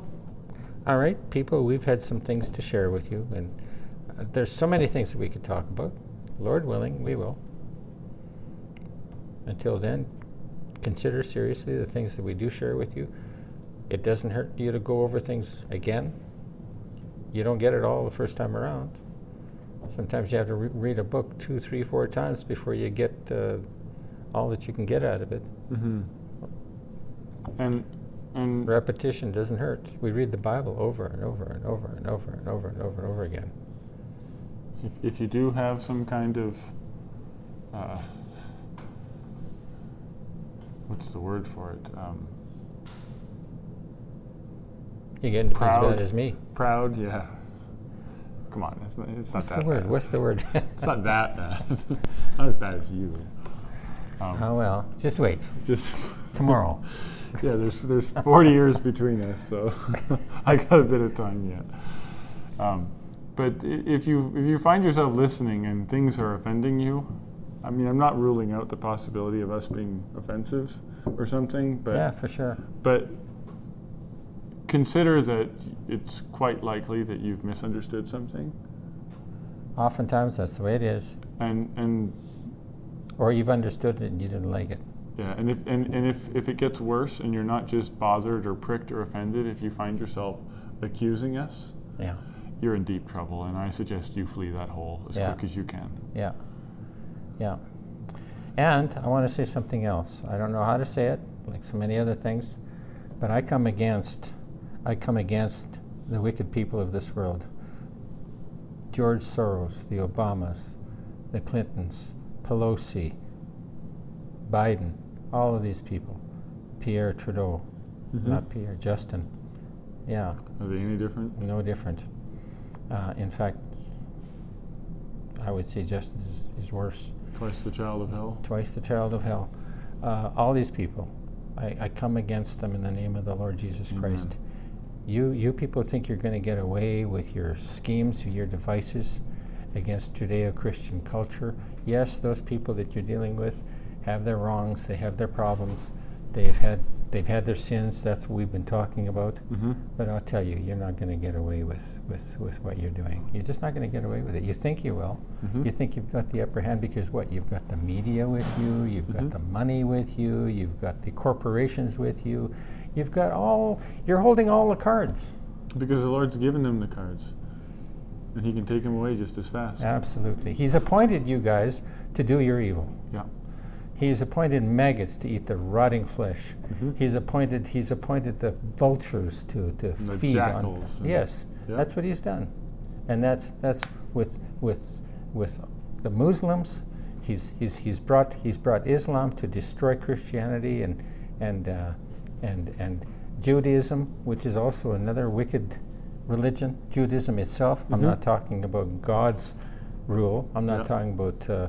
S2: all right, people, we've had some things to share with you, and uh, there's so many things that we could talk about. Lord willing, we will. Until then, consider seriously the things that we do share with you. It doesn't hurt you to go over things again. You don't get it all the first time around. Sometimes you have to re- read a book two, three, four times before you get uh, all that you can get out of it.
S1: hmm And and
S2: Repetition doesn't hurt. We read the Bible over and over and over and over and over and over and over again.
S1: if, if you do have some kind of uh, what's the word for it? Um,
S2: You get into as
S1: Proud.
S2: bad as me.
S1: proud, yeah. Come on, it's not, it's not
S2: What's
S1: that
S2: the word?
S1: bad.
S2: What's the word?
S1: It's not that bad. not as bad as you. Um,
S2: oh well, just wait.
S1: Just
S2: Tomorrow.
S1: Yeah, there's there's 40 years between us, so I got a bit of time yet. Um, but i- if you if you find yourself listening and things are offending you, I mean, I'm not ruling out the possibility of us being offensive or something, but
S2: yeah, for sure.
S1: but consider that it's quite likely that you've misunderstood something,
S2: Oftentimes that's the way it is.
S1: and and
S2: Or you've understood it and you didn't like it.
S1: Yeah, and if and, and if, if it gets worse and you're not just bothered or pricked or offended, if you find yourself accusing us,
S2: Yeah.
S1: you're in deep trouble, and I suggest you flee that hole as
S2: Yeah.
S1: quick as you can.
S2: Yeah. Yeah. And I want to say something else. I don't know how to say it, like so many other things, but I come against I come against the wicked people of this world. George Soros, the Obamas, the Clintons, Pelosi, Biden, all of these people. Pierre Trudeau, Mm-hmm.
S1: Mm-hmm.
S2: not Pierre, Justin. Yeah
S1: Are they any different?
S2: no different. Uh, in fact, I would say Justin is, is worse.
S1: Twice the child of hell.
S2: Twice the child of hell. Uh, all these people, I, I come against them in the name of the Lord Jesus
S1: Amen.
S2: Christ. You, you people think you're going to get away with your schemes, your devices against Judeo Christian culture. Yes, those people that you're dealing with have their wrongs, they have their problems, They've had they've had their sins. That's what we've been talking about.
S1: Mm-hmm.
S2: But I'll tell you, you're not going to get away with, with, with what you're doing. You're just not going to get away with it. You think you will.
S1: Mhm.
S2: You think you've got the upper hand because what? You've got the media with you, you've got
S1: Mhm.
S2: the money with you, you've got the corporations with you, you've got all, you're holding all the cards.
S1: Because the Lord's given them the cards, and He can take them away just as fast.
S2: Absolutely. He's appointed you guys to do your evil.
S1: Yeah.
S2: He's appointed maggots to eat the rotting flesh.
S1: Mm-hmm.
S2: He's appointed. He's appointed the vultures to,
S1: the
S2: to feed
S1: jackals
S2: on.
S1: and-
S2: Yes,
S1: Yeah.
S2: that's what he's done, and that's that's with with with the Muslims. He's he's he's brought he's brought Islam to destroy Christianity and and uh, and and Judaism, which is also another wicked religion. Judaism itself. I'm not talking about God's rule. I'm
S1: Mm-hmm.
S2: not
S1: Yeah.
S2: talking about uh,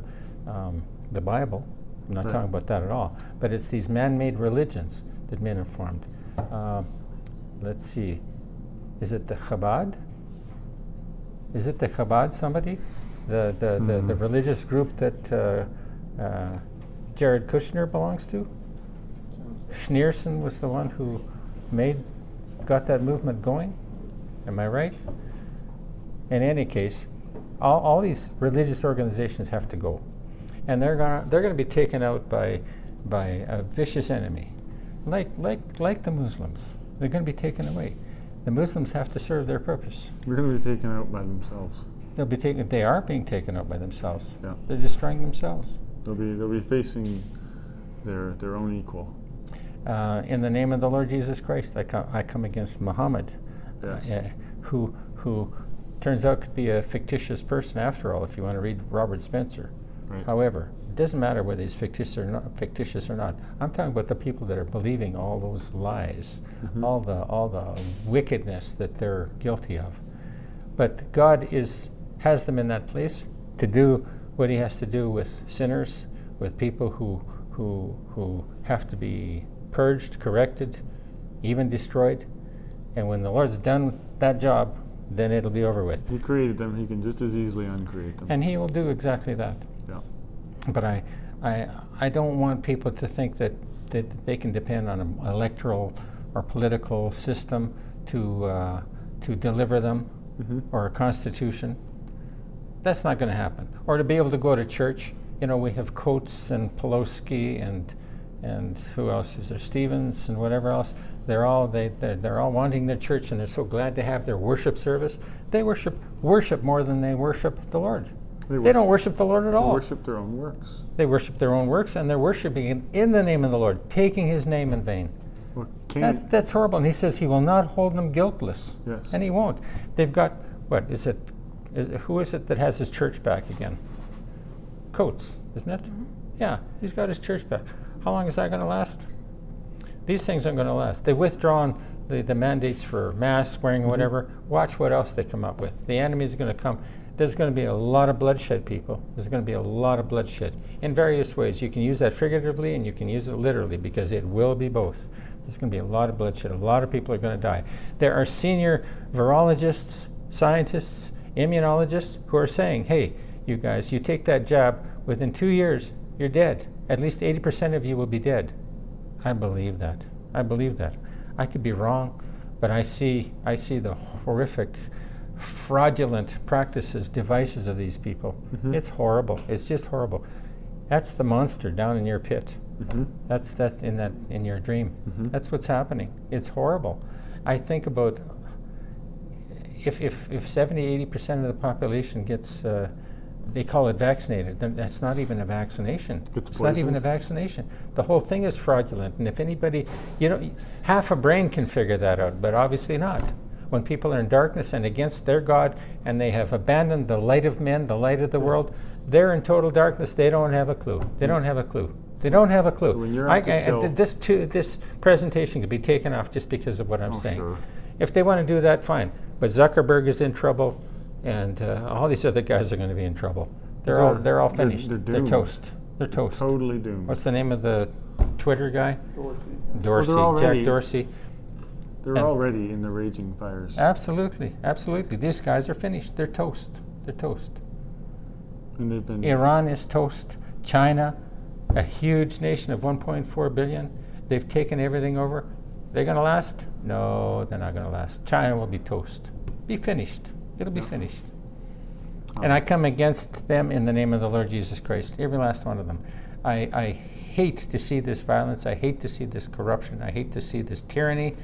S2: um, the Bible. I'm not
S1: Right.
S2: talking about that at all. But it's these man-made religions that men are formed. Uh, let's see, is it the Chabad? Is it the Chabad? Somebody, the the, the, the religious group that uh, uh, Jared Kushner belongs to. Schneerson was the one who made got that movement going. Am I right? In any case, all, all these religious organizations have to go, and they're gonna they're gonna be taken out by by a vicious enemy, like like like the Muslims. They're gonna be taken away. The Muslims have to serve their purpose.
S1: They're going to be taken out by themselves.
S2: They'll be taken. They are being taken out by themselves.
S1: Yeah.
S2: They're destroying themselves
S1: They'll be they'll be facing their their own equal.
S2: uh, in the name of the Lord Jesus Christ. I come I come against Muhammad.
S1: Yes.
S2: uh, who who turns out could be a fictitious person after all. If you want to read Robert Spencer,
S1: Right.
S2: however, it doesn't matter whether he's fictitious or not. Fictitious or not, I'm talking about the people that are believing all those lies,
S1: Mm-hmm.
S2: all the all the wickedness that they're guilty of. But God is has them in that place to do what He has to do with sinners, with people who who who have to be purged, corrected, even destroyed. And when the Lord's done with that job, then it'll be over with.
S1: He created them. He can just as easily uncreate them.
S2: And He will do exactly that.
S1: yeah.
S2: But I, I, I don't want people to think that, that they can depend on an electoral or political system to, uh, to deliver them
S1: Mm-hmm.
S2: or a constitution. That's not going to happen. Or to be able to go to church. You know, we have Coates and Pelosi and, and who else is there? Stevens and whatever else. They're all, they, they're, they're all wanting their church and they're so glad to have their worship service. They worship, worship more than they worship the Lord.
S1: They,
S2: They don't worship the Lord at all.
S1: worship their own works.
S2: They worship their own works and they're worshiping it in the name of the Lord, taking his name in vain.
S1: Well,
S2: That's,
S1: Cain,
S2: that's horrible. And he says he will not hold them guiltless.
S1: Yes.
S2: And he won't. They've got, what is it? Is, who is it that has his church back again? Coates, isn't it? Yeah, he's got his church back. How long is that going to last? These things aren't going to last. They've withdrawn the, the mandates for mask wearing, whatever. Watch what else they come up with. The enemy's going to come. There's going to be a lot of bloodshed, people. There's going to be a lot of bloodshed in various ways. You can use that figuratively and you can use it literally because it will be both. There's going to be a lot of bloodshed. A lot of people are going to die. There are senior virologists, scientists, immunologists who are saying, hey, you guys, you take that jab, within two years, you're dead. At least 80% of you will be dead. I believe that. I believe that. I could be wrong, but I see I see the horrific, fraudulent practices, devices of these people. It's horrible. It's just horrible. That's the monster down in your pit.
S1: Mm-hmm.
S2: That's that's in that in your dream. That's what's happening. It's horrible. I think about if if, if 70, 80 percent of the population gets uh, they call it vaccinated. Then that's not even a vaccination.
S1: It's
S2: not even
S1: poisoned.
S2: a vaccination. The whole thing is fraudulent. And if anybody, you know, half a brain can figure that out, but obviously not. When people are in darkness and against their God and they have abandoned the light of men, the light of the world, they're in total darkness. They don't have a clue. They don't have a clue. They don't have a clue.
S1: when you're
S2: I,
S1: out to
S2: I-
S1: kill-
S2: this, too, this presentation could be taken off just because of what I'm saying.
S1: Oh, sure.
S2: If they want to do that, fine. But Zuckerberg is in trouble, and uh, all these other guys are going to be in trouble. They're, all
S1: They're-
S2: they're all
S1: they're-
S2: finished.
S1: they're doomed.
S2: toast. They're toast.
S1: totally doomed.
S2: What's the name of the Twitter guy?
S4: Dorsey.
S2: Dorsey,
S1: already-
S2: Jack Dorsey.
S1: They're already in the raging fires.
S2: Absolutely, absolutely. These guys are finished. They're toast. They're toast.
S1: And they've been
S2: Iran is toast. China, a huge nation of 1.4 billion, They've taken everything over. They're going to last? No, they're not going to last. China will be toast. Be finished. It'll be finished. And I come against them in the name of the Lord Jesus Christ, every last one of them. I, I hate to see this violence. I hate to see this corruption. I hate to see this tyranny,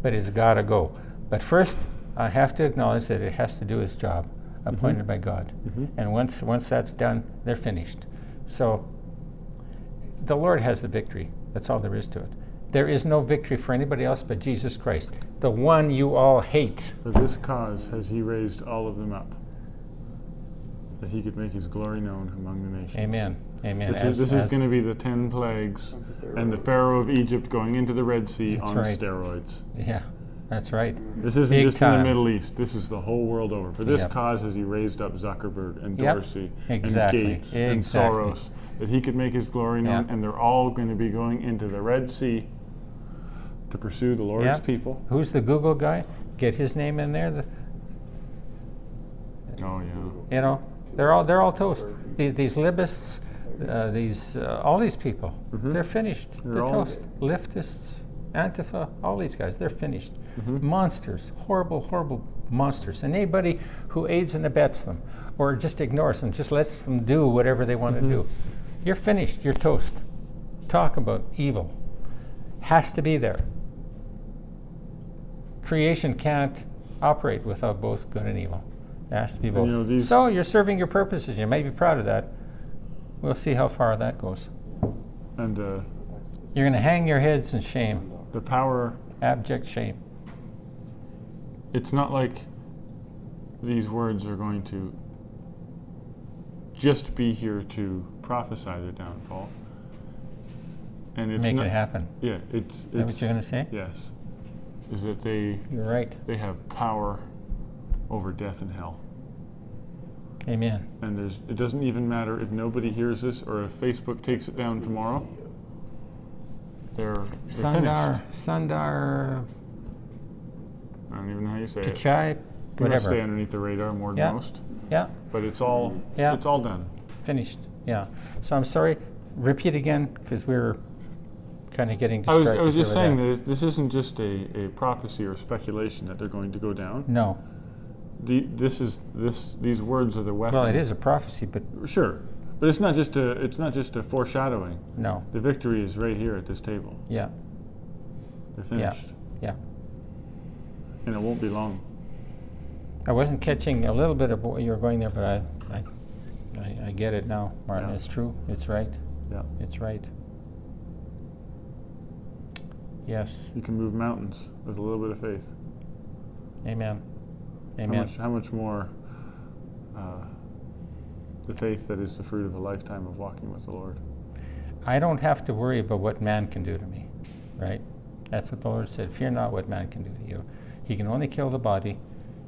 S2: but it's got to go. But first, I have to acknowledge that it has to do its job,
S1: Mm-hmm.
S2: appointed by God. And once once that's done, they're finished. So the Lord has the victory. That's all there is to it. There is no victory for anybody else but Jesus Christ, the one you all hate.
S1: For this cause has he raised all of them up, that he could make his glory known among the nations.
S2: Amen. Amen.
S1: This, is,
S2: As-
S1: this is
S2: as-
S1: going to be the ten plagues
S4: Pharaoh.
S1: and the Pharaoh of Egypt going into the Red Sea
S2: That's
S1: on
S2: right.
S1: steroids.
S2: Yeah, that's right.
S1: This isn't
S2: Big
S1: just in the
S2: time.
S1: Middle East. This is the whole world over. For this
S2: Yep.
S1: cause has he raised up Zuckerberg and
S2: Yep.
S1: Dorsey
S2: Exactly.
S1: and Gates and
S2: Exactly.
S1: Soros that he could make his glory known,
S2: Yep.
S1: and they're all going to be going into the Red Sea to pursue the Lord's
S2: Yep.
S1: people.
S2: Who's the Google guy? Get his name in there. The,
S1: Oh yeah.
S2: you know, they're all they're all toast. These, these libists, uh, these uh, all these people, they're finished. They're,
S1: all-
S2: toast. Leftists, Antifa, all these guys, they're finished. Monsters, horrible, horrible monsters. And anybody who aids and abets them, or just ignores them, just lets them do whatever they want to do, you're finished. You're toast. Talk about evil. Has to be there. Creation can't operate without both good and evil. There has to be both.
S1: you know, these-
S2: so you're serving your purposes. You may be proud of that. We'll see how far that goes.
S1: And uh,
S4: That's the
S2: You're going to hang your heads in shame,
S1: the power
S2: abject shame.
S1: it's not like these words are going to just be here to prophesy their downfall. And it's
S2: Make
S1: not,
S2: it happen.
S1: Yeah, it's
S2: Is that
S1: it's
S2: what you're going to say?
S1: yes, is that they
S2: You're right.
S1: they have power over death and hell.
S2: Amen.
S1: And there's it doesn't even matter if nobody hears this or if Facebook takes it down tomorrow. They're, they're finished.
S2: Sundar, Sundar,
S1: I don't even know how you say it.
S2: Pichai,
S1: We don't stay
S2: whatever.
S1: underneath the radar more than
S2: Yeah.
S1: most,
S2: Yeah.
S1: but it's all
S2: Yeah.
S1: it's all done.
S2: finished. Yeah. So I'm sorry. Repeat again because we were kind of getting
S1: I was,
S2: distracted.
S1: I was just
S2: over
S1: saying that this isn't just a, a prophecy or speculation that they're going to go down.
S2: No.
S1: The, this is this these words are the weapon.
S2: Well, it is a prophecy, but
S1: Sure, but it's not just a it's not just a foreshadowing.
S2: no.
S1: The victory is right here at this table.
S2: Yeah.
S1: They're finished,
S2: Yeah.
S1: and it won't be long.
S2: I wasn't catching a little bit of what you were going there, but I, I, I, I get it now, Martin.
S1: Yeah.
S2: It's true. It's right.
S1: Yeah,
S2: It's right. Yes.
S1: you can move mountains with a little bit of faith.
S2: Amen.
S1: How
S2: Amen.
S1: much how much more uh, the faith that is the fruit of a lifetime of walking with the Lord.
S2: I don't have to worry about what man can do to me, right? That's what the Lord said. Fear not what man can do to you. He can only kill the body,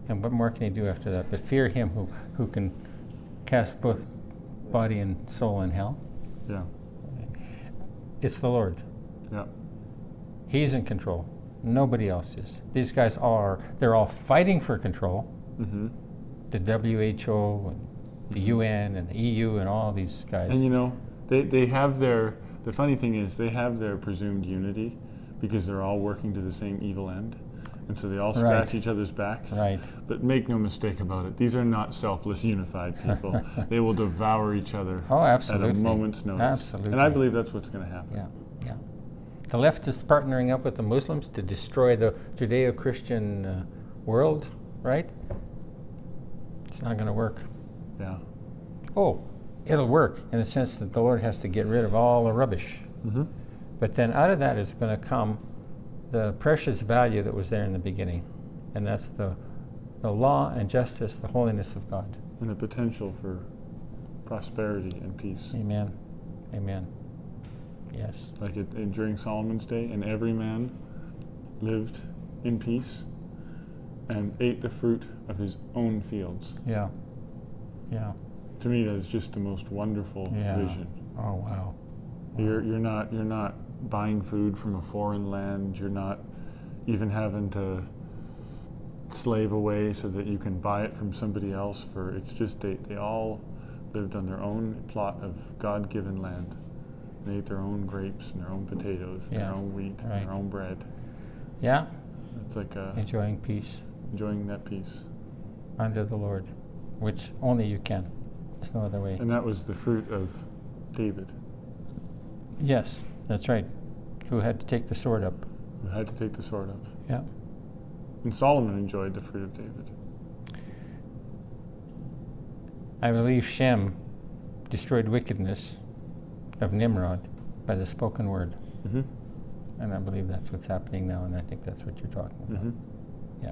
S2: and what more can he do after that? But fear him who, who can cast both body and soul in hell.
S1: Yeah,
S2: It's the Lord.
S1: yeah.
S2: He's in control. Nobody else is. These guys are, they're all fighting for control.
S1: hmm
S2: The WHO and the UN and the EU and all these guys.
S1: And you know, they, they have their, the funny thing is, they have their presumed unity because they're all working to the same evil end. And so they all scratch
S2: Right.
S1: each other's backs.
S2: right.
S1: But make no mistake about it, these are not selfless, unified people. they will devour each other
S2: Oh,
S1: at
S2: absolutely.
S1: a moment's notice. And I
S2: Absolutely.
S1: believe that's what's going to happen.
S2: Yeah, yeah. The left is partnering up with the Muslims to destroy the Judeo Christian uh, world, right? It's not going to work.
S1: Yeah.
S2: Oh, it'll work in the sense that the Lord has to get rid of all the rubbish.
S1: hmm
S2: But then out of that is going to come the precious value that was there in the beginning, and that's the, the law and justice, the holiness of God.
S1: And the potential for prosperity and peace.
S2: Amen. Amen. Yes.
S1: Like it, it- during Solomon's day, and every man lived in peace and ate the fruit of his own fields.
S2: Yeah. Yeah.
S1: To me, that is just the most wonderful
S2: Yeah.
S1: vision.
S2: Oh, wow.
S1: You're you're not you're not buying food from a foreign land. You're not even having to slave away so that you can buy it from somebody else. For it's just they they all lived on their own plot of God-given land, They ate their own grapes and their own potatoes, and their
S2: Yeah,
S1: own wheat, and
S2: right.
S1: their own bread.
S2: Yeah,
S1: It's like uh,
S2: enjoying peace
S1: enjoying that peace.
S2: under the Lord, which only you can. There's no other way.
S1: And that was the fruit of David,
S2: Yes, that's right. Who had to take the sword up?
S1: who had to take the sword up.
S2: Yeah.
S1: And Solomon enjoyed the fruit of David.
S2: I believe Shem destroyed wickedness of Nimrod by the spoken word.
S1: Mm-hmm.
S2: And I believe that's what's happening now, and I think that's what you're talking about.
S1: Mm-hmm.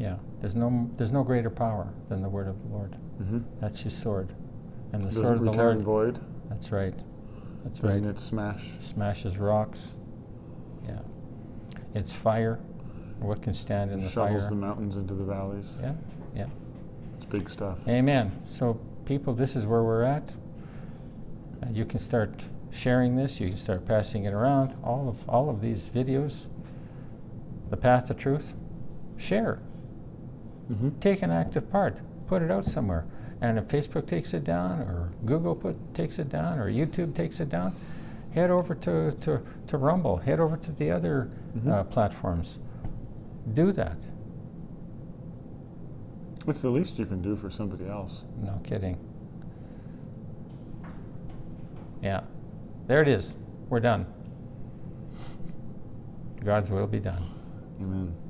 S2: Yeah. Yeah. There's no there's no greater power than the word of the Lord.
S1: Mm-hmm.
S2: That's his sword. And the
S1: Doesn't
S2: sword of the
S1: return
S2: Lord.
S1: void.
S2: That's right. That's
S1: Doesn't
S2: right.
S1: it smash?
S2: Smashes rocks. Yeah. It's fire. What can stand in the
S1: shovels
S2: fire?
S1: the mountains into the valleys.
S2: Yeah. Yeah.
S1: It's big stuff.
S2: Amen. So, people, this is where we're at. And you can start sharing this. You can start passing it around. All of all of these videos. The path to truth. Share.
S1: Mm-hmm.
S2: Take an active part. Put it out somewhere. And if Facebook takes it down, or Google put takes it down, or YouTube takes it down, head over to to, to Rumble. Head over to the other
S1: Mhm.
S2: uh, platforms. Do that.
S1: It's the least you can do for somebody else.
S2: No kidding. Yeah. There it is. We're done. God's will be done.
S1: Amen.